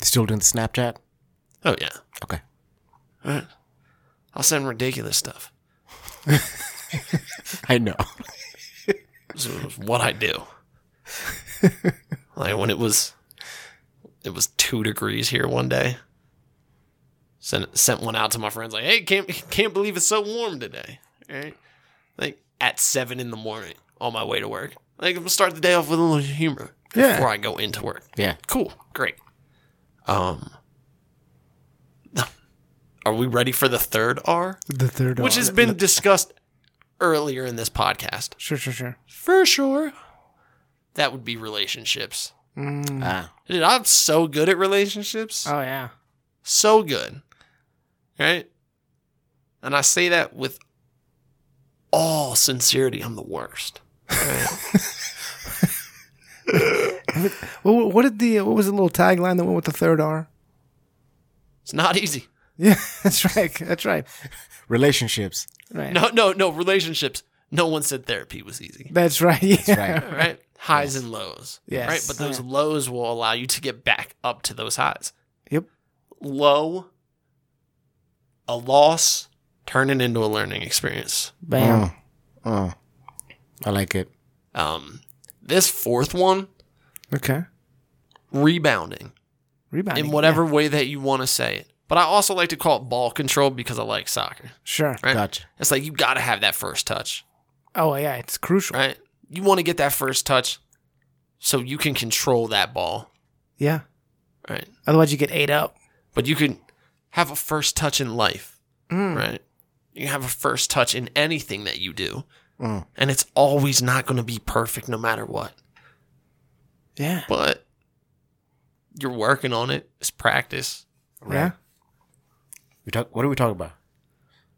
[SPEAKER 1] Still doing the Snapchat?
[SPEAKER 3] Oh yeah.
[SPEAKER 1] Okay.
[SPEAKER 3] I'll send ridiculous stuff.
[SPEAKER 1] I know.
[SPEAKER 3] This is what I do. like when it was, it was two degrees here one day. Sent sent one out to my friends like, hey, can't can't believe it's so warm today. All right, like at seven in the morning on my way to work. Like I'm gonna start the day off with a little humor
[SPEAKER 2] Yeah.
[SPEAKER 3] before I go into work.
[SPEAKER 1] Yeah.
[SPEAKER 3] Cool, great. Um, are we ready for the third R,
[SPEAKER 2] The third.
[SPEAKER 3] which
[SPEAKER 2] R.
[SPEAKER 3] has been discussed earlier in this podcast?
[SPEAKER 2] Sure. Sure. Sure.
[SPEAKER 3] for sure. That would be relationships.
[SPEAKER 1] Ah.
[SPEAKER 3] Dude, I'm so good at relationships.
[SPEAKER 2] Mm. Oh yeah.
[SPEAKER 3] so good. Right? And I say that with all sincerity. I'm the worst.
[SPEAKER 2] Well, what did the uh, what was the little tagline that went with the third R?
[SPEAKER 3] It's not easy.
[SPEAKER 2] Yeah, that's right. That's right.
[SPEAKER 1] Relationships.
[SPEAKER 2] Right.
[SPEAKER 3] No, no, no. Relationships. no one said therapy was easy.
[SPEAKER 2] That's right. Yeah.
[SPEAKER 1] right.
[SPEAKER 3] Right? Highs and lows.
[SPEAKER 2] Yes. Oh,
[SPEAKER 3] Right? But those lows will allow you to get back up to those highs.
[SPEAKER 2] Yep.
[SPEAKER 3] Low, a loss, turn it into a learning experience.
[SPEAKER 2] Bam.
[SPEAKER 1] Mm. I like it.
[SPEAKER 3] Um, this fourth one,
[SPEAKER 2] Okay.
[SPEAKER 3] rebounding
[SPEAKER 2] Rebounding.
[SPEAKER 3] in
[SPEAKER 2] yeah.
[SPEAKER 3] whatever way that you want to say it. But I also like to call it ball control because I like soccer.
[SPEAKER 2] Sure.
[SPEAKER 3] Right?
[SPEAKER 1] Gotcha.
[SPEAKER 3] It's like you got to have that first touch,
[SPEAKER 2] Oh yeah, it's crucial.
[SPEAKER 3] right? You want to get that first touch so you can control that ball,
[SPEAKER 2] Yeah.
[SPEAKER 3] right?
[SPEAKER 2] Otherwise, you get ate up.
[SPEAKER 3] But you can have a first touch in life, right? You can have a first touch in anything that you do.
[SPEAKER 1] Mm.
[SPEAKER 3] And it's always not going to be perfect no matter what.
[SPEAKER 2] Yeah.
[SPEAKER 3] But you're working on it. It's practice.
[SPEAKER 2] Yeah.
[SPEAKER 1] We talk. What are we talking about?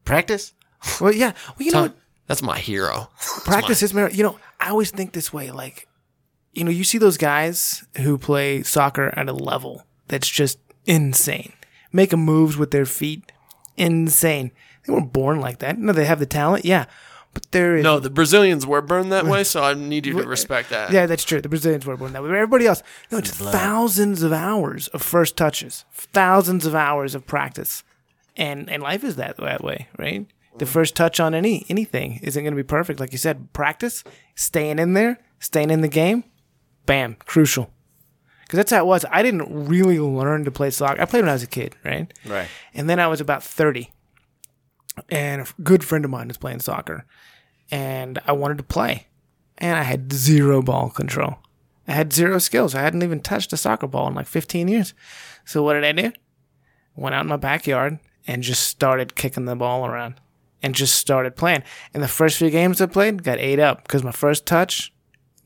[SPEAKER 1] Practice.
[SPEAKER 2] Well, yeah. Well, you know,
[SPEAKER 3] Tom-
[SPEAKER 2] what?
[SPEAKER 3] that's my hero. That's
[SPEAKER 2] practice
[SPEAKER 3] my-
[SPEAKER 2] is mar- you know i always think this way like you know you see those guys who play soccer at a level that's just insane making moves with their feet insane they weren't born like that no they have the talent yeah but there is
[SPEAKER 3] no, the Brazilians were burned that way, so I need you to respect that.
[SPEAKER 2] yeah that's true the brazilians were born that way but everybody else no it's thousands of hours of first touches thousands of hours of practice and and life is that that way right the
[SPEAKER 3] Mm-hmm.
[SPEAKER 2] first touch on any anything isn't going to be perfect like you said practice staying in there staying in the game bam crucial because that's how it was i didn't really learn to play soccer i played when i was a kid right
[SPEAKER 1] Right.
[SPEAKER 2] and then I was about 30. And a f- good friend of mine was playing soccer. And I wanted to play. And I had zero ball control. I had zero skills. I hadn't even touched a soccer ball in like 15 years. So what did I do? Went out in my backyard and just started kicking the ball around and just started playing. And the first few games I played got ate up because my first touch,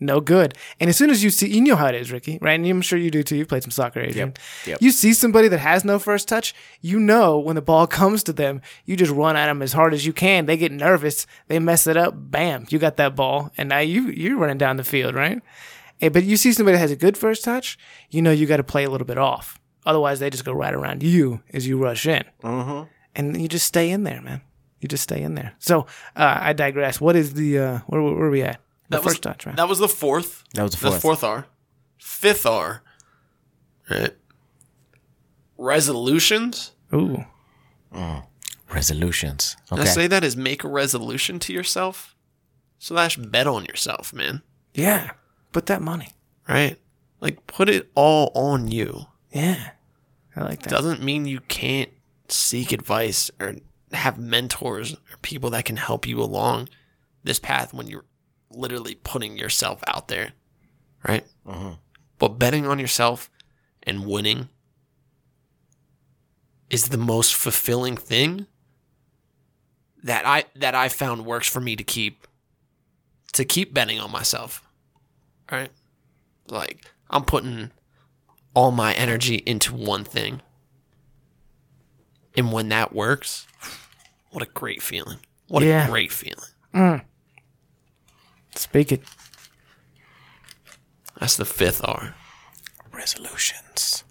[SPEAKER 2] no good. And as soon as you see, you know how it is, Ricky, right? And I'm sure you do too. You played some soccer, Adrian.
[SPEAKER 1] Yep.
[SPEAKER 2] You see somebody that has no first touch, you know when the ball comes to them, you just run at them as hard as you can. They get nervous, they mess it up, bam, you got that ball, and now you you're running down the field, right? Eh, But you see somebody that has a good first touch, you know you got to play a little bit off. Otherwise, they just go right around you as you rush in
[SPEAKER 1] Mm-hmm.
[SPEAKER 2] and you just stay in there, man. You just stay in there. So uh, I digress. What is the uh, where, where are we at? The
[SPEAKER 3] That was-
[SPEAKER 2] first touch, right?
[SPEAKER 3] That was the fourth.
[SPEAKER 1] That was the
[SPEAKER 3] The
[SPEAKER 1] fourth.
[SPEAKER 3] fourth R. Fifth R. Right. Resolutions.
[SPEAKER 2] Ooh,
[SPEAKER 1] Resolutions.
[SPEAKER 3] Did
[SPEAKER 1] Okay.
[SPEAKER 3] I say that is make a resolution to yourself. Slash bet on yourself, man.
[SPEAKER 2] yeah. Put that money.
[SPEAKER 3] Right? Like put it all on you.
[SPEAKER 2] Yeah, I like that.
[SPEAKER 3] Doesn't mean you can't seek advice or have mentors or people that can help you along this path when you're literally putting yourself out there. Right?
[SPEAKER 1] Mhm.
[SPEAKER 3] But betting on yourself and winning is the most fulfilling thing that I that I found works for me to keep to keep betting on myself. All right? Like I'm putting all my energy into one thing. And when that works, what a great feeling. What
[SPEAKER 2] Yeah.
[SPEAKER 3] a great feeling.
[SPEAKER 2] Speak it.
[SPEAKER 3] That's the fifth R.
[SPEAKER 1] Resolutions.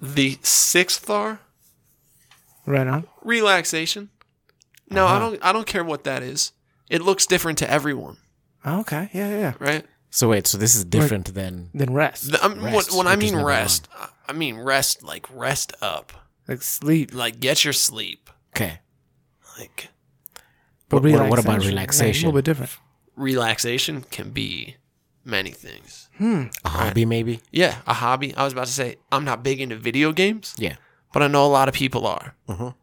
[SPEAKER 3] The sixth R
[SPEAKER 2] Right on.
[SPEAKER 3] relaxation. No, I
[SPEAKER 1] Uh-huh.
[SPEAKER 3] don't. I don't care what that is. It looks different to everyone,
[SPEAKER 2] Okay. Yeah, yeah. yeah.
[SPEAKER 3] right?
[SPEAKER 1] So wait. So this is different than.
[SPEAKER 2] Then rest,
[SPEAKER 3] The- I'm- when-
[SPEAKER 1] Rest,
[SPEAKER 3] when I
[SPEAKER 1] which is
[SPEAKER 3] mean
[SPEAKER 1] number
[SPEAKER 3] rest, I I mean rest like rest up,
[SPEAKER 2] like sleep.
[SPEAKER 3] like get your sleep,
[SPEAKER 1] Okay.
[SPEAKER 3] like
[SPEAKER 1] But what, what
[SPEAKER 2] Relaxation.
[SPEAKER 1] about
[SPEAKER 2] Yeah,
[SPEAKER 1] relaxation?
[SPEAKER 2] a little bit different.
[SPEAKER 3] relaxation can be many things.
[SPEAKER 1] a hobby, maybe.
[SPEAKER 3] Yeah, a hobby. I was about to say I'm not big into video games,
[SPEAKER 1] Yeah.
[SPEAKER 3] but I know a lot of people are,
[SPEAKER 1] Mhm.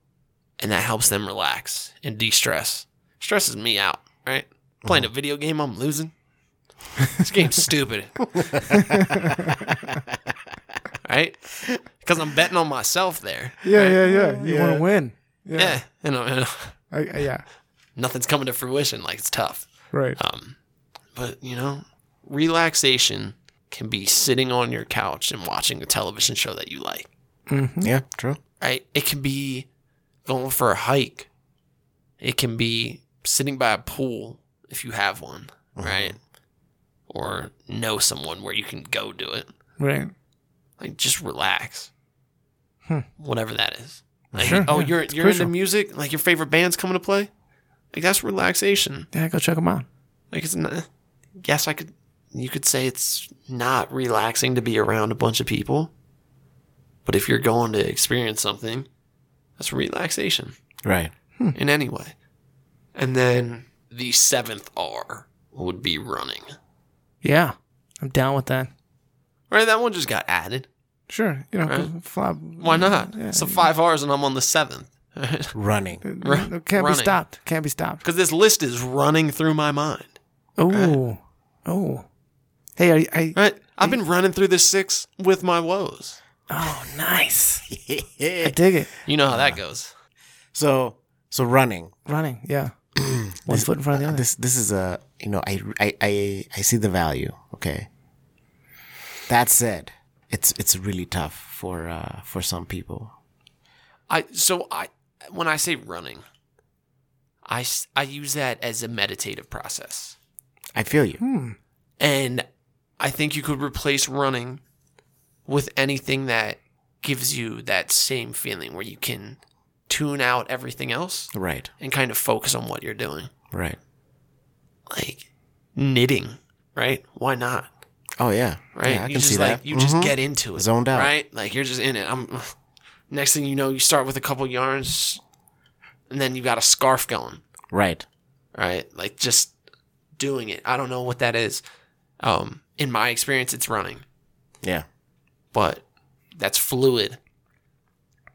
[SPEAKER 3] and that helps them relax and de-stress. Stresses me out, right? Playing a video game, I'm losing. This game's stupid, right? Because I'm betting on myself there.
[SPEAKER 2] Yeah, yeah, yeah. You want to win.
[SPEAKER 3] Yeah, you know, you know,
[SPEAKER 2] I, I- yeah.
[SPEAKER 3] nothing's coming to fruition. Like it's tough.
[SPEAKER 2] Right.
[SPEAKER 1] Oh.
[SPEAKER 3] Um, but you know, relaxation can be sitting on your couch and watching a television show that you like.
[SPEAKER 1] Yeah. True.
[SPEAKER 3] right? It can be going for a hike. It can be sitting by a pool if you have one,
[SPEAKER 2] Mm-hmm.
[SPEAKER 3] right? Or know someone where you can go do it.
[SPEAKER 2] Right.
[SPEAKER 3] Like just relax.
[SPEAKER 2] Hmm.
[SPEAKER 3] Whatever that is. Like,
[SPEAKER 2] Sure,
[SPEAKER 3] oh,
[SPEAKER 2] yeah,
[SPEAKER 3] you're
[SPEAKER 2] it's
[SPEAKER 3] you're into
[SPEAKER 2] crucial.
[SPEAKER 3] music, like your favorite band's coming to play? Like that's relaxation.
[SPEAKER 2] Yeah. Go check them out.
[SPEAKER 3] Like it's not, yes, I could you could say it's not relaxing to be around a bunch of people. But if you're going to experience something, that's relaxation
[SPEAKER 1] Right.
[SPEAKER 3] in any way. And then the seventh R would be running.
[SPEAKER 2] Yeah, I'm down with that.
[SPEAKER 3] Right, that one just got added.
[SPEAKER 2] Sure, you know, 'cause
[SPEAKER 1] Uh,
[SPEAKER 2] fly,
[SPEAKER 3] Why not? so five R's and I'm on the seventh.
[SPEAKER 1] Running.
[SPEAKER 2] it can't be
[SPEAKER 3] running.
[SPEAKER 2] stopped. Can't be stopped.
[SPEAKER 3] Because this list is running through my mind.
[SPEAKER 1] Uh.
[SPEAKER 2] Oh, oh. Hey, are you, I,
[SPEAKER 3] Right? I've been running through this six with my woes.
[SPEAKER 2] oh, nice. I dig it.
[SPEAKER 3] You know how that goes.
[SPEAKER 1] so so running.
[SPEAKER 2] Running, yeah. One foot in front of the other.
[SPEAKER 1] This this is a you know I I I, I see the value. Okay. That said, it's it's really tough for uh, for some people.
[SPEAKER 3] I so I when I say running, I s- I use that as a meditative process.
[SPEAKER 1] I feel you.
[SPEAKER 3] And I think you could replace running with anything that gives you that same feeling where you can tune out everything else
[SPEAKER 1] Right.
[SPEAKER 3] and kind of focus on what you're doing.
[SPEAKER 1] Right.
[SPEAKER 3] Like knitting, right? Why not?
[SPEAKER 1] Oh yeah.
[SPEAKER 3] Right?
[SPEAKER 1] Yeah, I
[SPEAKER 3] you
[SPEAKER 1] can
[SPEAKER 3] just
[SPEAKER 1] see
[SPEAKER 3] like
[SPEAKER 1] that.
[SPEAKER 3] you just Mm-hmm.
[SPEAKER 1] Mhm.
[SPEAKER 3] get into it.
[SPEAKER 1] Zoned out.
[SPEAKER 3] Right? Like you're just in it. I'm next thing you know, you start with a couple yarns and then you got a scarf going.
[SPEAKER 1] right.
[SPEAKER 3] right? Like just doing it. I don't know what that is. Um, in my experience, it's running,
[SPEAKER 1] Yeah.
[SPEAKER 3] but that's fluid.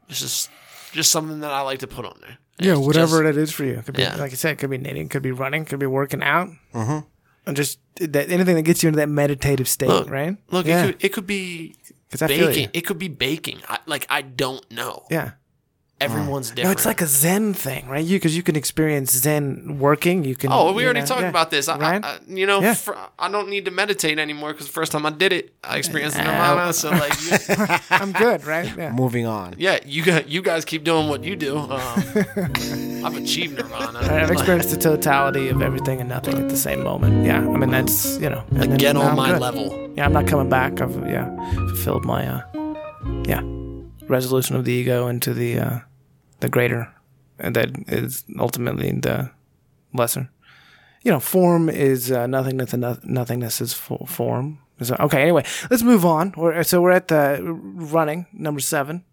[SPEAKER 3] It's just just something that I like to put on there.
[SPEAKER 2] Yeah,
[SPEAKER 3] It's
[SPEAKER 2] whatever
[SPEAKER 3] just-
[SPEAKER 2] that is for you. It could be,
[SPEAKER 3] Yeah.
[SPEAKER 2] like I said, it could be knitting, could be running, could be working out, mm-hmm. and just that anything that gets you into that meditative state,
[SPEAKER 3] Look,
[SPEAKER 2] right?
[SPEAKER 3] Look,
[SPEAKER 2] yeah,
[SPEAKER 3] it, could, it could be
[SPEAKER 2] 'cause I feel
[SPEAKER 3] baking.
[SPEAKER 2] you.
[SPEAKER 3] It could be baking. I, like I don't know.
[SPEAKER 2] Yeah, Oh.
[SPEAKER 3] Everyone's different.
[SPEAKER 2] no, it's like a Zen thing, right? You because you can experience Zen working. You can.
[SPEAKER 3] Oh, we
[SPEAKER 2] you
[SPEAKER 3] already
[SPEAKER 2] know,
[SPEAKER 3] talked
[SPEAKER 2] yeah.
[SPEAKER 3] about this. I,
[SPEAKER 2] Right?
[SPEAKER 3] I, I, you know,
[SPEAKER 2] Yeah.
[SPEAKER 3] fr- I don't need to meditate anymore because the first time I did it, I experienced nirvana. So like, you,
[SPEAKER 2] I'm good, right? Yeah.
[SPEAKER 1] Moving on.
[SPEAKER 3] yeah, you got you guys keep doing what you do. Um, I've achieved nirvana.
[SPEAKER 2] I've
[SPEAKER 3] Like-
[SPEAKER 2] experienced the totality of everything and nothing at the same moment. Yeah, I mean that's you know. and then
[SPEAKER 3] get
[SPEAKER 2] now
[SPEAKER 3] on
[SPEAKER 2] I'm
[SPEAKER 3] my
[SPEAKER 2] good.
[SPEAKER 3] level.
[SPEAKER 2] Yeah, I'm not coming back. I've yeah fulfilled my uh, yeah resolution of the ego into the uh, the greater, and that is ultimately the lesser. You know, form is uh, nothingness, and noth- nothingness is fo- form. So, okay, anyway, let's move on. We're, so we're at the running number seven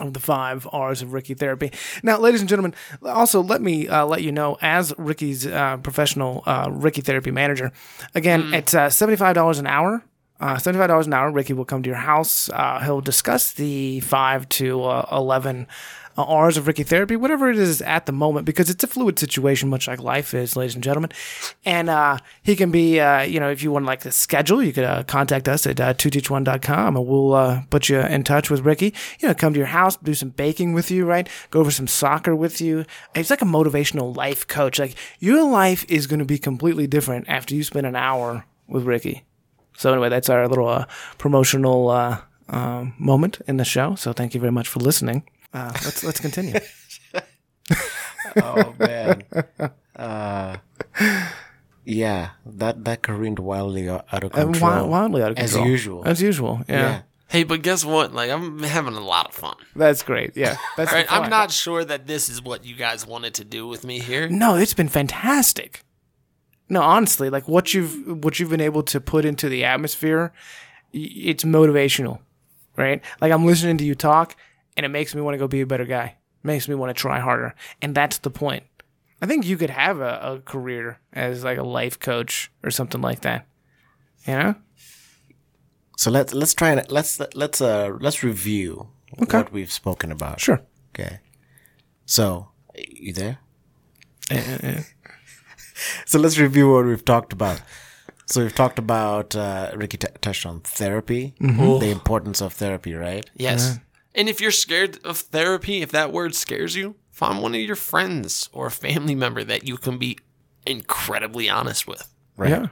[SPEAKER 2] of the five R's of Ricky therapy. Now, ladies and gentlemen, also let me uh, let you know as Ricky's uh, professional uh, Ricky therapy manager, again, it's uh, $75 an hour. Uh, $75 an hour, Ricky will come to your house. Uh, he'll discuss the 5 to uh, 11 uh, R's of Ricky therapy, whatever it is at the moment, because it's a fluid situation, much like life is, ladies and gentlemen. And uh, he can be, uh, you know, if you want like to schedule, you could uh, contact us at uh, 2teach1.com and we'll uh, put you in touch with Ricky. You know, come to your house, do some baking with you, right? Go over some soccer with you. It's like a motivational life coach. Like your life is going to be completely different after you spend an hour with Ricky. So anyway, that's our little uh, promotional uh, um, moment in the show. So thank you very much for listening. Uh, let's let's continue.
[SPEAKER 1] Oh man. uh, yeah, that that careened wildly out of control.
[SPEAKER 2] And wi- wildly out of
[SPEAKER 1] As
[SPEAKER 2] control.
[SPEAKER 1] usual.
[SPEAKER 2] As usual. Yeah.
[SPEAKER 1] yeah.
[SPEAKER 3] Hey, but guess what? Like I'm having a lot of fun.
[SPEAKER 2] That's great. Yeah. That's the
[SPEAKER 3] Right? I'm
[SPEAKER 2] point.
[SPEAKER 3] not sure that this is what you guys wanted to do with me here.
[SPEAKER 2] No, it's been fantastic. No, honestly, like what you've what you've been able to put into the atmosphere, y- it's motivational, right? Like I'm listening to you talk, and it makes me want to go be a better guy. Makes me want to try harder, and that's the point. I think you could have a, a career as like a life coach or something like that. You know?
[SPEAKER 1] So let's let's try and let's let's uh let's review what we've spoken about.
[SPEAKER 2] Sure.
[SPEAKER 1] Okay. So you there?
[SPEAKER 2] Eh,
[SPEAKER 1] so let's review what we've talked about. So we've talked about uh, Ricky t- touched on therapy,
[SPEAKER 2] Mm-hmm.
[SPEAKER 1] the importance of therapy, right?
[SPEAKER 3] Yes. And if you're scared of therapy, if that word scares you, find one of your friends or a family member that you can be incredibly honest with.
[SPEAKER 1] Right.
[SPEAKER 2] Yeah.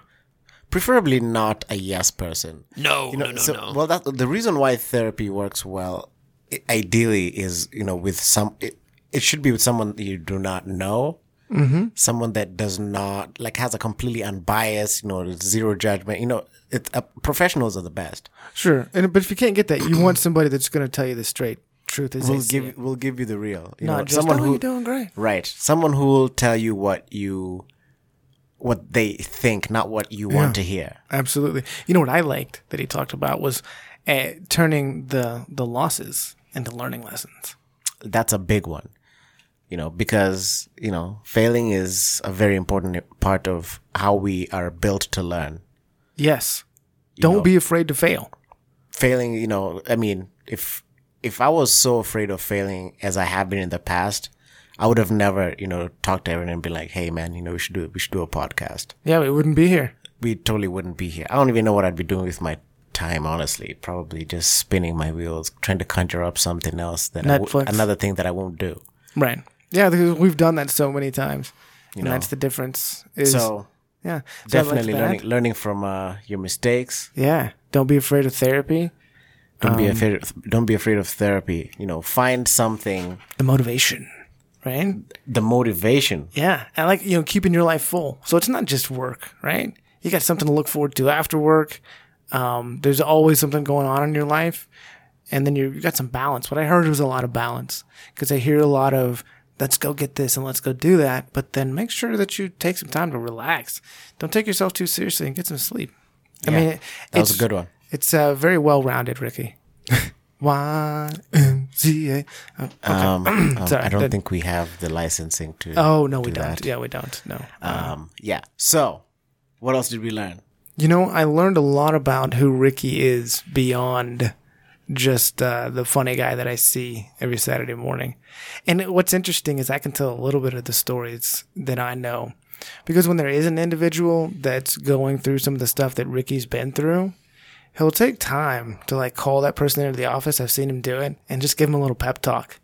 [SPEAKER 1] Preferably not a yes person.
[SPEAKER 3] No,
[SPEAKER 1] you know,
[SPEAKER 3] no, no,
[SPEAKER 1] so,
[SPEAKER 3] no.
[SPEAKER 1] Well, that, the reason why therapy works well, i- ideally, is you know with some. It, it should be with someone that you do not know, mm-hmm. someone that does not like has a completely unbiased, you know, zero judgment. You know, it, uh, professionals are the best.
[SPEAKER 2] Sure. And but if you can't get that, you want somebody that's going to tell you the straight truth. Is
[SPEAKER 1] We'll give we'll give you the real. You know,
[SPEAKER 2] not just
[SPEAKER 1] someone
[SPEAKER 2] oh,
[SPEAKER 1] who
[SPEAKER 2] you're doing great.
[SPEAKER 1] right, someone who will tell you what you what they think, not what you want to hear.
[SPEAKER 2] Absolutely. You know what I liked that he talked about was uh, turning the the losses into learning lessons.
[SPEAKER 1] That's a big one, you know, because you know failing is a very important part of how we are built to learn.
[SPEAKER 2] Yes. Don't be afraid to fail.
[SPEAKER 1] failing you know i mean if if i was so afraid of failing as i have been in the past i would have never you know talked to everyone and be like hey man you know we should do we should do a podcast
[SPEAKER 2] Yeah, we wouldn't be here.
[SPEAKER 1] we totally wouldn't be here i don't even know what i'd be doing with my time honestly probably just spinning my wheels trying to conjure up something else that I w-
[SPEAKER 2] Netflix.
[SPEAKER 1] another thing that i won't do
[SPEAKER 2] Right. Yeah, because we've done that so many times. and
[SPEAKER 1] know.
[SPEAKER 2] that's the difference. Is,
[SPEAKER 1] so
[SPEAKER 2] yeah. So I liked
[SPEAKER 1] definitely
[SPEAKER 2] that.
[SPEAKER 1] learning learning from uh, your mistakes
[SPEAKER 2] Yeah. Don't be afraid of therapy.
[SPEAKER 1] don't be
[SPEAKER 2] Um,
[SPEAKER 1] afraid of, don't be afraid of therapy you know find something
[SPEAKER 2] The motivation. Right?
[SPEAKER 1] the motivation
[SPEAKER 2] Yeah. And like, you know, keeping your life full. So it's not just work, right? You got something to look forward to after work. Um, there's always something going on in your life. And then you you got some balance. What I heard was a lot of balance because I hear a lot of let's go get this and let's go do that. But then make sure that you take some time to relax. Don't take yourself too seriously and get some sleep. I mean, it,
[SPEAKER 1] that was
[SPEAKER 2] it's-
[SPEAKER 1] a good one
[SPEAKER 2] It's uh, very well rounded, Ricky. Y M Z A. Oh, Okay.
[SPEAKER 1] Um, um,
[SPEAKER 2] Sorry,
[SPEAKER 1] I don't
[SPEAKER 2] that-
[SPEAKER 1] think we have the licensing to.
[SPEAKER 2] Oh no, we
[SPEAKER 1] do
[SPEAKER 2] don't.
[SPEAKER 1] that.
[SPEAKER 2] Yeah, we don't. No.
[SPEAKER 1] Um, yeah. So, what else did we learn?
[SPEAKER 2] You know, I learned a lot about who Ricky is beyond just uh, the funny guy that I see every Saturday morning. And what's interesting is I can tell a little bit of the stories that I know. Because when there is an individual that's going through some of the stuff that Ricky's been through, he'll take time to like call that person into the office. I've seen him do it and just give him a little pep talk.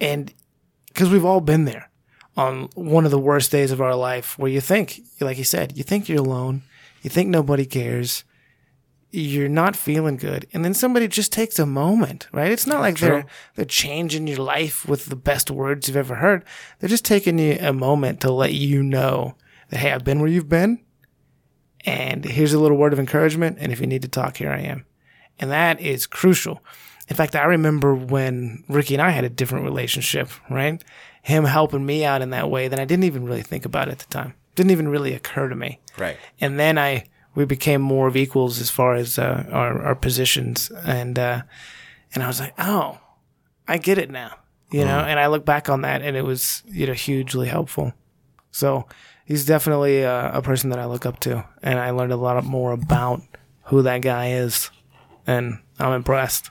[SPEAKER 2] And because we've all been there on one of the worst days of our life where you think, like you said, you think you're alone, you think nobody cares, you're not feeling good. And then somebody just takes a moment, right? It's not like they're they're changing your life with the best words you've ever heard. They're just taking you a moment to let you know that hey, I've been where you've been. And here's a little word of encouragement. And if you need to talk, here I am. And that is crucial. In fact, I remember when Ricky and I had a different relationship, right? Him helping me out in that way that I didn't even really think about at the time. Didn't even really occur to me.
[SPEAKER 1] Right.
[SPEAKER 2] And then I we became more of equals as far as uh, our our positions and uh, and I was like, "Oh, I get it now." You know, and I look back on that and it was, you know, hugely helpful. So, he's definitely uh, a person that I look up to and I learned a lot more about who that guy is and I'm impressed.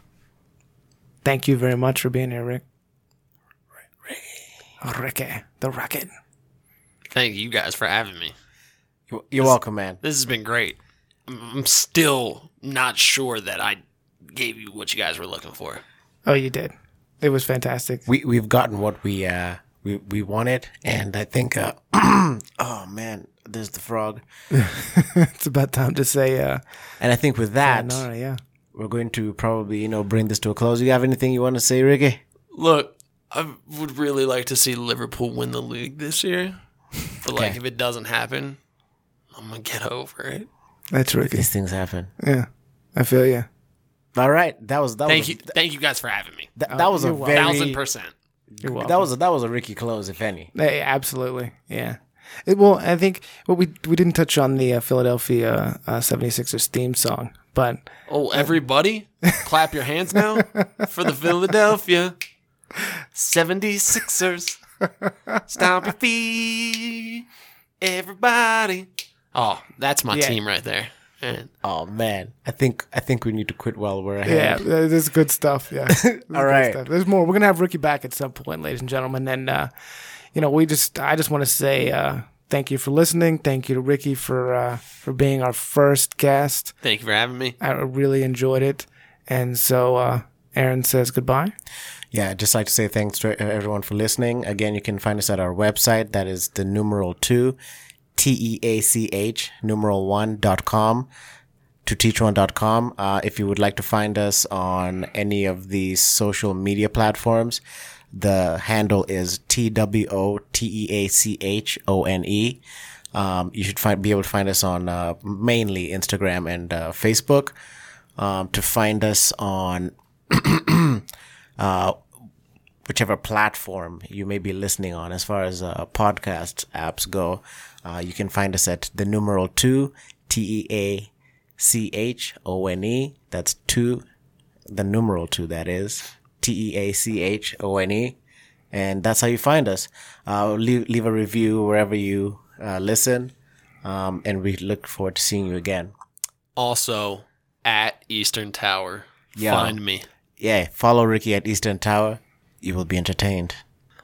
[SPEAKER 2] Thank you very much for being here, Rick. Ricky, the rocket.
[SPEAKER 4] Thank you guys for having me.
[SPEAKER 1] You're, you're welcome, man.
[SPEAKER 4] This has been great. I'm, I'm still not sure that I gave you what you guys were looking for.
[SPEAKER 2] Oh, you did. It was fantastic.
[SPEAKER 1] We we've gotten what we uh we we wanted, and I think uh oh man, there's the frog.
[SPEAKER 2] It's about time to say uh
[SPEAKER 1] And I think with that,
[SPEAKER 2] Nara, yeah.
[SPEAKER 1] we're going to probably you know bring this to a close. You have anything you want to say, Ricky?
[SPEAKER 3] Look, I would really like to see Liverpool win the league this year. But like, if it doesn't happen, I'm gonna get over it.
[SPEAKER 2] That's Ricky.
[SPEAKER 1] These things happen.
[SPEAKER 2] Yeah. I feel you.
[SPEAKER 1] All right, that was that
[SPEAKER 4] Thank
[SPEAKER 1] was
[SPEAKER 4] you, thank you guys for having me.
[SPEAKER 1] that, that was a
[SPEAKER 2] Uh, you're welcome.
[SPEAKER 1] very
[SPEAKER 4] Thousand percent.
[SPEAKER 2] You're welcome.
[SPEAKER 1] that was a, that was a Ricky close, if any.
[SPEAKER 2] Hey, absolutely. Yeah. It, well, I think well, we we didn't touch on the uh, Philadelphia uh, 76ers theme song, but
[SPEAKER 3] Oh, everybody, clap your hands now for the Philadelphia 76ers. Stomp your feet, everybody.
[SPEAKER 4] Oh, that's my
[SPEAKER 2] Yeah.
[SPEAKER 4] team right there. Man.
[SPEAKER 1] Oh man, I think I think we need to quit while we're ahead.
[SPEAKER 2] yeah, uh, this is good stuff. Yeah. This is good
[SPEAKER 1] right.
[SPEAKER 2] stuff. There's more. We're going to have Ricky back at some point, ladies and gentlemen. And, uh, you know, we just, I just want to say uh, thank you for listening. Thank you to Ricky for, uh, for being our first guest.
[SPEAKER 4] Thank you for having me.
[SPEAKER 2] I really enjoyed it. And so, uh, Aaron says goodbye.
[SPEAKER 1] Yeah, I'd just like to say thanks to e-, everyone for listening. Again, you can find us at our website. That is the numeral two, T E A C H, numeral one dot com, to teachone.com. Uh, if you would like to find us on any of the social media platforms, the handle is T W O T E A C H O N E. Um, you should find, be able to find us on uh, mainly Instagram and uh, Facebook. Um, to find us on whichever platform you may be listening on, as far as uh, podcast apps go, uh, you can find us at the numeral two T E A C H O N E. That's two, the numeral two. That is T E A C H O N E, and that's how you find us. Uh, leave leave a review wherever you uh, listen, um, and we look forward to seeing you again.
[SPEAKER 4] Also, at Eastern Tower,
[SPEAKER 1] Yeah.
[SPEAKER 4] find me.
[SPEAKER 1] Yeah, follow Ricky at Eastern Tower. You will be entertained.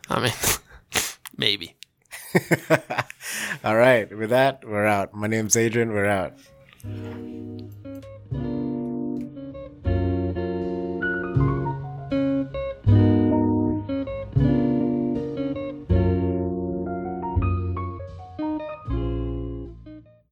[SPEAKER 4] I mean, maybe.
[SPEAKER 1] All right, with that, we're out. My name's Adrian. We're out.